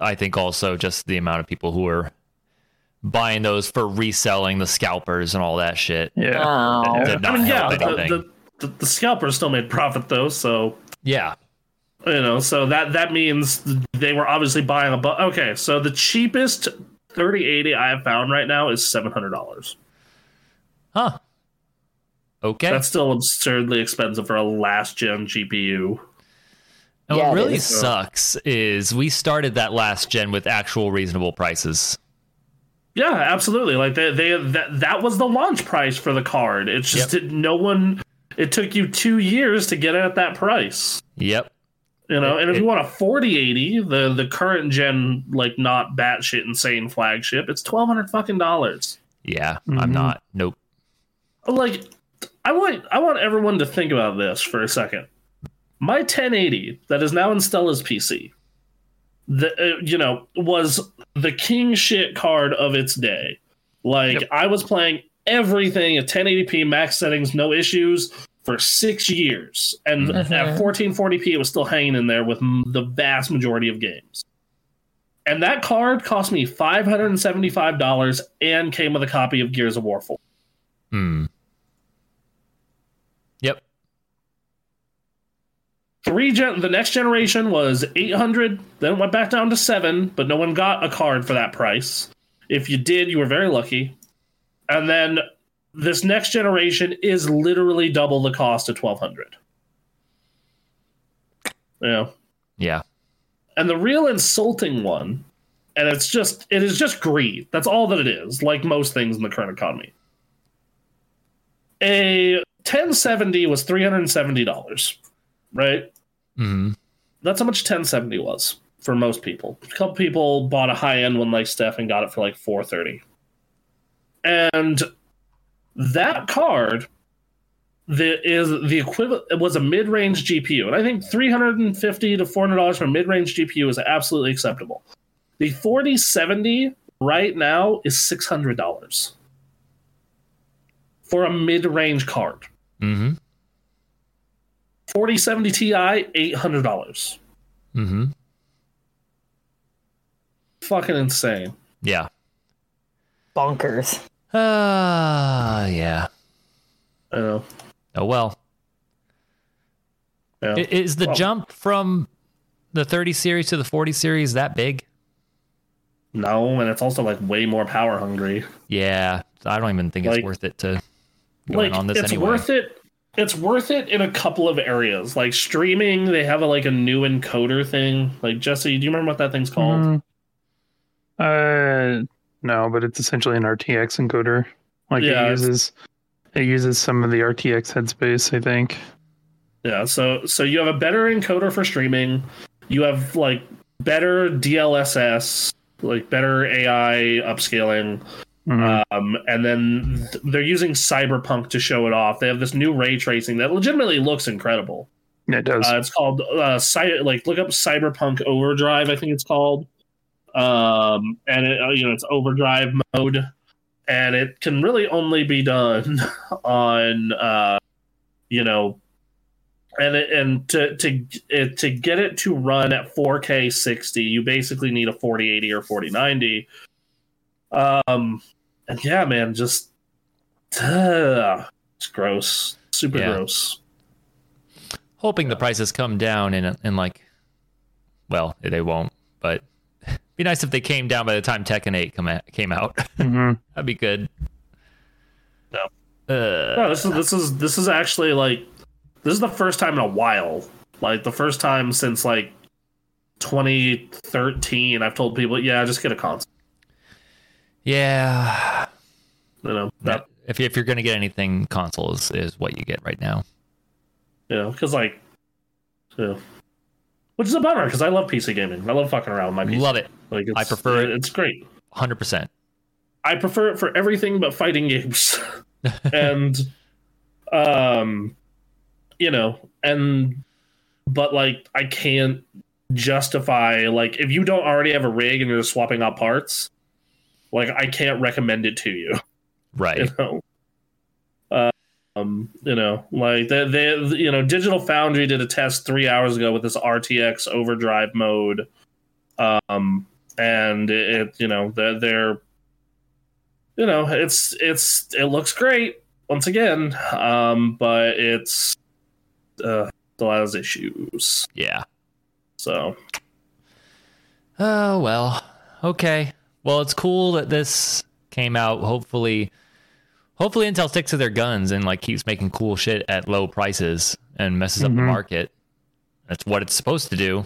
[SPEAKER 1] I think also just the amount of people who are buying those for reselling the scalpers and all that shit.
[SPEAKER 2] Uh,
[SPEAKER 4] Yeah.
[SPEAKER 3] Oh.
[SPEAKER 1] Did not
[SPEAKER 2] I mean, yeah,
[SPEAKER 1] help
[SPEAKER 2] the,
[SPEAKER 1] anything.
[SPEAKER 2] the, the, the scalpers still made profit, though, so
[SPEAKER 1] yeah.
[SPEAKER 2] you know so that that means they were obviously buying a bu- okay so the cheapest 3080 i have found right now is $700
[SPEAKER 1] Huh. Okay.
[SPEAKER 2] that's still absurdly expensive for a last gen gpu
[SPEAKER 1] And
[SPEAKER 3] Yeah,
[SPEAKER 1] what
[SPEAKER 3] it
[SPEAKER 1] really
[SPEAKER 3] is.
[SPEAKER 1] sucks is we started that last gen with actual reasonable prices.
[SPEAKER 2] yeah absolutely like they, they that, that was the launch price for the card it's just that no one it took you two years to get it at that price
[SPEAKER 1] Yep.
[SPEAKER 2] you know, and if
[SPEAKER 1] It-
[SPEAKER 2] you want a 4080, the the current gen like not batshit insane flagship, it's 1200 fucking dollars.
[SPEAKER 1] Yeah.
[SPEAKER 4] Mhm.
[SPEAKER 1] I'm
[SPEAKER 2] Mm-hmm.
[SPEAKER 1] not. Nope.
[SPEAKER 2] like I want I want everyone to think about this for a second. My 1080 that is now in Stella's PC, the uh, you know was the king shit card of its day. Like I was playing everything at 1080p max settings, no issues for six years, and at 1440p it was still hanging in there with m- the vast majority of games. And that card cost me five hundred and seventy-five dollars, and came with a copy of Gears of War 4.
[SPEAKER 1] Hmm. Mm. Yep.
[SPEAKER 2] three gen the next generation was 800 then it went back down to 7 but no one got a card for that price if you did you were very lucky and then this next generation is literally double the cost of 1200 yeah
[SPEAKER 1] Yeah.
[SPEAKER 2] and the real insulting one and it's just it is just greed that's all that it is like most things in the current economy a 1070 was $370 right
[SPEAKER 1] hmm
[SPEAKER 2] that's how much 1070 was for most people. A couple people bought a high end one like Steph and got it for like 430. And that card that is the equivalent it was a mid-range GPU. And I think 350 to 400 dollars for a mid-range GPU is absolutely acceptable. The 4070 right now is $600 for a mid-range card.
[SPEAKER 1] hmm
[SPEAKER 2] 4070 Ti $800.
[SPEAKER 1] hmm
[SPEAKER 2] Fucking insane.
[SPEAKER 1] Yeah.
[SPEAKER 3] Bonkers.
[SPEAKER 1] Uh, yeah.
[SPEAKER 2] I know.
[SPEAKER 1] Oh well.
[SPEAKER 2] Yeah.
[SPEAKER 1] I- Is the
[SPEAKER 2] Well-
[SPEAKER 1] jump from the 30 series to the 40 series that big?
[SPEAKER 2] No, and it's also like way more power hungry.
[SPEAKER 1] Yeah, I don't even think
[SPEAKER 2] Like-
[SPEAKER 1] it's worth it to going
[SPEAKER 2] Like
[SPEAKER 1] on this
[SPEAKER 2] it's
[SPEAKER 1] anyway.
[SPEAKER 2] worth it. It's worth it in a couple of areas, like streaming. They have a, like a new encoder thing. Like Jesse, do you remember what that thing's called?
[SPEAKER 4] Mm. Uh, no, but it's essentially an RTX encoder. Like
[SPEAKER 2] Yeah,
[SPEAKER 4] it
[SPEAKER 2] it's-
[SPEAKER 4] uses it uses some of the RTX headspace, I think.
[SPEAKER 2] Yeah. So so you have a better encoder for streaming. You have like better DLSS, like better AI upscaling.
[SPEAKER 4] Mhm.
[SPEAKER 1] Mm.
[SPEAKER 2] Um, and then th- they're using Cyberpunk to show it off. They have this new ray tracing that legitimately looks incredible.
[SPEAKER 4] it does.
[SPEAKER 2] Uh, it's called uh, cy- like look up Cyberpunk Overdrive, I think it's called. Um, and it, uh, you know it's Overdrive mode, and it can really only be done on uh, you know, and it, and to to it, to get it to run at 4K 60, you basically need a 4080 or 4090. Um, and yeah, man, just ugh, it's gross, super
[SPEAKER 1] Yeah.
[SPEAKER 2] gross.
[SPEAKER 1] Hoping the prices come down and and like, well, they won't. But be nice if they came down by the time Tekken 8 come out, came out.
[SPEAKER 4] Mhm.
[SPEAKER 1] That'd be good.
[SPEAKER 2] No.
[SPEAKER 1] Uh,
[SPEAKER 2] No, this is this is this is actually like this is the first time in a while. Like the first time since like 2013, I've told people, yeah, just get a console.
[SPEAKER 1] yeah.
[SPEAKER 2] You know, that,
[SPEAKER 1] If, if you're going to get anything, consoles is what you get right now.
[SPEAKER 2] you know, because like, you know. which is a bummer because I love PC gaming. I love fucking around with my PC.
[SPEAKER 1] Love it.
[SPEAKER 2] like it's,
[SPEAKER 1] I prefer it.
[SPEAKER 2] It's great.
[SPEAKER 1] 100%.
[SPEAKER 2] I prefer it for everything but fighting games. and um you know, and but like I can't justify like if you don't already have a rig and you're just swapping out parts, like I can't recommend it to you.
[SPEAKER 1] Right.
[SPEAKER 2] You know. Uh, Um, you know, like they, they, you know, Digital Foundry did a test three hours ago with this RTX overdrive mode, um, and it, it you know, they're, they're, you know, it's it's it looks great once again, um, but it's uh, still has issues.
[SPEAKER 1] Yeah.
[SPEAKER 2] So
[SPEAKER 1] Oh, well. Okay. Well, it's cool that this came out. Hopefully, hopefully Intel sticks to their guns and like keeps making cool shit at low prices and messes up the
[SPEAKER 4] Mhm.
[SPEAKER 1] market. That's what it's supposed to do.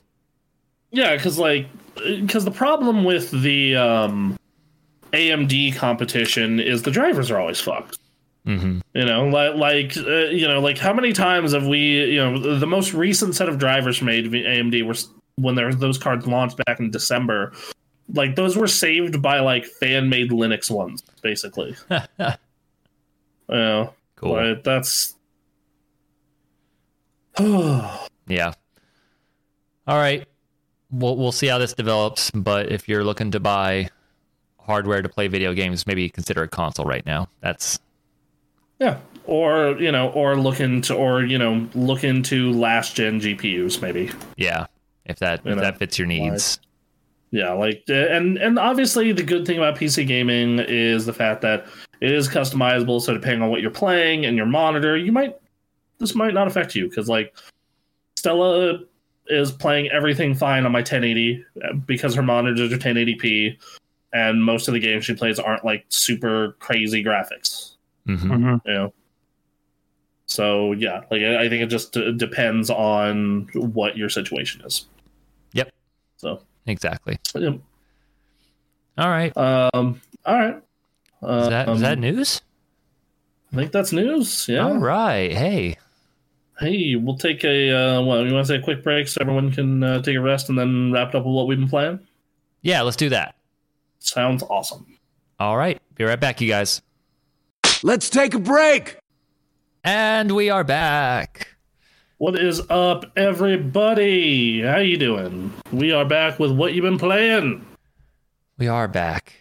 [SPEAKER 2] Yeah, because like, because the problem with the um, AMD competition is the drivers are always fucked.
[SPEAKER 1] Mhm.
[SPEAKER 2] You know, like, like uh, you know, like how many times have we, you know, the- the most recent set of drivers made by AMD were s- when there those cards launched back in December. Like those were saved by like fan made Linux ones, basically. yeah,
[SPEAKER 1] Cool.
[SPEAKER 2] like, that's.
[SPEAKER 1] Yeah. All right. We'll we'll see how this develops, but if you're looking to buy hardware to play video games, maybe consider a console right now. That's
[SPEAKER 2] Yeah. Or you know, or look into, or you know, look into last gen GPUs maybe.
[SPEAKER 1] yeah, if that
[SPEAKER 2] You
[SPEAKER 1] if
[SPEAKER 2] know,
[SPEAKER 1] that fits your needs.
[SPEAKER 2] Yeah, like uh, and and obviously the good thing about PC gaming is the fact that it is customizable. So depending on what you're playing and your monitor, you might this might not affect you because like Stella is playing everything fine on my 1080 uh, because her monitors are 1080p, and most of the games she plays aren't like super crazy graphics.
[SPEAKER 1] hmm
[SPEAKER 4] hmm
[SPEAKER 2] You know. So yeah, like I I think it just uh, depends on what your situation is.
[SPEAKER 1] Yep.
[SPEAKER 2] So
[SPEAKER 1] Exactly.
[SPEAKER 2] yeah.
[SPEAKER 1] All right.
[SPEAKER 2] um, all right. Uh,
[SPEAKER 1] Is that is that news?
[SPEAKER 2] I think that's news. Yeah.
[SPEAKER 1] All right. Hey.
[SPEAKER 2] Hey, we'll take a uh, well. You want to take a quick break so everyone can uh, take a rest and then wrap it up with what we've been playing.
[SPEAKER 1] Yeah. Let's do that.
[SPEAKER 2] Sounds awesome.
[SPEAKER 1] All right. Be right back, you guys.
[SPEAKER 7] Let's take a break!
[SPEAKER 1] And we are back.
[SPEAKER 2] What is up, everybody? How you doing? We are back with what you've been playing.
[SPEAKER 1] We are back.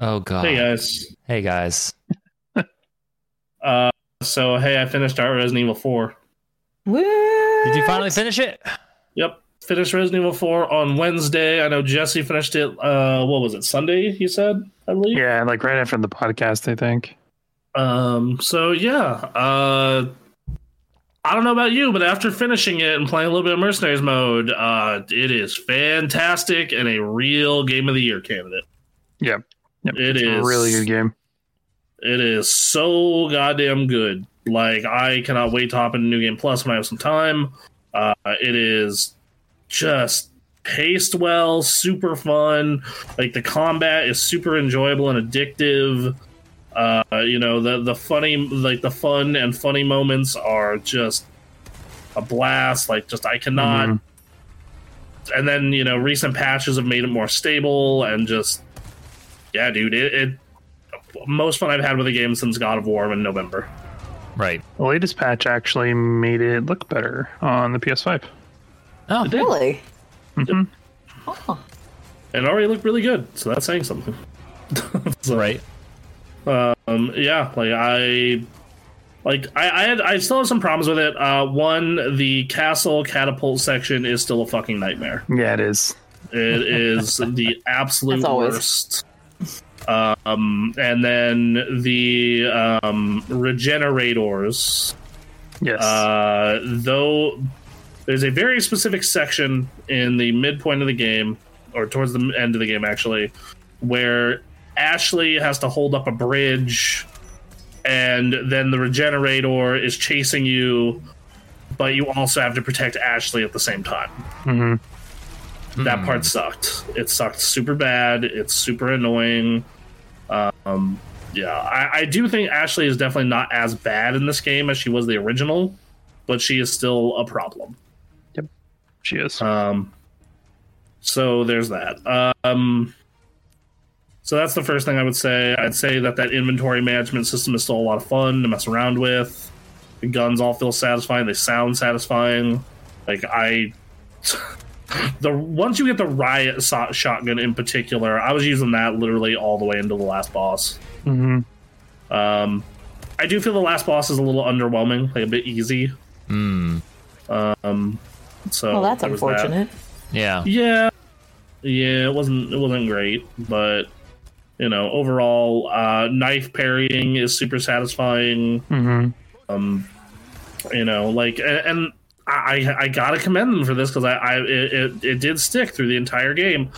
[SPEAKER 1] Oh god.
[SPEAKER 2] Hey uh, guys.
[SPEAKER 1] Hey, guys.
[SPEAKER 2] Uh, so hey, I finished our Resident Evil Four.
[SPEAKER 1] Did you finally finish it?
[SPEAKER 2] Yep, finished Resident Evil Four on Wednesday. I know Jesse finished it. Uh, what was it? Sunday? You said, I believe.
[SPEAKER 4] Yeah, like right after the podcast, I think.
[SPEAKER 2] Um, so yeah, uh, I don't know about you, but after finishing it and playing a little bit of Mercenaries mode, uh, it is fantastic and a real game of the year candidate.
[SPEAKER 4] Yep. yep.
[SPEAKER 2] It
[SPEAKER 4] it's a
[SPEAKER 2] is.
[SPEAKER 4] really good game.
[SPEAKER 2] It is so goddamn good. Like I cannot wait to hop into New Game Plus when I have some time. Uh, it is just paced well, super fun. Like the combat is super enjoyable and addictive. Uh, you know the the funny like the fun and funny moments are just a blast. Like just I cannot.
[SPEAKER 4] Mhm.
[SPEAKER 2] And then you know recent patches have made it more stable and just yeah, dude. It, it most fun I've had with a game since God of War in November.
[SPEAKER 1] Right.
[SPEAKER 4] The latest patch actually made it look better on the PS5.
[SPEAKER 1] Oh,
[SPEAKER 3] Really?
[SPEAKER 4] Mhm.
[SPEAKER 3] Oh.
[SPEAKER 2] and it already looked really good. So that's saying something. so,
[SPEAKER 1] right.
[SPEAKER 2] Um, yeah, like I, like I, I, had, I still have some problems with it. Uh, one, the castle catapult section is still a fucking nightmare.
[SPEAKER 4] Yeah, it is.
[SPEAKER 2] It is the absolute
[SPEAKER 3] As always.
[SPEAKER 2] worst. Um, and then the um, regenerators.
[SPEAKER 4] Yes.
[SPEAKER 2] Uh, though there's a very specific section in the midpoint of the game, or towards the end of the game, actually, where Ashley has to hold up a bridge, and then the regenerator is chasing you, but you also have to protect Ashley at the same time.
[SPEAKER 4] hmm
[SPEAKER 2] That part sucked. It sucked super bad. It's super annoying. Um, yeah, I, I do think Ashley is definitely not as bad in this game as she was the original, but she is still a problem.
[SPEAKER 4] She is.
[SPEAKER 2] Um, so there's that. Um, so that's the first thing I would say. I'd say that that inventory management system is still a lot of fun to mess around with. The guns all feel satisfying. They sound satisfying. Like I, the once you get the riot so- shotgun in particular, I was using that literally all the way into the last boss.
[SPEAKER 3] Mm-hmm.
[SPEAKER 4] hmm
[SPEAKER 2] Um, I do feel the last boss is a little underwhelming, like a bit easy.
[SPEAKER 1] Mm.
[SPEAKER 2] Um, so
[SPEAKER 3] Well, that's
[SPEAKER 2] there was that.
[SPEAKER 3] unfortunate.
[SPEAKER 1] Yeah.
[SPEAKER 2] Yeah, yeah, it wasn't it wasn't great, but you know, overall, uh, knife parrying is super satisfying.
[SPEAKER 4] hmm
[SPEAKER 2] Um, you know, like and. and I, I- I gotta commend them for this because I, I it, it, it did stick through the entire game.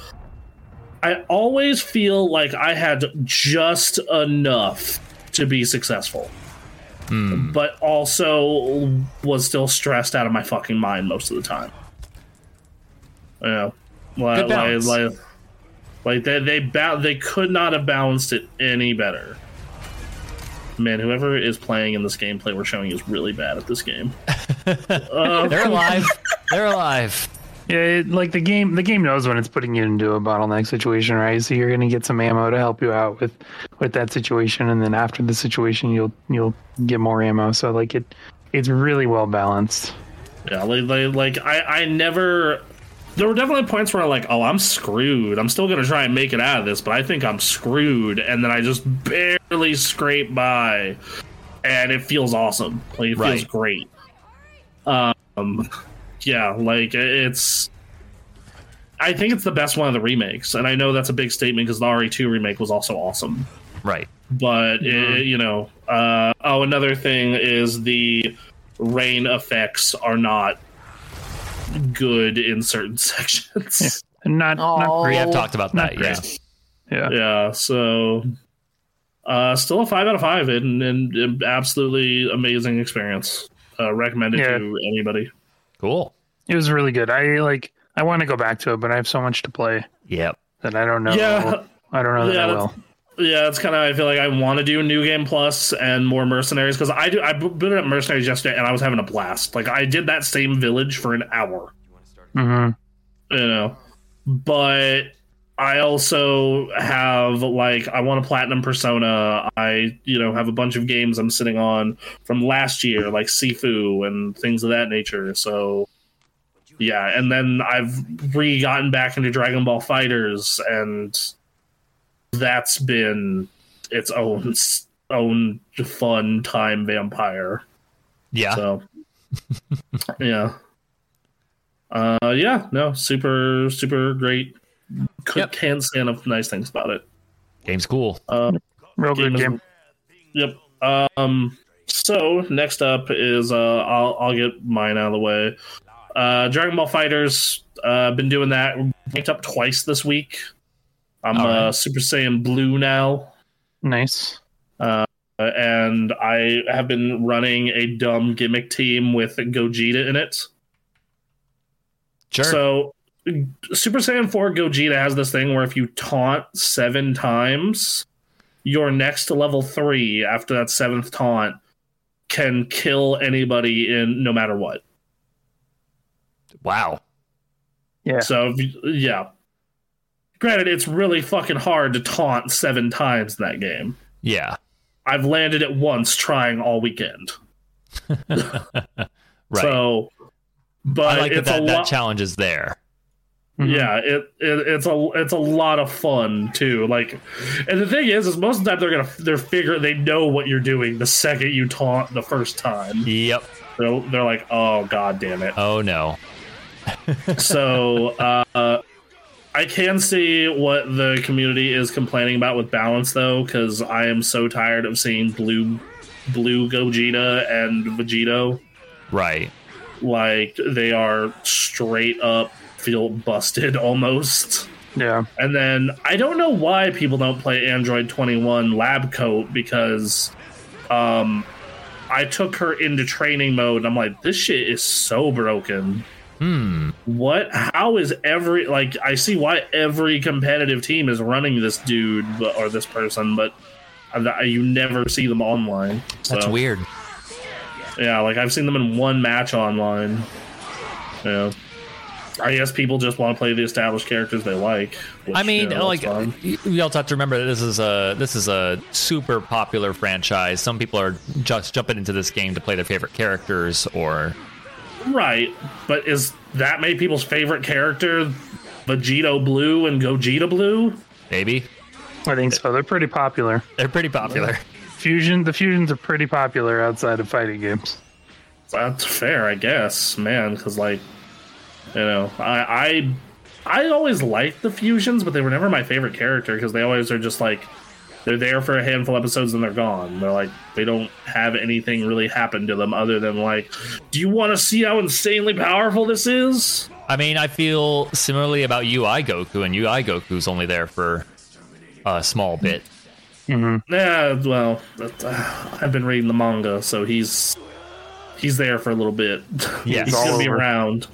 [SPEAKER 2] I always feel like I had just enough to be successful,
[SPEAKER 1] Mm.
[SPEAKER 2] but also was still stressed out of my fucking mind most of the time. Yeah, like
[SPEAKER 1] Good
[SPEAKER 2] like,
[SPEAKER 1] balance.
[SPEAKER 2] like, like they they ba- they could not have balanced it any better. Man, whoever is playing in this gameplay we're showing is really bad at this game. Uh,
[SPEAKER 1] They're alive. They're alive.
[SPEAKER 4] Yeah, it, like the game. The game knows when it's putting you into a bottleneck situation, right? So you're gonna get some ammo to help you out with with that situation, and then after the situation, you'll you'll get more ammo. So like it, it's really well balanced.
[SPEAKER 2] yeah, like, like, like I I never. There were definitely points where I'm like, oh, I'm screwed. I'm still gonna try and make it out of this, but I think I'm screwed, and then I just barely scrape by, and it feels awesome. Like it feels
[SPEAKER 1] Right.
[SPEAKER 2] great. Um, yeah, like it's. I think it's the best one of the remakes, and I know that's a big statement because the RE2 remake was also awesome
[SPEAKER 1] Right.
[SPEAKER 2] but it, you know uh, oh another thing is the rain effects are not good in certain sections.
[SPEAKER 4] Not, not
[SPEAKER 3] Oh.
[SPEAKER 1] We have talked about
[SPEAKER 4] Not
[SPEAKER 1] that. Yeah.
[SPEAKER 4] yeah.
[SPEAKER 2] Yeah, so uh, still a five out of five and, and, and absolutely amazing experience. Uh, recommended
[SPEAKER 4] Yeah.
[SPEAKER 2] to anybody.
[SPEAKER 1] Cool.
[SPEAKER 4] It was really good. I like I want to go back to it, but I have so much to play
[SPEAKER 1] Yep.
[SPEAKER 4] that I don't know.
[SPEAKER 2] Yeah.
[SPEAKER 4] I don't know that
[SPEAKER 2] Yeah,
[SPEAKER 4] I
[SPEAKER 2] that's-
[SPEAKER 4] will.
[SPEAKER 2] Yeah, it's kind of. I feel like I want to do New Game Plus and more Mercenaries because I do. I bo- booted up Mercenaries yesterday and I was having a blast. Like I did that same village for an hour,
[SPEAKER 4] hmm
[SPEAKER 2] you know. But I also have like I want a platinum Persona. I you know have a bunch of games I'm sitting on from last year, like Sifu and things of that nature. So yeah, and then I've re gotten back into Dragon Ball Fighters and that's been its own own fun time vampire.
[SPEAKER 1] Yeah.
[SPEAKER 2] So yeah. Uh yeah, no, super super great. Could,
[SPEAKER 1] Yep.
[SPEAKER 2] Can't say enough nice things about it.
[SPEAKER 1] Game's cool.
[SPEAKER 2] uh,
[SPEAKER 4] Real
[SPEAKER 2] Game
[SPEAKER 4] good
[SPEAKER 2] is-
[SPEAKER 4] game.
[SPEAKER 2] Yep. Um so next up is uh I'll I'll get mine out of the way. Uh Dragon Ball Fighters, uh been doing that ranked up twice this week. I'm
[SPEAKER 1] All right.
[SPEAKER 2] uh Super Saiyan Blue now.
[SPEAKER 4] Nice.
[SPEAKER 2] Uh, and I have been running a dumb gimmick team with Gogeta in it.
[SPEAKER 1] Sure.
[SPEAKER 2] So Super Saiyan 4 Gogeta has this thing where if you taunt seven times, your next to level three after that seventh taunt can kill anybody in no matter what.
[SPEAKER 1] wow.
[SPEAKER 4] Yeah.
[SPEAKER 2] So if you- yeah. Granted, it's really fucking hard to taunt seven times in that game.
[SPEAKER 1] Yeah.
[SPEAKER 2] I've landed it once trying all weekend.
[SPEAKER 1] right.
[SPEAKER 2] So but
[SPEAKER 1] I like that,
[SPEAKER 2] it's a
[SPEAKER 1] that, that
[SPEAKER 2] lot-
[SPEAKER 1] challenge is there.
[SPEAKER 4] Mhm.
[SPEAKER 2] Yeah, it, it it's a it's a lot of fun too. Like, and the thing is, is most of the time they're gonna they're figure they know what you're doing the second you taunt the first time.
[SPEAKER 1] Yep.
[SPEAKER 2] They're, they're like, oh god damn it.
[SPEAKER 1] Oh no.
[SPEAKER 2] So uh, I can see what the community is complaining about with balance though, because I am so tired of seeing blue blue Gogeta and Vegito.
[SPEAKER 1] Right.
[SPEAKER 2] Like they are straight up feel busted almost.
[SPEAKER 4] Yeah.
[SPEAKER 2] And then I don't know why people don't play Android 21 Lab Coat because um, I took her into training mode and I'm like, this shit is so broken.
[SPEAKER 1] Hmm.
[SPEAKER 2] What? How is every. Like, I see why every competitive team is running this dude but, or this person, but I- you never see them online.
[SPEAKER 1] That's
[SPEAKER 2] So,
[SPEAKER 1] weird.
[SPEAKER 2] Yeah, like I've seen them in one match online. Yeah. I guess people just want to play the established characters they like. which,
[SPEAKER 1] I
[SPEAKER 2] you
[SPEAKER 1] mean,
[SPEAKER 2] know,
[SPEAKER 1] like
[SPEAKER 2] that's fine.
[SPEAKER 1] y- we also have to remember that this is a this is a super popular franchise. Some people are just jumping into this game to play their favorite characters, or
[SPEAKER 2] Right, but is that many people's favorite character Vegito Blue and Gogeta Blue?
[SPEAKER 1] maybe
[SPEAKER 4] I think so. They're pretty popular.
[SPEAKER 1] they're pretty popular.
[SPEAKER 4] Fusion. The fusions are pretty popular outside of fighting games.
[SPEAKER 2] That's fair, I guess, man. Because like, you know, I I I always liked the fusions, but they were never my favorite character because they always are just like they're there for a handful of episodes and they're gone. They're like they don't have anything really happen to them other than like, do you want to see how insanely powerful this is?
[SPEAKER 1] I mean, I feel similarly about UI Goku, and UI Goku's only there for a small bit.
[SPEAKER 2] Yeah, well, that- uh, I've been reading the manga, so he's he's there for a little bit.
[SPEAKER 1] Yeah.
[SPEAKER 2] he's gonna be
[SPEAKER 4] All over.
[SPEAKER 2] around.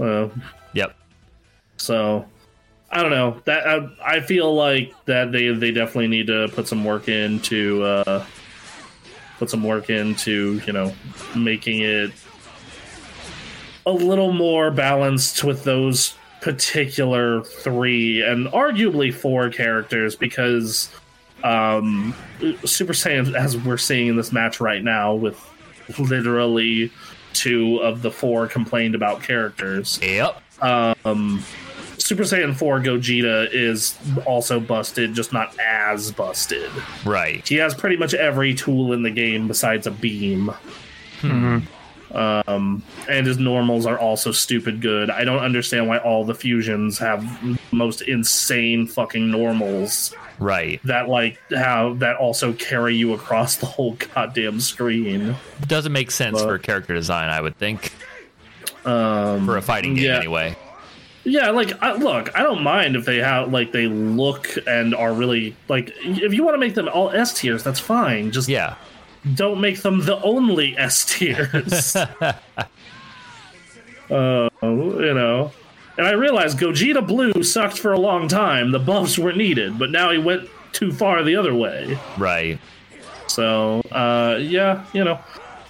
[SPEAKER 2] Uh,
[SPEAKER 1] Yep.
[SPEAKER 2] so I don't know. That I, I feel like that they they definitely need to put some work into uh, put some work into you know making it a little more balanced with those particular three and arguably four characters because um super saiyan as we're seeing in this match right now with literally two of the four complained about characters
[SPEAKER 1] Yep.
[SPEAKER 2] Super Saiyan 4 Gogeta is also busted, just not as busted.
[SPEAKER 1] Right.
[SPEAKER 2] He has pretty much every tool in the game besides a beam. Um, and his normals are also stupid good. I don't understand why all the fusions have most insane fucking normals
[SPEAKER 1] Right.
[SPEAKER 2] that like how that also carry you across the whole goddamn screen.
[SPEAKER 1] Doesn't make sense for character design, I would think.
[SPEAKER 2] Um,
[SPEAKER 1] for a fighting game
[SPEAKER 2] yeah.
[SPEAKER 1] anyway.
[SPEAKER 2] Yeah, like I, look, I don't mind if they have like they look and are really like if you want to make them all S tiers, that's fine. Just
[SPEAKER 1] Yeah.
[SPEAKER 2] don't make them the only S tiers. uh, you know. And I realized Gogeta Blue sucked for a long time. The buffs were needed, but now he went too far the other way.
[SPEAKER 1] Right.
[SPEAKER 2] So, uh, yeah, you know.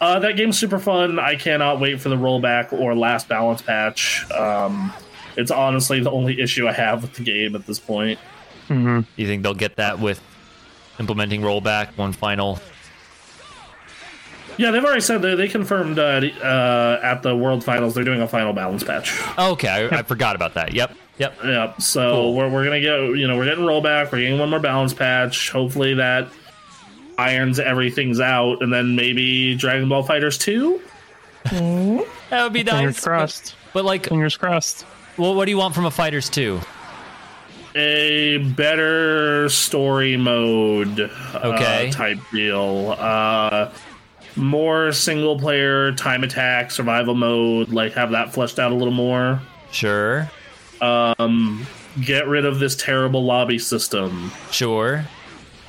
[SPEAKER 2] Uh, that game's super fun. I cannot wait for the rollback or last balance patch. Um, it's honestly the only issue I have with the game at this point.
[SPEAKER 1] You think they'll get that with implementing rollback one final?
[SPEAKER 2] Yeah, they've already said they, they confirmed uh, the- uh, at the World Finals they're doing a final balance patch.
[SPEAKER 1] Oh, Okay, I, I forgot about that. Yep. Yep.
[SPEAKER 2] Yeah, so we're, we're gonna get you know we're getting rollback. We're getting one more balance patch. Hopefully that irons everything's out, and then maybe Dragon Ball Fighters two.
[SPEAKER 1] That would be
[SPEAKER 4] Fingers
[SPEAKER 1] nice. But,
[SPEAKER 4] crossed.
[SPEAKER 1] but like,
[SPEAKER 4] Fingers crossed.
[SPEAKER 1] well, what do you want from a fighters two?
[SPEAKER 2] a better story mode
[SPEAKER 1] Okay.
[SPEAKER 2] uh, type deal uh more single player time attack survival mode like have that fleshed out a little more
[SPEAKER 1] Sure.
[SPEAKER 2] get rid of this terrible lobby system
[SPEAKER 1] Sure.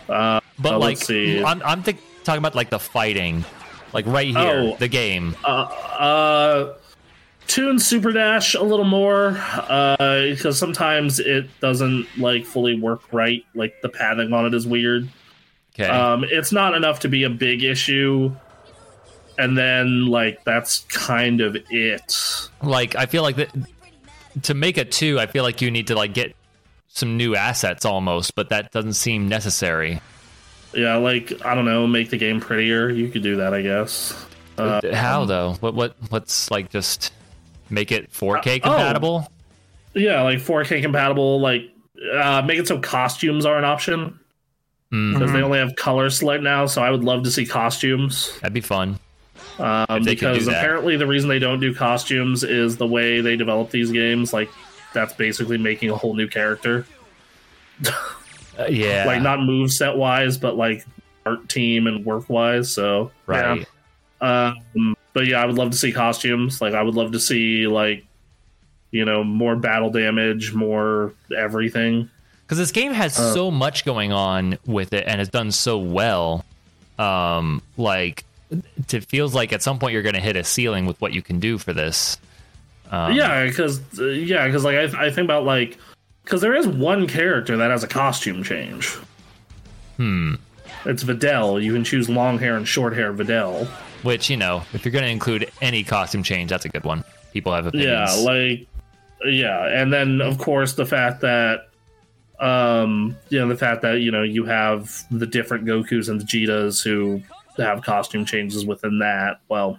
[SPEAKER 1] Uh, but
[SPEAKER 2] uh,
[SPEAKER 1] like,
[SPEAKER 2] let's see.
[SPEAKER 1] I'm I'm think, talking about like the fighting, like right here,
[SPEAKER 2] Oh.
[SPEAKER 1] the game.
[SPEAKER 2] uh tune super dash a little more uh because sometimes it doesn't like fully work right like the padding on it is weird
[SPEAKER 1] Okay.
[SPEAKER 2] Um, it's not enough to be a big issue. And then, like, that's kind of it.
[SPEAKER 1] like I feel like that to make a two, I feel like you need to like get some new assets almost, but that doesn't seem necessary.
[SPEAKER 2] Yeah, like, I don't know, make the game prettier. You could do that, I guess. Uh,
[SPEAKER 1] How though? What what what's like just make it 4K
[SPEAKER 2] Uh, oh.
[SPEAKER 1] compatible?
[SPEAKER 2] yeah, like 4K compatible, like, uh, make it so costumes are an option.
[SPEAKER 1] Hmm,
[SPEAKER 2] Because
[SPEAKER 1] Mm-hmm.
[SPEAKER 2] they only have color select now, so I would love to see costumes.
[SPEAKER 1] That'd be fun.
[SPEAKER 2] Um,
[SPEAKER 1] they could do
[SPEAKER 2] because
[SPEAKER 1] that.
[SPEAKER 2] apparently, the reason they don't do costumes is the way they develop these games. Like, that's basically making a whole new character.
[SPEAKER 1] Uh, yeah.
[SPEAKER 2] like not move set wise, but like art team and work wise. So,
[SPEAKER 1] right.
[SPEAKER 4] yeah.
[SPEAKER 2] um, but yeah, I would love to see costumes. Like, I would love to see like you know more battle damage, more everything.
[SPEAKER 1] because this game has
[SPEAKER 2] Uh.
[SPEAKER 1] so much going on with it and has done so well um like it feels like at some point you're going to hit a ceiling with what you can do for this um,
[SPEAKER 2] yeah, because uh, yeah, because like I, I think about like because there is one character that has a costume change. Hmm.
[SPEAKER 1] Hmm.
[SPEAKER 2] It's Videl. You can choose long hair and short hair Videl.
[SPEAKER 1] which you know if you're going to include any costume change that's a good one people have
[SPEAKER 2] yeah
[SPEAKER 1] opinions
[SPEAKER 2] like yeah and then of course the fact that um you know the fact that you know you have the different gokus and vegetas who have costume changes within that well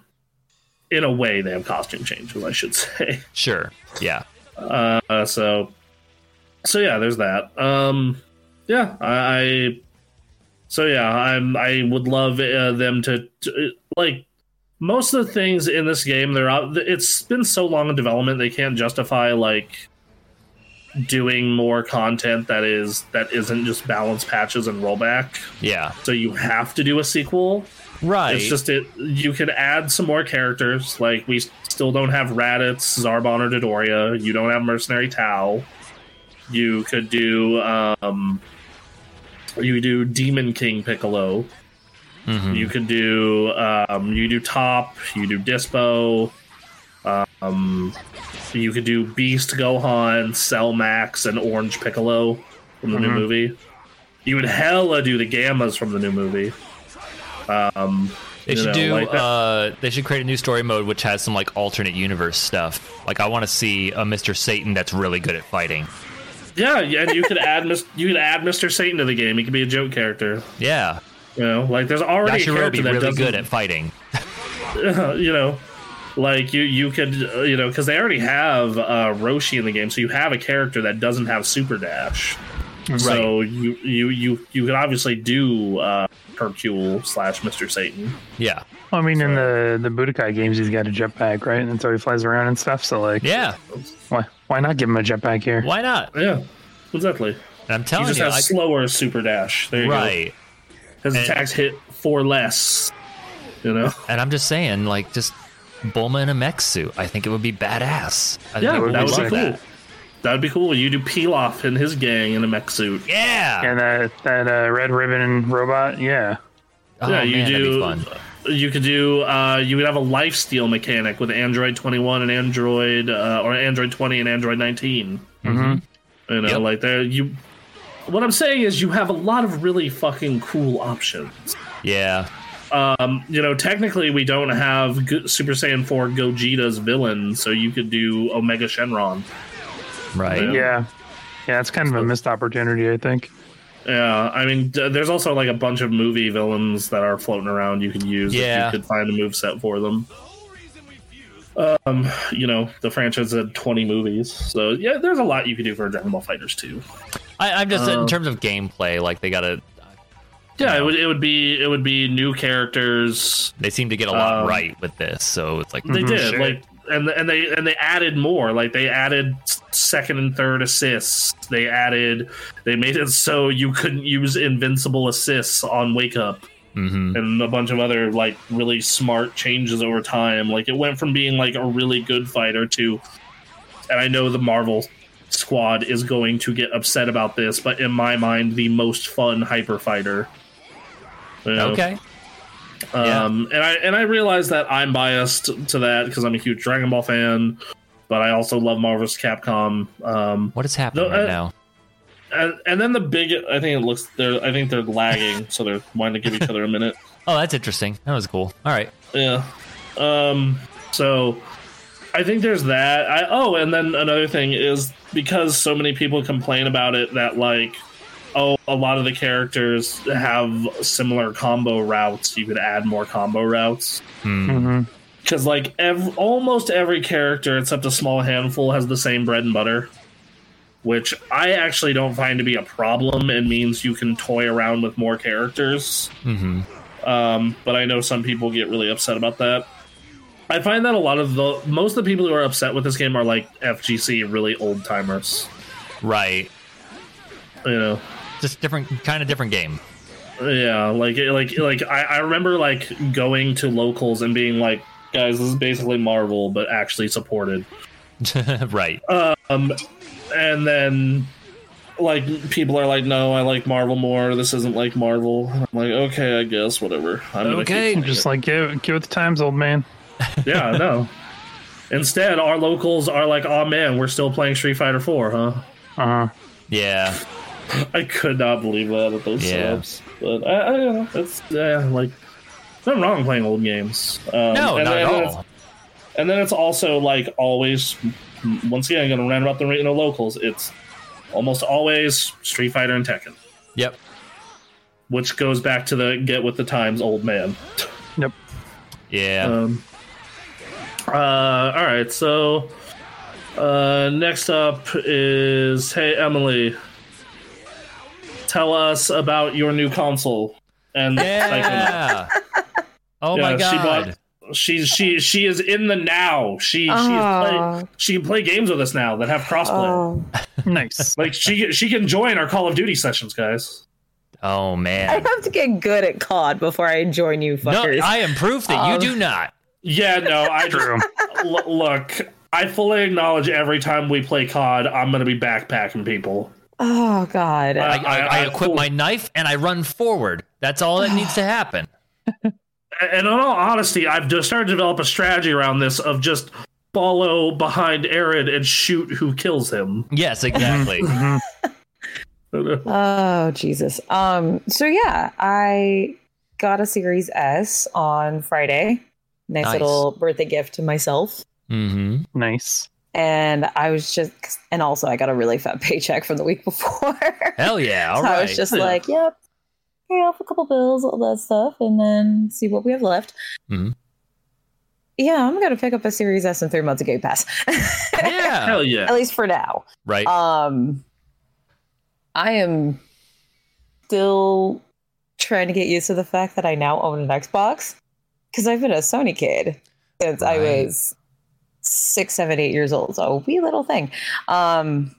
[SPEAKER 2] in a way they have costume changes i should say
[SPEAKER 1] sure yeah
[SPEAKER 2] uh, so so yeah there's that um yeah i, I so yeah i'm i would love uh, them to, to like most of the things in this game they're out it's been so long in development they can't justify like doing more content that is that isn't just balance patches and rollback
[SPEAKER 1] yeah
[SPEAKER 2] so you have to do a sequel
[SPEAKER 1] right
[SPEAKER 2] it's just it. You could add some more characters. Like we still don't have Raditz, Zarbon, or Dodoria. You don't have Mercenary Tau. You could do um, you do Demon King Piccolo. You could do um, you do Top. You do Dispo. Um, you could do Beast Gohan, Cell Max, and Orange Piccolo from the new movie. You would hella do the Gammas from the new movie.
[SPEAKER 1] they
[SPEAKER 2] you
[SPEAKER 1] should
[SPEAKER 2] know,
[SPEAKER 1] do
[SPEAKER 2] like that-
[SPEAKER 1] uh they should create a new story mode which has some like alternate universe stuff like i want to see a mr satan that's really good at fighting
[SPEAKER 2] Yeah, yeah, and you could add Mis- you could add Mr. Satan to the game. He could be a joke character.
[SPEAKER 1] yeah
[SPEAKER 2] You know, like there's already a
[SPEAKER 1] Yashirobe
[SPEAKER 2] character that
[SPEAKER 1] really
[SPEAKER 2] doesn't.
[SPEAKER 1] good at fighting
[SPEAKER 2] you know, like you you could uh, you know because they already have uh, Roshi in the game, so you have a character that doesn't have super dash. So you you you you could obviously do uh, Hercule slash Mr. Satan.
[SPEAKER 1] yeah
[SPEAKER 4] Well, I mean, in the the Budokai games, he's got a jetpack, right? And so he flies around and stuff. So like,
[SPEAKER 1] yeah
[SPEAKER 4] why why not give him a jetpack here?
[SPEAKER 1] Why not?
[SPEAKER 2] Yeah, exactly.
[SPEAKER 1] And I'm
[SPEAKER 2] He
[SPEAKER 1] telling
[SPEAKER 2] just
[SPEAKER 1] you,
[SPEAKER 2] has
[SPEAKER 1] I,
[SPEAKER 2] slower super dash. There you
[SPEAKER 1] right.
[SPEAKER 2] go. His
[SPEAKER 1] And-
[SPEAKER 2] attacks hit four less. You know.
[SPEAKER 1] And I'm just saying, like, just Bulma in a mech suit. I think it would be badass. I
[SPEAKER 4] Yeah,
[SPEAKER 1] think
[SPEAKER 4] it would
[SPEAKER 1] people
[SPEAKER 2] That
[SPEAKER 4] be
[SPEAKER 1] love
[SPEAKER 2] would be
[SPEAKER 4] sick.
[SPEAKER 2] cool. That would be cool. You do Pilaf and his gang in a mech suit.
[SPEAKER 1] Yeah.
[SPEAKER 4] And that that uh, red ribbon robot, yeah.
[SPEAKER 1] oh,
[SPEAKER 2] yeah,
[SPEAKER 1] man,
[SPEAKER 2] you
[SPEAKER 1] that'd be
[SPEAKER 2] do-
[SPEAKER 1] fun.
[SPEAKER 2] You could do. Uh, you would have a life steal mechanic with Android 21 and Android uh, or Android 20 and Android 19.
[SPEAKER 4] Mhm.
[SPEAKER 2] You know,
[SPEAKER 1] Yep.
[SPEAKER 2] like there you. What I'm saying is, you have a lot of really fucking cool options.
[SPEAKER 1] Yeah.
[SPEAKER 2] Um, you know, technically, we don't have Go- Super Saiyan 4 Gogeta's villain, so you could do Omega Shenron.
[SPEAKER 1] Right.
[SPEAKER 2] Yeah.
[SPEAKER 4] Yeah. Yeah, it's kind of a missed opportunity, I think.
[SPEAKER 2] Yeah, I mean, d- there's also like a bunch of movie villains that are floating around you can use
[SPEAKER 1] Yeah.
[SPEAKER 2] if you could find a move set for them. Um, you know, the franchise had 20 movies, so yeah, there's a lot you could do for Dragon Ball Fighters too.
[SPEAKER 1] I, I'm just in
[SPEAKER 2] Um,
[SPEAKER 1] terms of gameplay, like they gotta.
[SPEAKER 2] Yeah, it would it would be it would be new characters.
[SPEAKER 1] They seem to get a lot
[SPEAKER 2] Um,
[SPEAKER 1] right with this, so it's like
[SPEAKER 2] They
[SPEAKER 1] mm,
[SPEAKER 2] did
[SPEAKER 1] sure.
[SPEAKER 2] like and and they and they added more. Like they added s- second and third assists. They added they made it so you couldn't use invincible assists on Wake Up.
[SPEAKER 1] Mhm.
[SPEAKER 2] and a bunch of other like really smart changes over time. Like it went from being like a really good fighter to, and I know the Marvel squad is going to get upset about this, but in my mind, the most fun hyper fighter. You know,
[SPEAKER 1] Okay. yeah.
[SPEAKER 2] Um, and I and I realize that I'm biased to that because I'm a huge Dragon Ball fan, but I also love Marvel's Capcom. Um,
[SPEAKER 1] What is happening
[SPEAKER 2] No,
[SPEAKER 1] right
[SPEAKER 2] uh,
[SPEAKER 1] now?
[SPEAKER 2] and, and then the big, I think it looks they're I think they're lagging, so they're wanting to give each other a minute.
[SPEAKER 1] Oh, that's interesting. That was cool. All right.
[SPEAKER 2] Yeah. Um. So, I think there's that. I oh, and then another thing is because so many people complain about it that like, oh, a lot of the characters have similar combo routes. You could add more combo routes
[SPEAKER 1] Hmm.
[SPEAKER 4] hmm
[SPEAKER 2] because like ev- almost every character except a small handful has the same bread and butter. Which I actually don't find to be a problem and means you can toy around with more characters
[SPEAKER 1] hmm
[SPEAKER 2] um, but I know some people get really upset about that. I find that a lot of the most of the people who are upset with this game are like FGC really old timers.
[SPEAKER 1] Right.
[SPEAKER 2] You know,
[SPEAKER 1] Just different kind of different game.
[SPEAKER 2] yeah, like like like I, I remember like going to locals and being like, guys, this is basically Marvel but actually supported.
[SPEAKER 1] right.
[SPEAKER 2] Um, and then like people are like, no, I like Marvel more. This isn't like Marvel. I'm like, okay, I guess whatever. I'm gonna keep
[SPEAKER 1] Okay.
[SPEAKER 2] playing it."
[SPEAKER 4] Just like give give it the times, old man.
[SPEAKER 2] Yeah, no. Instead, our locals are like, "Oh man, we're still playing Street Fighter 4, huh?"
[SPEAKER 4] Uh huh.
[SPEAKER 1] Yeah.
[SPEAKER 2] um, I could not believe that at those
[SPEAKER 1] Yeah.
[SPEAKER 2] setups. But I, I don't know. It's yeah, like nothing wrong with playing old games. Um,
[SPEAKER 1] No, not
[SPEAKER 2] and then
[SPEAKER 1] at
[SPEAKER 2] it's-
[SPEAKER 1] all.
[SPEAKER 2] And then it's also like always. Once again, I'm going to rant about the you know, locals. It's almost always Street Fighter and Tekken,
[SPEAKER 1] Yep.
[SPEAKER 2] which goes back to the get with the times, old man.
[SPEAKER 1] Yeah.
[SPEAKER 2] Um, uh, all right, so uh, next up is Hey Emily, tell us about your new console. And
[SPEAKER 1] yeah. oh my
[SPEAKER 2] Yeah, she
[SPEAKER 1] god.
[SPEAKER 2] like, she she she is in the now. She she is play,
[SPEAKER 3] Oh.
[SPEAKER 2] she can play games with us now that have crossplay.
[SPEAKER 4] Nice.
[SPEAKER 2] Like she she can join our Call of Duty sessions, guys.
[SPEAKER 1] oh
[SPEAKER 3] I
[SPEAKER 1] man.
[SPEAKER 3] have to get good at COD before I join you
[SPEAKER 1] No,
[SPEAKER 3] fuckers.
[SPEAKER 1] I am proof that you
[SPEAKER 3] Um,
[SPEAKER 1] do not.
[SPEAKER 2] Yeah, no, I
[SPEAKER 4] True.
[SPEAKER 2] l- look. I fully acknowledge every time we play COD, I'm gonna be backpacking people.
[SPEAKER 3] oh god.
[SPEAKER 1] I,
[SPEAKER 2] Uh,
[SPEAKER 1] I, I,
[SPEAKER 2] I- I-
[SPEAKER 1] equip my knife and I run forward. That's all that needs to happen.
[SPEAKER 2] and in all honesty, I've just started to develop a strategy around this of just follow behind Arid and shoot who kills him.
[SPEAKER 1] Yes, exactly.
[SPEAKER 4] Mhm.
[SPEAKER 3] Oh Jesus. Um so yeah, I got a Series S on Friday. Nice,
[SPEAKER 1] Nice.
[SPEAKER 3] little birthday gift to myself.
[SPEAKER 1] hmm
[SPEAKER 4] Nice.
[SPEAKER 3] And I was just and also I got a really fat paycheck from the week before.
[SPEAKER 1] Hell yeah. All
[SPEAKER 3] so
[SPEAKER 1] right.
[SPEAKER 3] I was just like, yep, pay off a couple bills, all that stuff, and then see what we have left.
[SPEAKER 1] Mhm.
[SPEAKER 3] Yeah, I'm gonna pick up a Series S in three months of Game Pass.
[SPEAKER 1] yeah.
[SPEAKER 2] Hell yeah.
[SPEAKER 3] At least for now.
[SPEAKER 1] Right.
[SPEAKER 3] Um, I am still trying to get used to the fact that I now own an Xbox because I've been a Sony kid since I
[SPEAKER 1] Right.
[SPEAKER 3] was six, seven, eight years old. So a wee little thing. Um,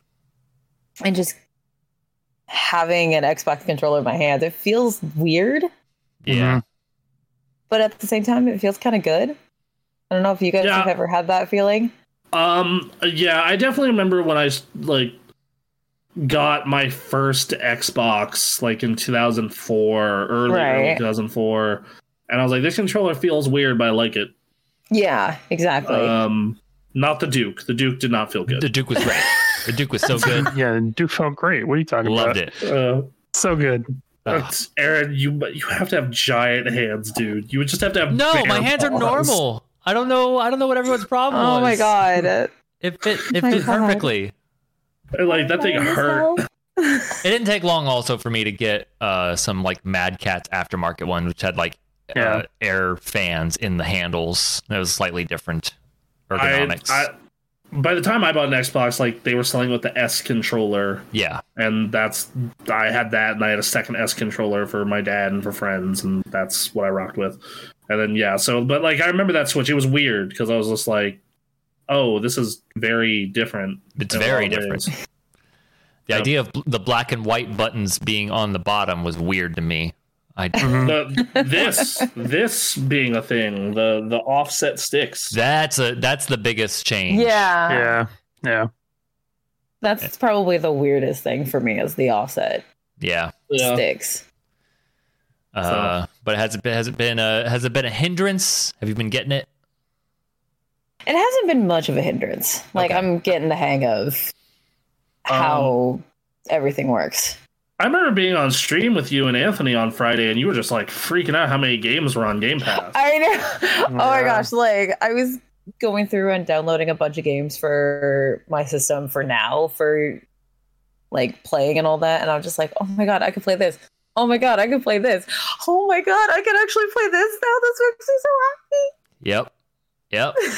[SPEAKER 3] and just having an Xbox controller in my hand, it feels weird,
[SPEAKER 1] yeah.
[SPEAKER 3] but at the same time, it feels kind of good. And I don't know if you guys
[SPEAKER 2] Yeah.
[SPEAKER 3] have ever had that feeling.
[SPEAKER 2] Um, yeah, I definitely remember when I like got my first Xbox like in 2004, early, early
[SPEAKER 3] Right.
[SPEAKER 2] 2004, and I was like, this controller feels weird, but I like it.
[SPEAKER 3] Yeah, exactly.
[SPEAKER 2] Um, not the Duke. The Duke did not feel
[SPEAKER 1] The
[SPEAKER 2] good.
[SPEAKER 1] Duke was great. The Duke was so good.
[SPEAKER 4] Yeah, Duke felt great. What are you talking about?
[SPEAKER 1] Loved it.
[SPEAKER 2] Uh,
[SPEAKER 4] So good.
[SPEAKER 1] Ugh.
[SPEAKER 2] Aaron, you you have to have giant hands, dude. You would just have to have
[SPEAKER 1] No,
[SPEAKER 2] bare
[SPEAKER 1] my hands are
[SPEAKER 2] paws.
[SPEAKER 1] normal. I don't know. I don't know what everyone's problem
[SPEAKER 3] oh
[SPEAKER 1] was.
[SPEAKER 3] my god.
[SPEAKER 1] It fit. It
[SPEAKER 3] My
[SPEAKER 1] fit
[SPEAKER 3] God.
[SPEAKER 1] perfectly.
[SPEAKER 2] And, Like that thing hurt.
[SPEAKER 1] It didn't take long, also, for me to get uh, some like Mad Cat's aftermarket one, which had like
[SPEAKER 4] Yeah.
[SPEAKER 1] uh, air fans in the handles. That was slightly different
[SPEAKER 2] I,
[SPEAKER 1] ergonomics.
[SPEAKER 2] I, by the time I bought an Xbox, like they were selling with the S controller.
[SPEAKER 1] yeah,
[SPEAKER 2] and that's I had that, and I had a second S controller for my dad and for friends, and that's what I rocked with. And then yeah, so but like I remember that switch, it was weird because I was just like, oh, this is very different.
[SPEAKER 1] it's
[SPEAKER 2] in a
[SPEAKER 1] very
[SPEAKER 2] lot of
[SPEAKER 1] different.
[SPEAKER 2] ways.
[SPEAKER 1] The
[SPEAKER 2] Yeah.
[SPEAKER 1] idea of bl- the black and white buttons being on the bottom was weird to me. I
[SPEAKER 2] The, this this being a thing, the the offset sticks.
[SPEAKER 1] that's a that's the biggest change.
[SPEAKER 3] Yeah.
[SPEAKER 4] Yeah. Yeah.
[SPEAKER 3] That's probably the weirdest thing for me is the offset
[SPEAKER 1] yeah.
[SPEAKER 2] Yeah.
[SPEAKER 3] sticks.
[SPEAKER 1] Uh, But has it been, has it been a has it been a hindrance? Have you been getting it?
[SPEAKER 3] It hasn't been much of a hindrance. Like
[SPEAKER 1] Okay.
[SPEAKER 3] I'm getting the hang of how everything works.
[SPEAKER 2] I remember being on stream with you and Anthony on Friday, and you were just like freaking out how many games were on Game Pass.
[SPEAKER 3] I know. Oh my
[SPEAKER 4] Yeah.
[SPEAKER 3] gosh, like I was going through and downloading a bunch of games for my system for now for like playing and all that and I'm just like, "Oh my god, I could play this. Oh my god, I could play this. Oh my god, I can actually play this now. This makes me so
[SPEAKER 1] Yep. Yep.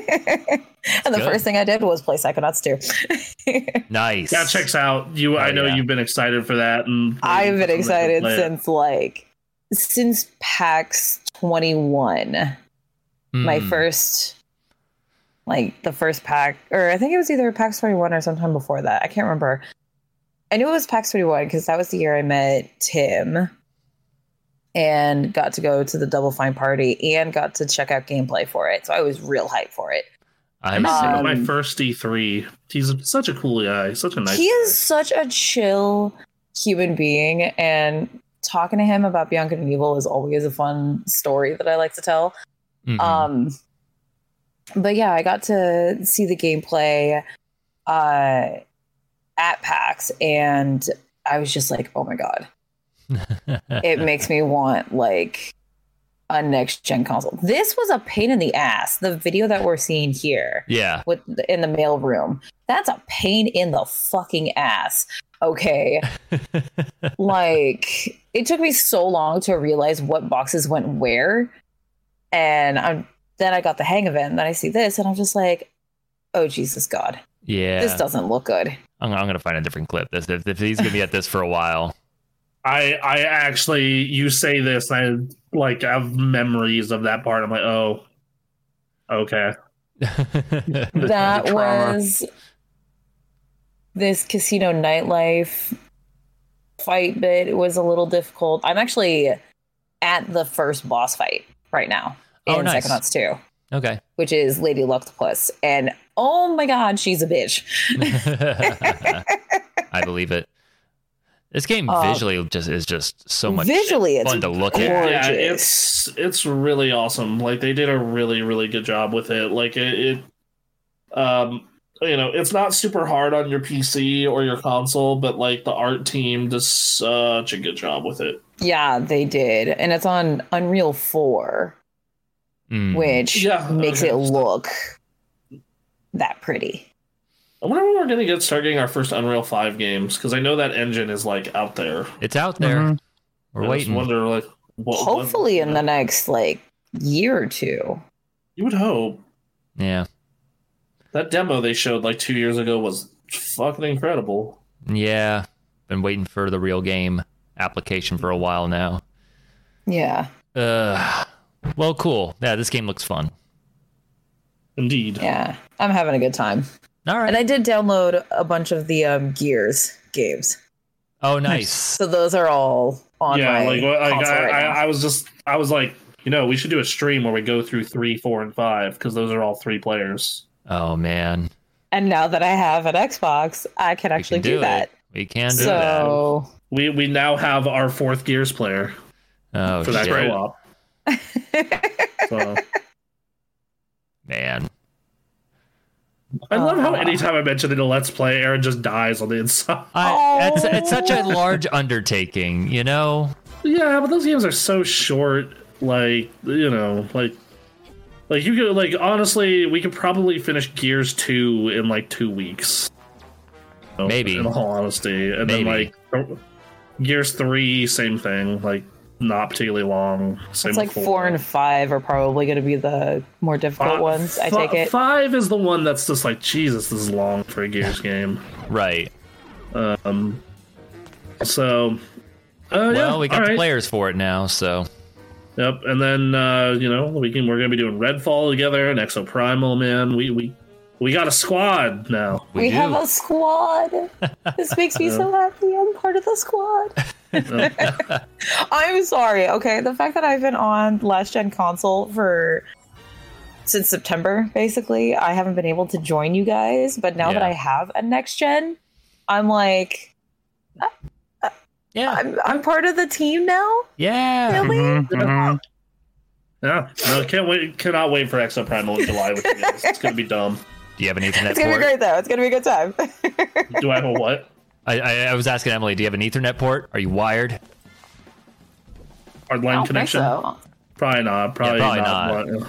[SPEAKER 3] happy." and the
[SPEAKER 1] good.
[SPEAKER 3] first thing I did was play Psychonauts 2.
[SPEAKER 1] Nice.
[SPEAKER 2] That checks out. You, I
[SPEAKER 1] Oh,
[SPEAKER 2] know
[SPEAKER 1] yeah.
[SPEAKER 2] you've been excited for that, and
[SPEAKER 3] I've been excited
[SPEAKER 2] Play it.
[SPEAKER 3] since like since PAX 21. my
[SPEAKER 1] Mm.
[SPEAKER 3] first like the first pack or i think it was either pax 21 or sometime before that i can't remember i knew it was pax 21 because that was the year i met tim and got to go to the double fine party and got to check out gameplay for it so i was real hyped for it
[SPEAKER 1] I'm
[SPEAKER 2] I'm
[SPEAKER 3] Um,
[SPEAKER 2] my first E3. He's such a cool guy. Such a nice.
[SPEAKER 3] he
[SPEAKER 2] guy.
[SPEAKER 3] is such a chill human being and talking to him about bianca and evil is always a fun story that i like to tell
[SPEAKER 1] mhm.
[SPEAKER 2] Mm-hmm.
[SPEAKER 3] Um, but yeah, I got to see the gameplay uh, at PAX, and I was just like, oh my god, it makes me want like a next gen console. This was a pain in the ass. The video that we're seeing here
[SPEAKER 1] yeah.
[SPEAKER 3] with in the mail room, that's a pain in the fucking ass. Okay, like it took me so long to realize what boxes went where and i'm then i got the hang of it and then i see this and i'm just like oh jesus god
[SPEAKER 1] yeah.
[SPEAKER 3] this doesn't look good
[SPEAKER 1] I'm, I'm gonna find a different clip. This if, if he's gonna be at this for a while.
[SPEAKER 2] I I actually you say this and I like I have memories of that part. I'm like, oh, okay.
[SPEAKER 4] The- the
[SPEAKER 3] that
[SPEAKER 4] trauma.
[SPEAKER 3] was this casino nightlife fight bit was a little difficult i'm actually at the first boss fight right now in
[SPEAKER 1] Oh, nice.
[SPEAKER 3] Psychonauts 2
[SPEAKER 1] okay.
[SPEAKER 3] which is lady luctopus and oh my god she's a bitch
[SPEAKER 1] I believe it. This game
[SPEAKER 3] Uh,
[SPEAKER 1] visually just is just so much
[SPEAKER 3] visually it's
[SPEAKER 1] fun to look at.
[SPEAKER 2] Yeah,
[SPEAKER 3] gorgeous.
[SPEAKER 2] it's it's really awesome. Like they did a really really good job with it. Like it, it um you know, it's not super hard on your PC or your console, but like the art team does such a good job with it.
[SPEAKER 3] Yeah, they did. And it's on Unreal 4,
[SPEAKER 1] Mm.
[SPEAKER 3] which
[SPEAKER 2] Yeah,
[SPEAKER 3] makes
[SPEAKER 2] okay.
[SPEAKER 3] it look that pretty.
[SPEAKER 2] I wonder when we're gonna get start getting our first Unreal Five games because I know that engine is like out there.
[SPEAKER 1] It's out there.
[SPEAKER 4] Mhm.
[SPEAKER 1] We're
[SPEAKER 2] I just
[SPEAKER 1] waiting.
[SPEAKER 2] wonder like what, what-
[SPEAKER 3] Hopefully in the next like year or two.
[SPEAKER 2] you would hope
[SPEAKER 1] yeah.
[SPEAKER 2] that demo they showed like two years ago was fucking incredible.
[SPEAKER 1] Yeah. Been waiting for the real game application for a while now.
[SPEAKER 3] Yeah.
[SPEAKER 1] Uh, well, cool. Yeah, this game looks fun.
[SPEAKER 2] Indeed.
[SPEAKER 3] Yeah. I'm having a good time.
[SPEAKER 1] All right.
[SPEAKER 3] And I did download a bunch of the um Gears games.
[SPEAKER 1] oh, nice.
[SPEAKER 3] So those are all on
[SPEAKER 2] yeah,
[SPEAKER 3] my
[SPEAKER 2] like I,
[SPEAKER 3] console
[SPEAKER 2] I,
[SPEAKER 3] right
[SPEAKER 2] I,
[SPEAKER 3] now.
[SPEAKER 2] I was just I was like You know, we should do a stream where we go through three, four, and five because those are all three players.
[SPEAKER 1] Oh man,
[SPEAKER 3] And now that I have an Xbox, I can
[SPEAKER 1] We
[SPEAKER 3] actually
[SPEAKER 1] can
[SPEAKER 3] do,
[SPEAKER 1] it.
[SPEAKER 3] that.
[SPEAKER 1] We can do
[SPEAKER 3] So
[SPEAKER 2] We we now have our fourth Gears player
[SPEAKER 1] that. Oh
[SPEAKER 2] for that
[SPEAKER 1] shit,
[SPEAKER 4] right.
[SPEAKER 2] co-op. So
[SPEAKER 1] man.
[SPEAKER 2] I love how anytime I mention it a Let's Play, Aaron just dies on the inside.
[SPEAKER 1] I, it's, it's such a large undertaking, you know.
[SPEAKER 2] Yeah, but those games are so short. Like you know, like like you could like honestly, we could probably finish Gears two in like two weeks. So,
[SPEAKER 1] Maybe.
[SPEAKER 2] In all honesty, and
[SPEAKER 1] Maybe.
[SPEAKER 2] then like Gears three, same thing. Like not particularly long. Same
[SPEAKER 3] it's like
[SPEAKER 2] with
[SPEAKER 3] four and five are probably going to be the more difficult
[SPEAKER 2] Fi-
[SPEAKER 3] ones. I
[SPEAKER 2] fi-
[SPEAKER 3] take it.
[SPEAKER 2] Five is the one that's just like Jesus. This is long for a Gears game.
[SPEAKER 1] Right.
[SPEAKER 2] Um. So. Uh, yeah,
[SPEAKER 1] Well, we got
[SPEAKER 2] all
[SPEAKER 1] the
[SPEAKER 2] right.
[SPEAKER 1] players for it now, so
[SPEAKER 2] Yep, and then uh, you know we can we're gonna be doing Redfall together and Exoprimal, man. We we we got a squad now.
[SPEAKER 1] we,
[SPEAKER 3] We,
[SPEAKER 1] do.
[SPEAKER 3] have a squad. this makes me so happy. I'm part of the squad. I'm sorry. Okay, the fact that I've been on last gen console for since September, basically, I haven't been able to join you guys. But now that
[SPEAKER 1] Yeah.
[SPEAKER 3] I have a next gen, I'm like,
[SPEAKER 1] yeah,
[SPEAKER 3] I'm, I'm part of the team now.
[SPEAKER 1] yeah. Mm-hmm.
[SPEAKER 3] Really?
[SPEAKER 4] Mhm, mhm.
[SPEAKER 2] Yeah, no, can't wait, cannot wait for Exoprimal in July. With you guys. It's gonna be dumb.
[SPEAKER 1] Do you have an Ethernet
[SPEAKER 3] It's gonna be
[SPEAKER 1] port?
[SPEAKER 3] great though. It's gonna be a good time.
[SPEAKER 2] Do I have a what?
[SPEAKER 1] I, I, I was asking Emily, do you have an Ethernet port? Are you wired?
[SPEAKER 2] Hardline connection? Probably not. Probably,
[SPEAKER 1] probably
[SPEAKER 2] not. What-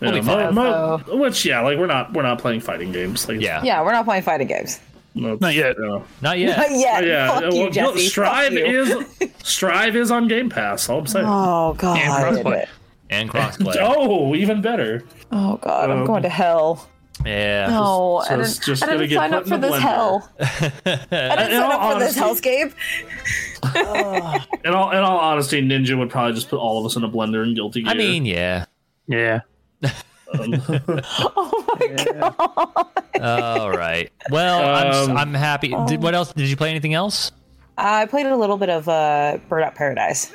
[SPEAKER 1] We'll
[SPEAKER 2] Yeah,
[SPEAKER 1] be fine.
[SPEAKER 2] mo- mo- which yeah, like we're not we're not playing fighting games. Like,
[SPEAKER 1] Yeah.
[SPEAKER 3] Yeah, we're not playing fighting games.
[SPEAKER 2] no,
[SPEAKER 4] Not yet.
[SPEAKER 2] no.
[SPEAKER 1] Not
[SPEAKER 3] Not
[SPEAKER 1] yet.
[SPEAKER 3] yet.
[SPEAKER 2] yeah.
[SPEAKER 3] Fuck
[SPEAKER 2] well,
[SPEAKER 3] you,
[SPEAKER 2] no,
[SPEAKER 3] Jesse. Fuck
[SPEAKER 2] Strive
[SPEAKER 3] you.
[SPEAKER 2] is Strive is on Game Pass. All I'm saying.
[SPEAKER 3] Oh god.
[SPEAKER 4] And crossplay.
[SPEAKER 1] And crossplay.
[SPEAKER 2] Oh, even better.
[SPEAKER 3] Oh god, I'm
[SPEAKER 2] Um,
[SPEAKER 3] going to hell.
[SPEAKER 1] Yeah.
[SPEAKER 3] No,
[SPEAKER 2] so
[SPEAKER 3] I
[SPEAKER 2] it's
[SPEAKER 3] didn't,
[SPEAKER 2] just
[SPEAKER 3] I didn't
[SPEAKER 2] gonna get
[SPEAKER 3] sign
[SPEAKER 2] put
[SPEAKER 3] up
[SPEAKER 2] in
[SPEAKER 3] for
[SPEAKER 2] the
[SPEAKER 3] this
[SPEAKER 2] blender.
[SPEAKER 3] hell. I didn't
[SPEAKER 2] In all
[SPEAKER 3] sign up for this
[SPEAKER 2] honesty-
[SPEAKER 3] hellscape.
[SPEAKER 2] In all in all honesty, Ninja would probably just put all of us in a blender and guilty. Gear.
[SPEAKER 1] I
[SPEAKER 2] Um,
[SPEAKER 1] mean, yeah.
[SPEAKER 4] Yeah.
[SPEAKER 3] Oh my god.
[SPEAKER 1] All right. Well, I'm, s-
[SPEAKER 2] Um,
[SPEAKER 1] I'm happy. Did, what else? Did you play anything else?
[SPEAKER 3] I played a little bit of uh, Burnout Paradise.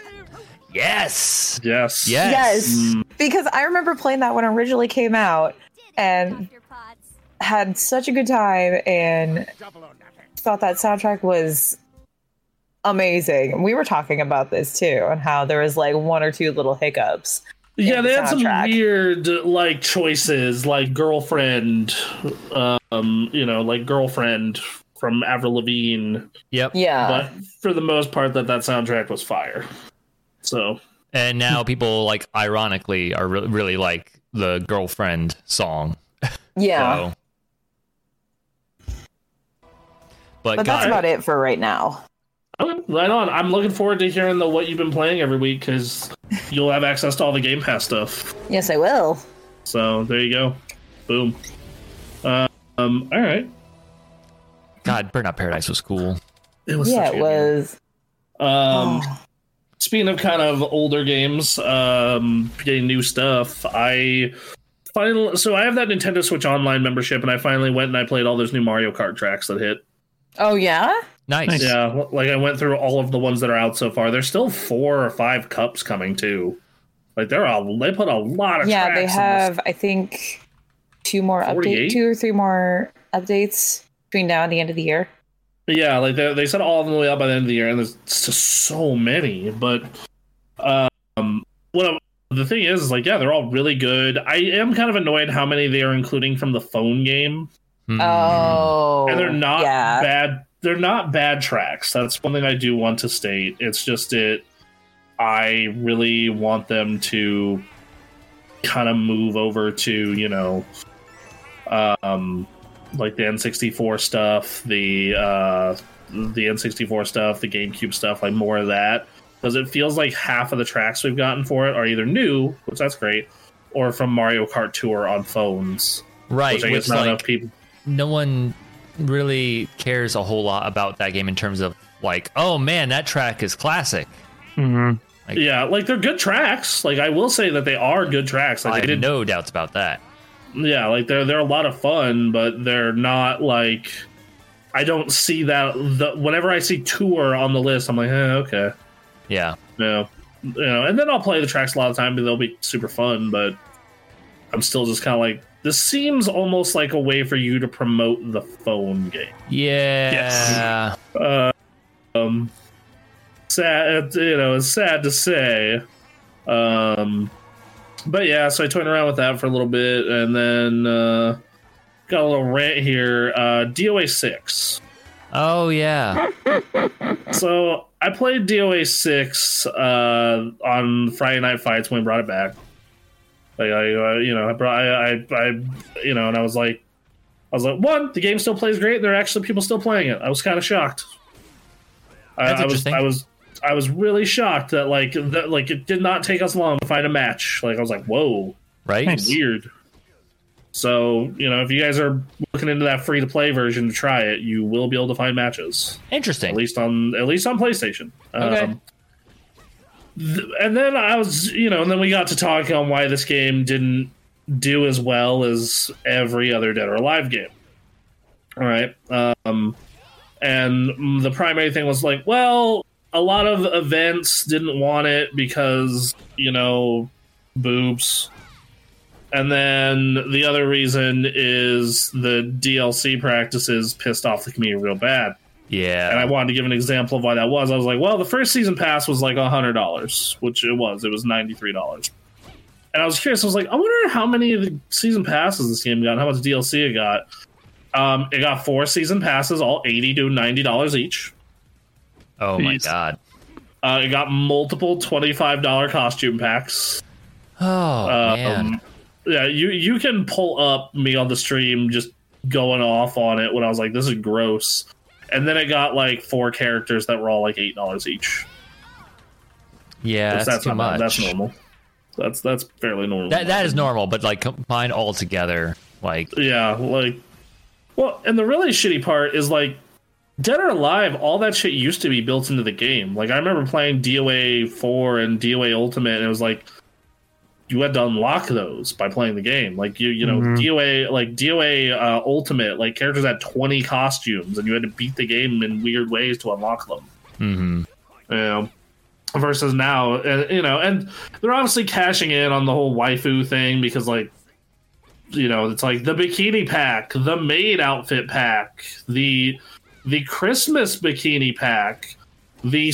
[SPEAKER 1] Yes.
[SPEAKER 2] yes, Mm.
[SPEAKER 1] Yes.
[SPEAKER 3] because I remember playing that when it originally came out, and had such a good time and thought that soundtrack was amazing. We were talking about this too, and how there was like one or two little hiccups.
[SPEAKER 2] Yeah,
[SPEAKER 3] in the
[SPEAKER 2] they had some
[SPEAKER 3] soundtrack.
[SPEAKER 2] weird like choices, like girlfriend, um, you know, like girlfriend from Avril Lavigne.
[SPEAKER 1] Yep.
[SPEAKER 3] Yeah,
[SPEAKER 2] But for the most part, that that soundtrack was fire. So
[SPEAKER 1] And now people like ironically are re- really like the girlfriend song.
[SPEAKER 3] yeah.
[SPEAKER 1] So. But,
[SPEAKER 3] but that's
[SPEAKER 1] God,
[SPEAKER 3] about it for right now.
[SPEAKER 2] okay, right on. I'm looking forward to hearing the what you've been playing every week because you'll have access to all the Game Pass stuff.
[SPEAKER 3] Yes, I will.
[SPEAKER 2] So there you go, boom. Um, all right.
[SPEAKER 1] God, Burnout Paradise was cool.
[SPEAKER 2] It was
[SPEAKER 3] yeah,
[SPEAKER 2] such a
[SPEAKER 3] it
[SPEAKER 2] good game.
[SPEAKER 3] was.
[SPEAKER 2] Um, Speaking of kind of older games, um, getting new stuff, I finally so I have that Nintendo Switch Online membership, and I finally went and I played all those new Mario Kart tracks that hit.
[SPEAKER 3] Oh yeah.
[SPEAKER 1] Nice.
[SPEAKER 2] Yeah, l- like I went through all of the ones that are out so far. There's still four or five cups coming too. Like they're all they put a lot of
[SPEAKER 3] yeah
[SPEAKER 2] tracks
[SPEAKER 3] they
[SPEAKER 2] in this.
[SPEAKER 3] have i think two more
[SPEAKER 2] 48?
[SPEAKER 3] updates two or three more updates between now and the end of the year
[SPEAKER 2] Yeah, like they, they said all of them will be out by the end of the year, and there's just so many. But um, what I'm- the thing is, is like, yeah, they're all really good. I am kind of annoyed how many they are including from the phone game,
[SPEAKER 1] Hmm.
[SPEAKER 3] oh
[SPEAKER 2] and they're not
[SPEAKER 3] yeah
[SPEAKER 2] bad. They're not bad tracks. That's one thing I do want to state. It's just it. I really want them to kind of move over to you know, um, like the N64 stuff, the uh, the N64 stuff, the GameCube stuff, like more of that. Because it feels like half of the tracks we've gotten for it are either new, which that's great, or from Mario Kart Tour on phones,
[SPEAKER 1] Right.
[SPEAKER 2] which I guess
[SPEAKER 1] Which
[SPEAKER 2] not
[SPEAKER 1] like
[SPEAKER 2] enough people.
[SPEAKER 1] no one really cares a whole lot about that game in terms of like, oh man, that track is classic.
[SPEAKER 4] Mhm.
[SPEAKER 2] Yeah, like they're good tracks. Like I will say that they are good tracks. Like
[SPEAKER 1] I
[SPEAKER 2] they
[SPEAKER 1] had
[SPEAKER 2] did,
[SPEAKER 1] no doubts about that.
[SPEAKER 2] yeah, like they're they're a lot of fun, but they're not like I don't see that. The, whenever I see tour on the list, I'm like, eh, okay,
[SPEAKER 1] Yeah.
[SPEAKER 2] no. you know, and then I'll play the tracks a lot of time and they'll be super fun, but I'm still just kind of like, this seems almost like a way for you to promote the phone game.
[SPEAKER 1] Yeah.
[SPEAKER 4] Yes.
[SPEAKER 2] Um, sad, uh, you know, it's sad to say. Um, but yeah, so I toyed around with that for a little bit and then uh, got a little rant here. Uh, DOA 6.
[SPEAKER 1] Oh yeah.
[SPEAKER 2] So I played DOA six uh, on Friday Night Fights when we brought it back. Like I, uh, you know, I brought, I, I, I, you know, and I was like, I was like, one, the game still plays great. There are actually people still playing it. I was kind of shocked. I,
[SPEAKER 1] That's
[SPEAKER 2] I was,
[SPEAKER 1] interesting.
[SPEAKER 2] I was, I was really shocked that like that like it did not take us long to find a match. Like I was like, whoa,
[SPEAKER 1] Right.
[SPEAKER 4] Nice.
[SPEAKER 2] weird. So you know, if you guys are looking into that free to play version to try it, you will be able to find matches
[SPEAKER 1] Interesting.
[SPEAKER 2] at least on at least on PlayStation. Um,
[SPEAKER 1] Okay.
[SPEAKER 2] th- and then I was, you know, and then we got to talk on why this game didn't do as well as every other Dead or Alive game. All right, um, and mm, the primary thing was like, well, a lot of events didn't want it because you know, boobs. And then the other reason is the DLC practices pissed off the community real bad and I
[SPEAKER 1] yeah.
[SPEAKER 2] wanted to give an example of why that was. I was like, well, the first season pass was like hundred dollars, which it was. It was ninety three dollars, and I was curious. I was like, I wonder how many of the season passes this game got, and how much DLC it got. Um, it got four season passes, all eighty to ninety dollars each.
[SPEAKER 1] oh my
[SPEAKER 4] Jeez.
[SPEAKER 1] god.
[SPEAKER 2] Uh, it got multiple twenty five dollar costume packs.
[SPEAKER 1] Oh man.
[SPEAKER 2] Um, yeah, you you can pull up me on the stream just going off on it when I was like, this is gross. And then it got like four characters that were all like eight dollars each.
[SPEAKER 1] Yeah. That's, too
[SPEAKER 2] not
[SPEAKER 1] much.
[SPEAKER 2] bad. That's normal. That's that's fairly normal.
[SPEAKER 1] That that is normal, but like combined all together, like
[SPEAKER 2] yeah, like well, and the really shitty part is like Dead or Alive, all that shit used to be built into the game. Like I remember playing DOA four and DOA Ultimate, and it was like you had to unlock those by playing the game. Like you, you know, DOA like DOA uh, Ultimate, like characters had twenty costumes, and you had to beat the game in weird ways to unlock them.
[SPEAKER 1] mhm.
[SPEAKER 2] you know, versus now, and you know, and they're obviously cashing in on the whole waifu thing because, like, you know, it's like the bikini pack, the maid outfit pack, the the Christmas bikini pack, the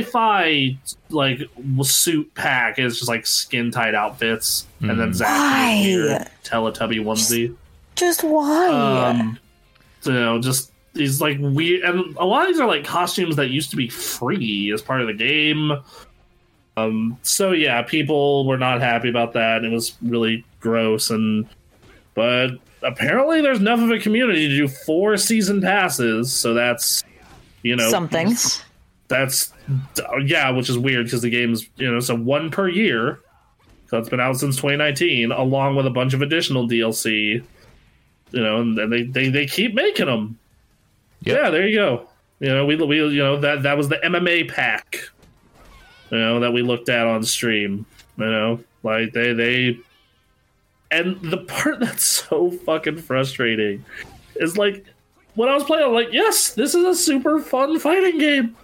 [SPEAKER 2] sci-fi like suit pack is just like skin tight outfits, and then Zach
[SPEAKER 3] Why?
[SPEAKER 2] Teletubby onesie
[SPEAKER 3] Just why?
[SPEAKER 2] um, you know, just these like weird, and a lot of these are like costumes that used to be free as part of the game. Um, so yeah, people were not happy about that. and It was really gross, and but apparently there's enough of a community to do four season passes, so that's you know
[SPEAKER 3] Something.
[SPEAKER 2] that's yeah, which is weird because the game's you know so one per year, so it's been out since 2019, along with a bunch of additional DLC. You know, and, and they, they they keep making them.
[SPEAKER 1] Yep.
[SPEAKER 2] Yeah, there you go. You know, we we you know that that was the MMA pack. You know that we looked at on stream. You know, like they they, and the part that's so fucking frustrating is like when I was playing, I'm like, yes, this is a super fun fighting game.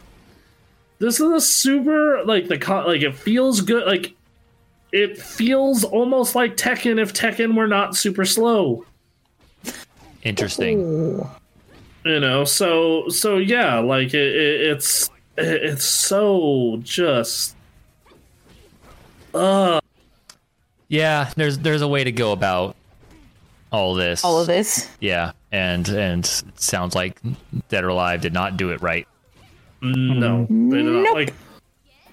[SPEAKER 2] This is a super like the con- like it feels good. Like it feels almost like Tekken if Tekken were not super slow.
[SPEAKER 1] interesting.
[SPEAKER 2] You know, so so yeah, like it, it, it's it, it's so just
[SPEAKER 1] Yeah, there's there's a way to go about all this.
[SPEAKER 3] All of this.
[SPEAKER 1] Yeah, and and it sounds like Dead or Alive did not do it right.
[SPEAKER 2] no, they do not.
[SPEAKER 3] Nope.
[SPEAKER 2] like.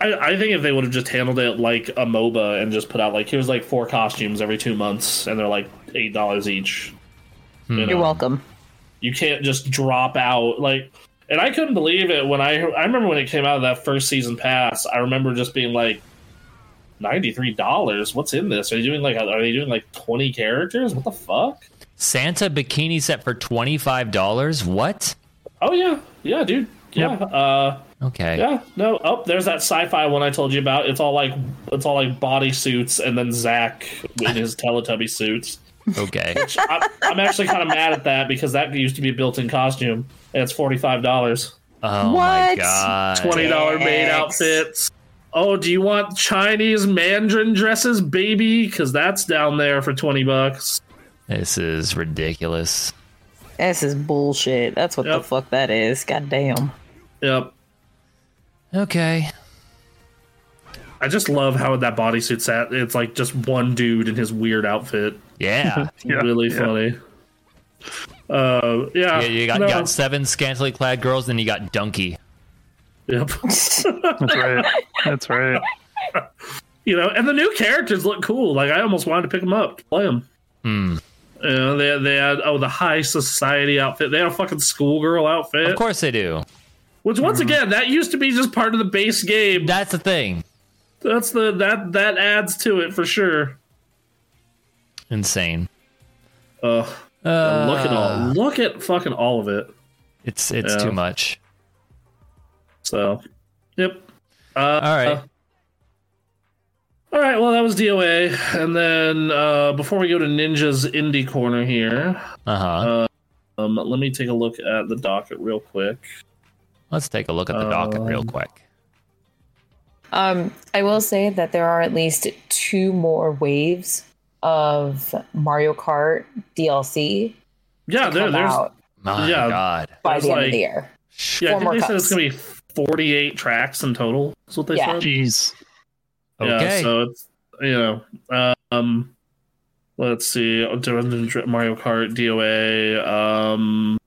[SPEAKER 2] I, I think if they would have just handled it like a MOBA and just put out like here's like four costumes every two months and they're like eight dollars each. You
[SPEAKER 3] You're
[SPEAKER 2] know?
[SPEAKER 3] welcome.
[SPEAKER 2] you can't just drop out like and i couldn't believe it when i i remember when it came out of that first season pass i remember just being like $93 what's in this are they doing like are they doing like 20 characters what the fuck
[SPEAKER 1] Santa bikini set for twenty five dollars. What?
[SPEAKER 2] oh yeah yeah dude yeah uh
[SPEAKER 1] Okay.
[SPEAKER 2] yeah no oh there's that sci-fi one i told you about it's all like it's all like body suits and then zach in his teletubby suits
[SPEAKER 1] Okay.
[SPEAKER 2] I, i'm actually kind of mad at that because that used to be a built-in costume and it's $45
[SPEAKER 1] Oh my
[SPEAKER 3] What?
[SPEAKER 1] god.
[SPEAKER 2] twenty dollar maid
[SPEAKER 3] Dicks.
[SPEAKER 2] outfits. oh, do you want Chinese Mandarin dresses, baby? Because that's down there for 20 bucks.
[SPEAKER 1] This is ridiculous.
[SPEAKER 3] This is bullshit. That's what the
[SPEAKER 2] Yep.
[SPEAKER 3] fuck that is. God damn.
[SPEAKER 2] Yep.
[SPEAKER 1] Okay.
[SPEAKER 2] I just love how that bodysuit sat. It's like just one dude in his weird outfit.
[SPEAKER 1] Yeah.
[SPEAKER 4] Yeah,
[SPEAKER 2] really
[SPEAKER 4] yeah.
[SPEAKER 2] funny. Uh, yeah.
[SPEAKER 1] yeah you got,
[SPEAKER 2] no.
[SPEAKER 1] you got seven scantily clad girls, then you got Donkey.
[SPEAKER 2] Yep.
[SPEAKER 4] That's right. That's right.
[SPEAKER 2] you know, and the new characters look cool. Like I almost wanted to pick them up to play them.
[SPEAKER 1] Hmm.
[SPEAKER 2] You know, they they had oh the high society outfit. They had a fucking schoolgirl outfit.
[SPEAKER 1] Of course Mm-hmm. they do.
[SPEAKER 2] Which once again, that used to be just part of the base game.
[SPEAKER 1] That's the thing.
[SPEAKER 2] That's the that that adds to it for sure.
[SPEAKER 1] Insane.
[SPEAKER 2] Ugh.
[SPEAKER 1] Uh,
[SPEAKER 2] look at all look at fucking all of it.
[SPEAKER 1] It's it's
[SPEAKER 2] Yeah.
[SPEAKER 1] too much.
[SPEAKER 2] So, yep. Uh,
[SPEAKER 1] All right.
[SPEAKER 2] All right, well, that was DOA. And then uh, before we go to Ninja's Indie Corner here,
[SPEAKER 1] Uh huh.
[SPEAKER 2] um, let me take a look at the docket real quick.
[SPEAKER 1] Let's take a look at the docket real quick.
[SPEAKER 3] Um, I will say that there are at least two more waves of Mario Kart DLC
[SPEAKER 2] Yeah, there,
[SPEAKER 3] come
[SPEAKER 2] there's.
[SPEAKER 3] out
[SPEAKER 1] My
[SPEAKER 2] Yeah.
[SPEAKER 1] God.
[SPEAKER 3] by
[SPEAKER 2] there's
[SPEAKER 3] the end
[SPEAKER 2] like-
[SPEAKER 3] of the year.
[SPEAKER 2] Yeah, I
[SPEAKER 3] Four
[SPEAKER 2] think
[SPEAKER 3] more
[SPEAKER 2] they said
[SPEAKER 3] cups.
[SPEAKER 2] it's going to be 48 tracks in total. That's what they
[SPEAKER 3] Yeah.
[SPEAKER 2] said.
[SPEAKER 4] Jeez.
[SPEAKER 1] Okay.
[SPEAKER 2] Yeah, so it's you know, um, let's see, Mario Kart, DOA. Um,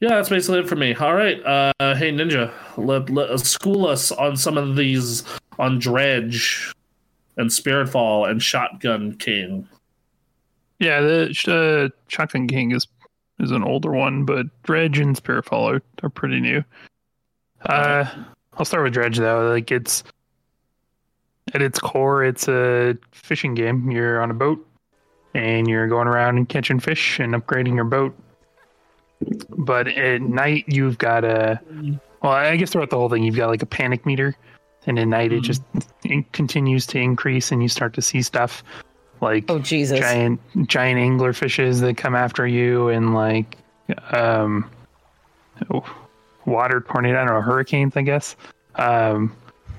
[SPEAKER 2] yeah, that's basically it for me. All right, uh, hey Ninja, let, let uh, school us on some of these on Dredge, and Spiritfall, and Shotgun King.
[SPEAKER 4] Yeah, the uh, Shotgun King is is an older one, but Dredge and Spearfall are, are pretty new. Uh, I'll start with Dredge though. Like it's at its core, it's a fishing game. You're on a boat, and you're going around and catching fish and upgrading your boat. But at night, you've got a well, I guess throughout the whole thing, you've got like a panic meter, and at night it just in- continues to increase, and you start to see stuff like
[SPEAKER 3] Oh Jesus!
[SPEAKER 4] giant giant angler fishes that come after you and like um oh, water tornado I don't know hurricanes I guess um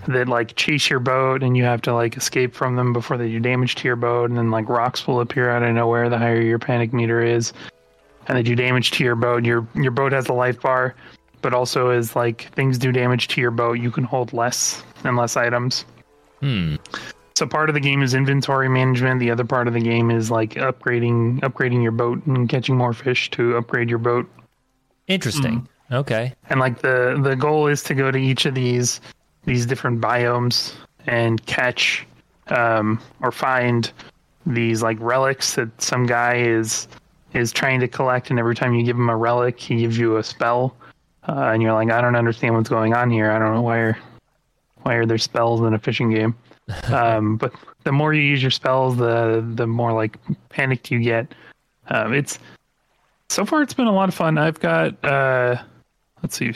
[SPEAKER 4] that like chase your boat and you have to like escape from them before they do damage to your boat and then like rocks will appear out of nowhere the higher your panic meter is and they do damage to your boat your your boat has a life bar but also as like things do damage to your boat you can hold less and less items
[SPEAKER 1] hmm.
[SPEAKER 4] so part of the game is inventory management. The other part of the game is like upgrading upgrading your boat and catching more fish to upgrade your boat.
[SPEAKER 1] Interesting.
[SPEAKER 2] hmm.
[SPEAKER 1] Okay.
[SPEAKER 4] And like the the goal is to go to each of these these different biomes and catch um, or find these like relics that some guy is is trying to collect. And every time you give him a relic, he gives you a spell. Uh, and you're like, I don't understand what's going on here. I don't know why are why are there spells in a fishing game. um, but the more you use your spells, the the more like panicked you get. Um, it's so far it's been a lot of fun. I've got uh, let's see,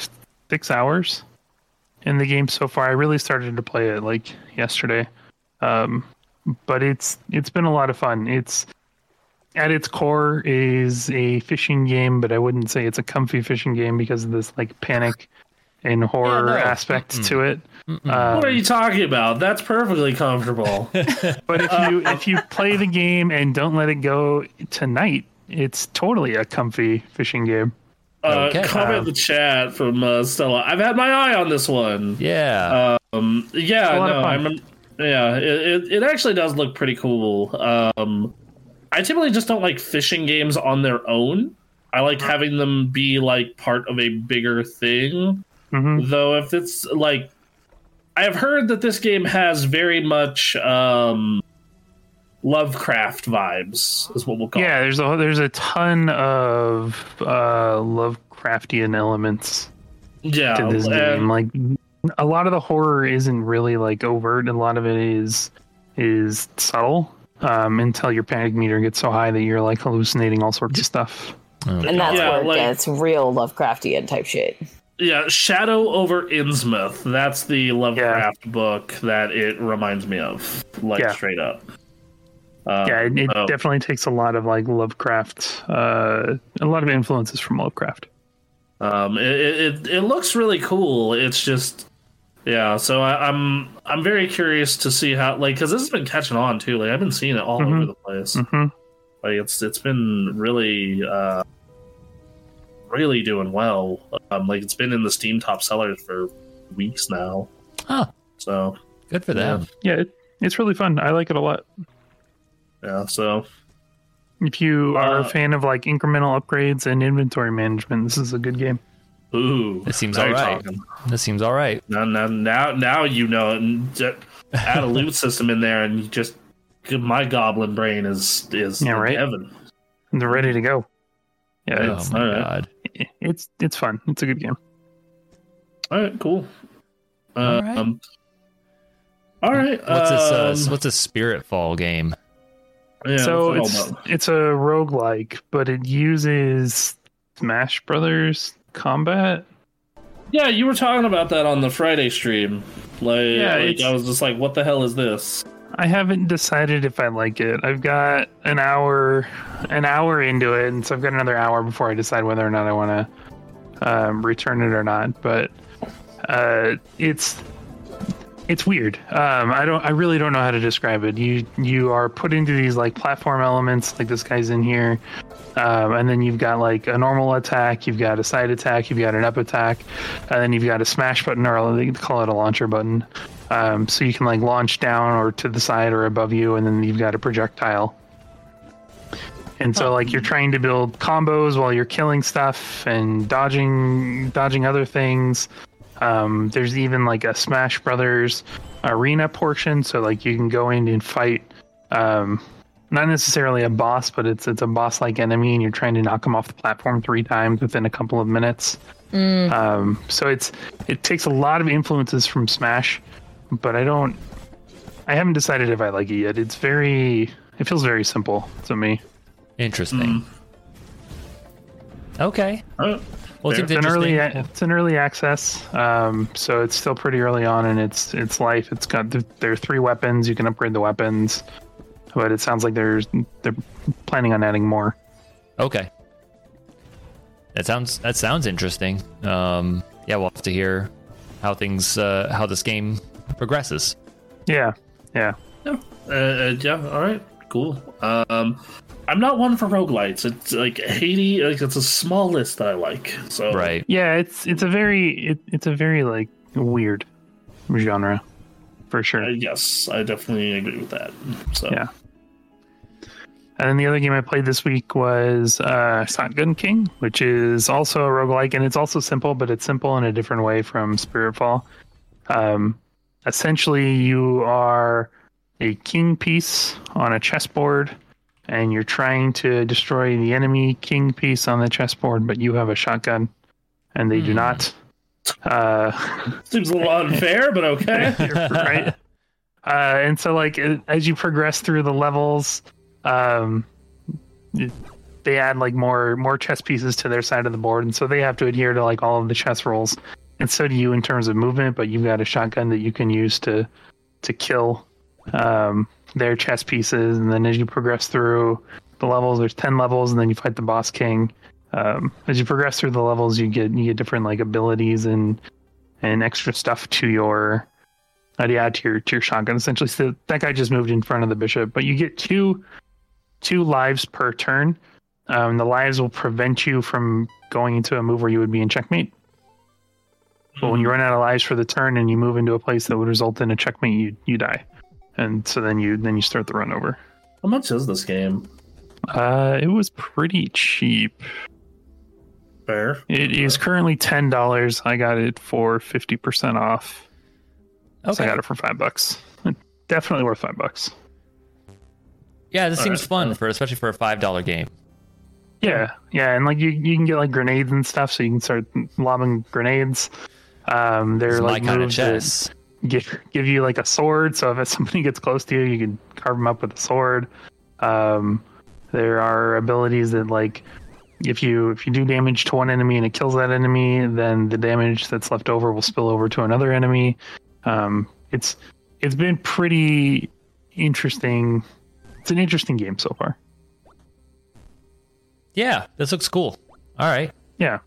[SPEAKER 4] six hours in the game so far. I really started to play it like yesterday, um, but it's it's been a lot of fun. It's at its core is a fishing game, but I wouldn't say it's a comfy fishing game because of this like panic and horror
[SPEAKER 1] no.
[SPEAKER 4] aspect to it.
[SPEAKER 2] What are
[SPEAKER 4] Um,
[SPEAKER 2] you talking about? That's perfectly comfortable. Uh,
[SPEAKER 4] But if you if you play the game and don't let it go tonight, it's totally a comfy fishing game.
[SPEAKER 2] Uh,
[SPEAKER 1] Okay.
[SPEAKER 2] comment
[SPEAKER 4] Um,
[SPEAKER 2] the chat from uh, Stella. I've had my eye on this one.
[SPEAKER 1] Yeah.
[SPEAKER 2] Um, yeah,
[SPEAKER 4] It's a lot of
[SPEAKER 2] no,
[SPEAKER 4] fun.
[SPEAKER 2] I remember. Yeah, it, it, it actually does look pretty cool. Um, I typically just don't like fishing games on their own. I
[SPEAKER 4] Mm-hmm.
[SPEAKER 2] like having them be like part of a bigger thing.
[SPEAKER 4] Mhm.
[SPEAKER 2] Though, if it's like, I've heard that this game has very much um, Lovecraft vibes, is what we'll call.
[SPEAKER 4] Yeah,
[SPEAKER 2] it.
[SPEAKER 4] there's a there's a ton of uh, Lovecraftian elements
[SPEAKER 2] yeah,
[SPEAKER 4] to this
[SPEAKER 2] and-
[SPEAKER 4] game. Like a lot of the horror isn't really like overt. A lot of it is is subtle um, until your panic meter gets so high that you're like hallucinating all sorts of stuff.
[SPEAKER 3] and that's
[SPEAKER 2] Yeah,
[SPEAKER 3] where it
[SPEAKER 2] like-
[SPEAKER 3] gets real Lovecraftian type shit.
[SPEAKER 2] Yeah, Shadow over Innsmouth. That's the Lovecraft book that it reminds me of, like
[SPEAKER 4] Yeah.
[SPEAKER 2] straight up. Uh,
[SPEAKER 4] yeah, it, it
[SPEAKER 2] oh.
[SPEAKER 4] definitely takes a lot of like Lovecraft, uh, a lot of influences from Lovecraft.
[SPEAKER 2] Um, it, it it- it looks really cool. It's just Yeah, so I, I'm I'm very curious to see how like because this has been catching on too. Like I've been seeing it all
[SPEAKER 4] Mhm.
[SPEAKER 2] over the place.
[SPEAKER 4] hmm
[SPEAKER 2] Like it's it's been really uh really doing well. Um, like it's been in the Steam top sellers for weeks now.
[SPEAKER 1] Huh.
[SPEAKER 2] So
[SPEAKER 1] Good for them.
[SPEAKER 4] Yeah, it, it's really fun. I like it a lot.
[SPEAKER 2] yeah, so
[SPEAKER 4] If you are a
[SPEAKER 2] Uh,
[SPEAKER 4] fan of like incremental upgrades and inventory management, this is a good game.
[SPEAKER 2] ooh,
[SPEAKER 1] It seems
[SPEAKER 2] now you're
[SPEAKER 1] alright.
[SPEAKER 2] talking.
[SPEAKER 1] This seems all right.
[SPEAKER 2] Now, now, now, now you know. and ju- Add a loot system in there, and you just my goblin brain is is
[SPEAKER 4] Yeah,
[SPEAKER 2] in
[SPEAKER 4] right?
[SPEAKER 2] heaven.
[SPEAKER 4] They're ready to go. Yeah,
[SPEAKER 1] Oh
[SPEAKER 4] it's,
[SPEAKER 1] my
[SPEAKER 2] all right.
[SPEAKER 1] god.
[SPEAKER 4] it's it's fun. It's a good game.
[SPEAKER 2] All right, cool. Um,
[SPEAKER 1] right.
[SPEAKER 2] all right. all right.
[SPEAKER 1] What's this? Uh, s-
[SPEAKER 2] um,
[SPEAKER 1] what's a spirit fall game?
[SPEAKER 2] yeah,
[SPEAKER 4] so
[SPEAKER 2] what's it all
[SPEAKER 4] it's
[SPEAKER 2] about?
[SPEAKER 4] it's a roguelike, but it uses Smash Brothers combat.
[SPEAKER 2] yeah, you were talking about that on the Friday stream. Like,
[SPEAKER 4] Yeah,
[SPEAKER 2] like
[SPEAKER 4] it's-
[SPEAKER 2] I was just like, what the hell is this?
[SPEAKER 4] I haven't decided if I like it. I've got an hour, an hour into it, and so I've got another hour before I decide whether or not I want to um, return it or not. But uh, it's it's weird. Um, I don't. I really don't know how to describe it. You you are put into these like platform elements, like this guy's in here, um, and then you've got like a normal attack, you've got a side attack, you've got an up attack, and then you've got a smash button, or they call it a launcher button. Um, so you can like launch down or to the side or above you, and then you've got a projectile. And so like you're trying to build combos while you're killing stuff and dodging dodging other things. Um, there's even like a Smash Brothers arena portion, so like you can go in and fight. Um, not necessarily a boss, but it's it's a boss like enemy, and you're trying to knock him off the platform three times within a couple of minutes. Um, so it's it takes a lot of influences from Smash, but I don't. I haven't decided if I like it yet. It's very. It feels very simple to me.
[SPEAKER 1] Interesting.
[SPEAKER 2] hmm.
[SPEAKER 1] Okay.
[SPEAKER 2] Huh?
[SPEAKER 1] Well, it's interesting.
[SPEAKER 2] Fair.
[SPEAKER 4] It's an early. It's an early access. Um, so it's still pretty early on in its its life. It's got th- there are three weapons. You can upgrade the weapons, but it sounds like there's they're planning on adding more.
[SPEAKER 1] Okay. That sounds that sounds interesting. Um, yeah, we'll have to hear how things uh, how this game progresses.
[SPEAKER 4] Yeah, yeah.
[SPEAKER 2] Uh, uh, yeah. All right. Cool. Um, I'm not one for roguelites. It's like Haiti. Like it's a small list I like. So
[SPEAKER 1] Right.
[SPEAKER 4] Yeah, it's it's a very it, it's a very like weird genre, for sure.
[SPEAKER 2] uh, yes, I definitely agree with that. So
[SPEAKER 4] Yeah. And then the other game I played this week was uh, Shotgun King, which is also a roguelike, and it's also simple, but it's simple in a different way from Spiritfall. Um, essentially, you are a king piece on a chessboard, and you're trying to destroy the enemy king piece on the chessboard, but you have a shotgun, and they do not. Uh,
[SPEAKER 2] seems a little unfair, but okay.
[SPEAKER 4] right? Uh, and so, like, a- as you progress through the levels, um, it- they add like more more chess pieces to their side of the board, and so they have to adhere to like all of the chess rules. And so do you in terms of movement, but you've got a shotgun that you can use to to kill um, their chess pieces. And then as you progress through the levels, there's ten levels, and then you fight the boss king. Um, as you progress through the levels, you get you get different like abilities and and extra stuff to your uh, yeah, to your to your shotgun essentially. So that guy just moved in front of the bishop, but you get two two lives per turn. Um, the lives will prevent you from going into a move where you would be in checkmate. But when you run out of lives for the turn and you move into a place that would result in a checkmate, you you die, and so then you then you start the run over.
[SPEAKER 2] How much is this game?
[SPEAKER 4] Uh, it was pretty cheap.
[SPEAKER 2] Fair.
[SPEAKER 4] It is currently ten dollars. I got it for fifty percent off. So I
[SPEAKER 1] Okay.
[SPEAKER 4] got it for five bucks. Definitely worth five bucks.
[SPEAKER 1] Yeah, this seems
[SPEAKER 2] right.
[SPEAKER 1] fun for especially for a five dollar game.
[SPEAKER 4] Yeah, yeah, and like you, you can get like grenades and stuff, so you can start lobbing grenades. Um, they're
[SPEAKER 1] It's my
[SPEAKER 4] like
[SPEAKER 1] kind of
[SPEAKER 4] moves that
[SPEAKER 1] chess.
[SPEAKER 4] give, give you like a sword. So if somebody gets close to you, you can carve them up with a sword. Um, there are abilities that like if you if you do damage to one enemy and it kills that enemy, then the damage that's left over will spill over to another enemy. Um, it's it's been pretty interesting. It's an interesting game so far.
[SPEAKER 1] Yeah, this looks cool. All right.
[SPEAKER 4] Yeah.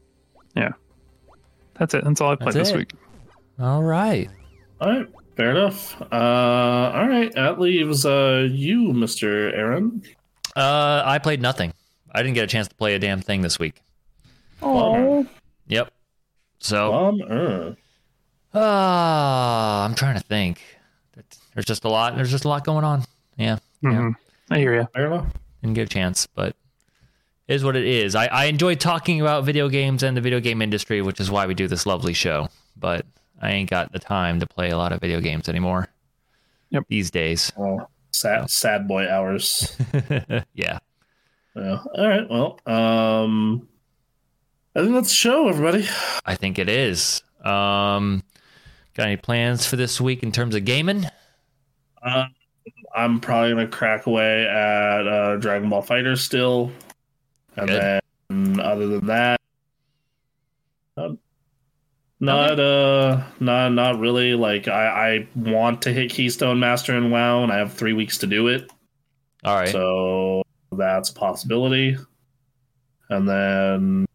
[SPEAKER 4] Yeah. That's it. That's all I played
[SPEAKER 1] That's
[SPEAKER 4] this
[SPEAKER 1] it.
[SPEAKER 4] week.
[SPEAKER 1] All right.
[SPEAKER 2] All right, fair enough. Uh, all right, that leaves uh, you, Mister Aaron.
[SPEAKER 1] Uh, I played nothing. I didn't get a chance to play a damn thing this week.
[SPEAKER 3] Oh,
[SPEAKER 1] Yep. So
[SPEAKER 2] Bummer.
[SPEAKER 1] uh, I'm trying to think. There's just a lot. There's just a lot going on. Yeah. Yeah.
[SPEAKER 4] Mhm. I hear you.
[SPEAKER 2] Fair enough.
[SPEAKER 1] didn't get a chance, but it is what it is. I, I enjoy talking about video games and the video game industry, which is why we do this lovely show. But I ain't got the time to play a lot of video games anymore.
[SPEAKER 4] Yep.
[SPEAKER 1] These days.
[SPEAKER 2] Well, sad, sad boy hours.
[SPEAKER 1] yeah.
[SPEAKER 2] yeah. All right. Well, um, I think that's the show, everybody.
[SPEAKER 1] I think it is. Um got any plans for this week in terms of gaming?
[SPEAKER 2] Uh, I'm probably gonna crack away at uh, Dragon Ball Fighter still, and
[SPEAKER 1] Good.
[SPEAKER 2] then other than that, not not, uh not not really. Like I I want to hit Keystone Master in WoW, and I have three weeks to do it,
[SPEAKER 1] All right.
[SPEAKER 2] so that's a possibility. And then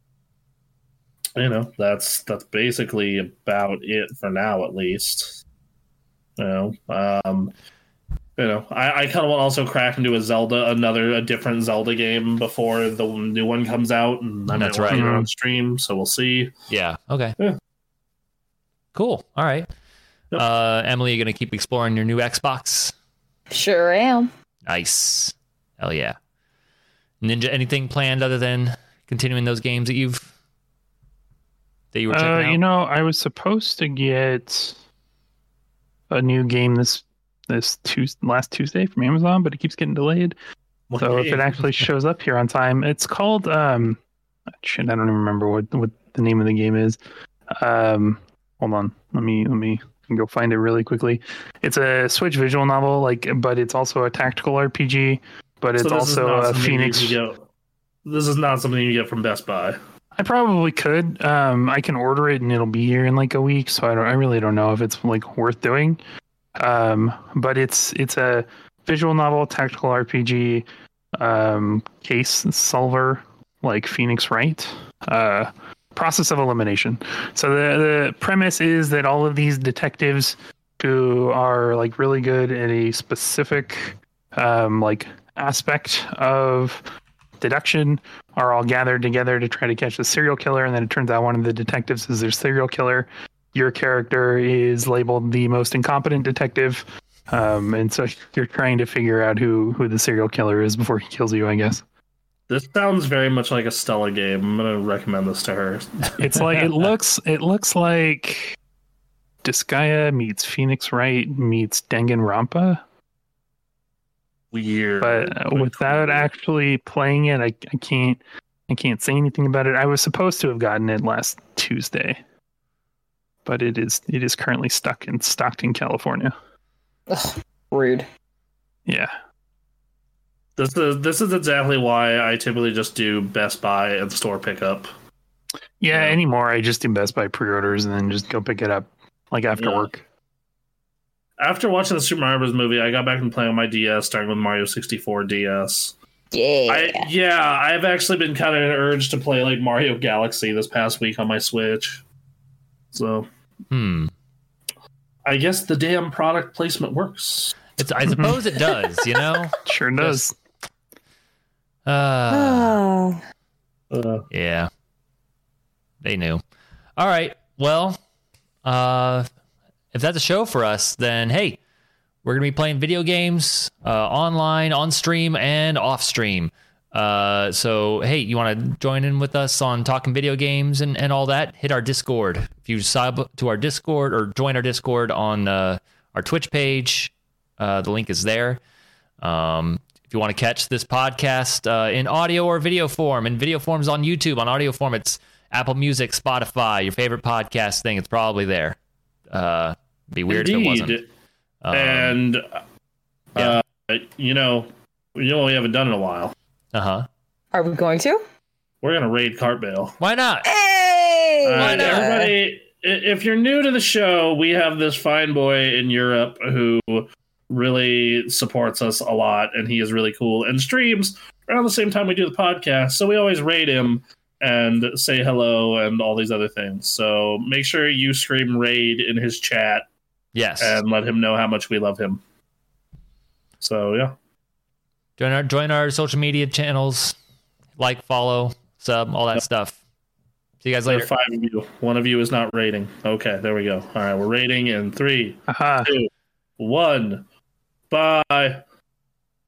[SPEAKER 2] you know that's that's basically about it for now, at least. You know, um, you know, I, I kind of want to also crack into a Zelda, another a different Zelda game before the new one comes out, and I might
[SPEAKER 1] That's
[SPEAKER 2] wanna
[SPEAKER 1] right.
[SPEAKER 2] do it on stream, so we'll see.
[SPEAKER 1] Yeah. Okay.
[SPEAKER 2] Yeah.
[SPEAKER 1] Cool. All right.
[SPEAKER 2] Yep.
[SPEAKER 1] Uh Emily, you gonna keep exploring your new Xbox?
[SPEAKER 3] sure am.
[SPEAKER 1] Nice. Hell yeah. Ninja, anything planned other than continuing those games that you've that you were checking
[SPEAKER 4] Uh,
[SPEAKER 1] out?
[SPEAKER 4] you know, I was supposed to get a new game this this Tuesday, last Tuesday from Amazon, but it keeps getting delayed. So if it actually shows up here on time, it's called um shit, I don't even remember what what the name of the game is. Um hold on. Let me let me go find it really quickly. It's a Switch visual novel like but it's also a tactical RPG, but
[SPEAKER 2] So
[SPEAKER 4] it's
[SPEAKER 2] this is
[SPEAKER 4] also
[SPEAKER 2] not
[SPEAKER 4] a
[SPEAKER 2] something you
[SPEAKER 4] Phoenix
[SPEAKER 2] can get- This is not something you get from Best Buy.
[SPEAKER 4] I probably could. Um, I can order it and it'll be here in like a week. So I don't. I really don't know if it's like worth doing. Um, but it's it's a visual novel, tactical RPG, um, case solver, like Phoenix Wright. Uh, process of elimination. So the the premise is that all of these detectives who are like really good at a specific um, like aspect of deduction are all gathered together to try to catch the serial killer and then it turns out one of the detectives is their serial killer your character is labeled the most incompetent detective um, and so you're trying to figure out who who the serial killer is before he kills you i guess
[SPEAKER 2] This sounds very much like a Stella game. I'm gonna recommend this to her.
[SPEAKER 4] it's like it looks it looks like disgaea meets phoenix wright meets danganronpa
[SPEAKER 2] Weird,
[SPEAKER 4] but uh, without actually playing it I, I can't i can't say anything about it i was supposed to have gotten it last tuesday but it is it is currently stuck in stockton california
[SPEAKER 3] Ugh, rude.
[SPEAKER 4] yeah
[SPEAKER 2] This is this is exactly why I typically just do Best Buy and store pickup.
[SPEAKER 4] yeah,
[SPEAKER 2] Yeah.
[SPEAKER 4] anymore i just do best buy pre-orders and then just go pick it up like after
[SPEAKER 2] Yeah.
[SPEAKER 4] work
[SPEAKER 2] After watching the Super Mario Bros. movie, I got back and playing on my DS, starting with Mario 64 DS.
[SPEAKER 3] Yeah.
[SPEAKER 2] I yeah, I've actually been kind of urged to play like Mario Galaxy this past week on my Switch. So
[SPEAKER 1] hmm.
[SPEAKER 2] I guess the damn product placement works.
[SPEAKER 1] It's, I suppose it does. You know.
[SPEAKER 4] sure does
[SPEAKER 1] Uh,
[SPEAKER 3] Oh,
[SPEAKER 2] Uh,
[SPEAKER 1] yeah. They knew. All right. Well, uh, if that's a show for us, then hey, we're gonna be playing video games uh, online, on stream, and off stream. Uh, so hey, you want to join in with us on talking video games and, and all that? Hit our Discord. If you sub to our Discord or join our Discord on uh, our Twitch page, uh, the link is there. Um, if you want to catch this podcast uh, in audio or video form, in video forms on YouTube, on audio form, it's Apple Music, Spotify, your favorite podcast thing. It's probably there. Uh, be weird if it wasn't.
[SPEAKER 2] indeed.
[SPEAKER 1] Um,
[SPEAKER 2] and
[SPEAKER 1] yeah.
[SPEAKER 2] uh, you know, you know what we haven't done in a while.
[SPEAKER 1] uh huh.
[SPEAKER 3] are we going to?
[SPEAKER 2] We're gonna raid Cart Bale.
[SPEAKER 1] Why not?
[SPEAKER 3] Hey!
[SPEAKER 2] All right, everybody, i- if you're new to the show, we have this fine boy in Europe who really supports us a lot, and he is really cool and streams around the same time we do the podcast. So we always raid him and say hello and all these other things. So make sure you scream raid in his chat
[SPEAKER 1] Yes.
[SPEAKER 2] and let him know how much we love him. So yeah,
[SPEAKER 1] join our join our social media channels. Like, follow, sub, all that stuff. See you guys
[SPEAKER 2] there are
[SPEAKER 1] later.
[SPEAKER 2] five of you. One of you is not rating. Okay, there we go. All right, we're rating in three,
[SPEAKER 4] Aha.
[SPEAKER 2] two, one. Bye.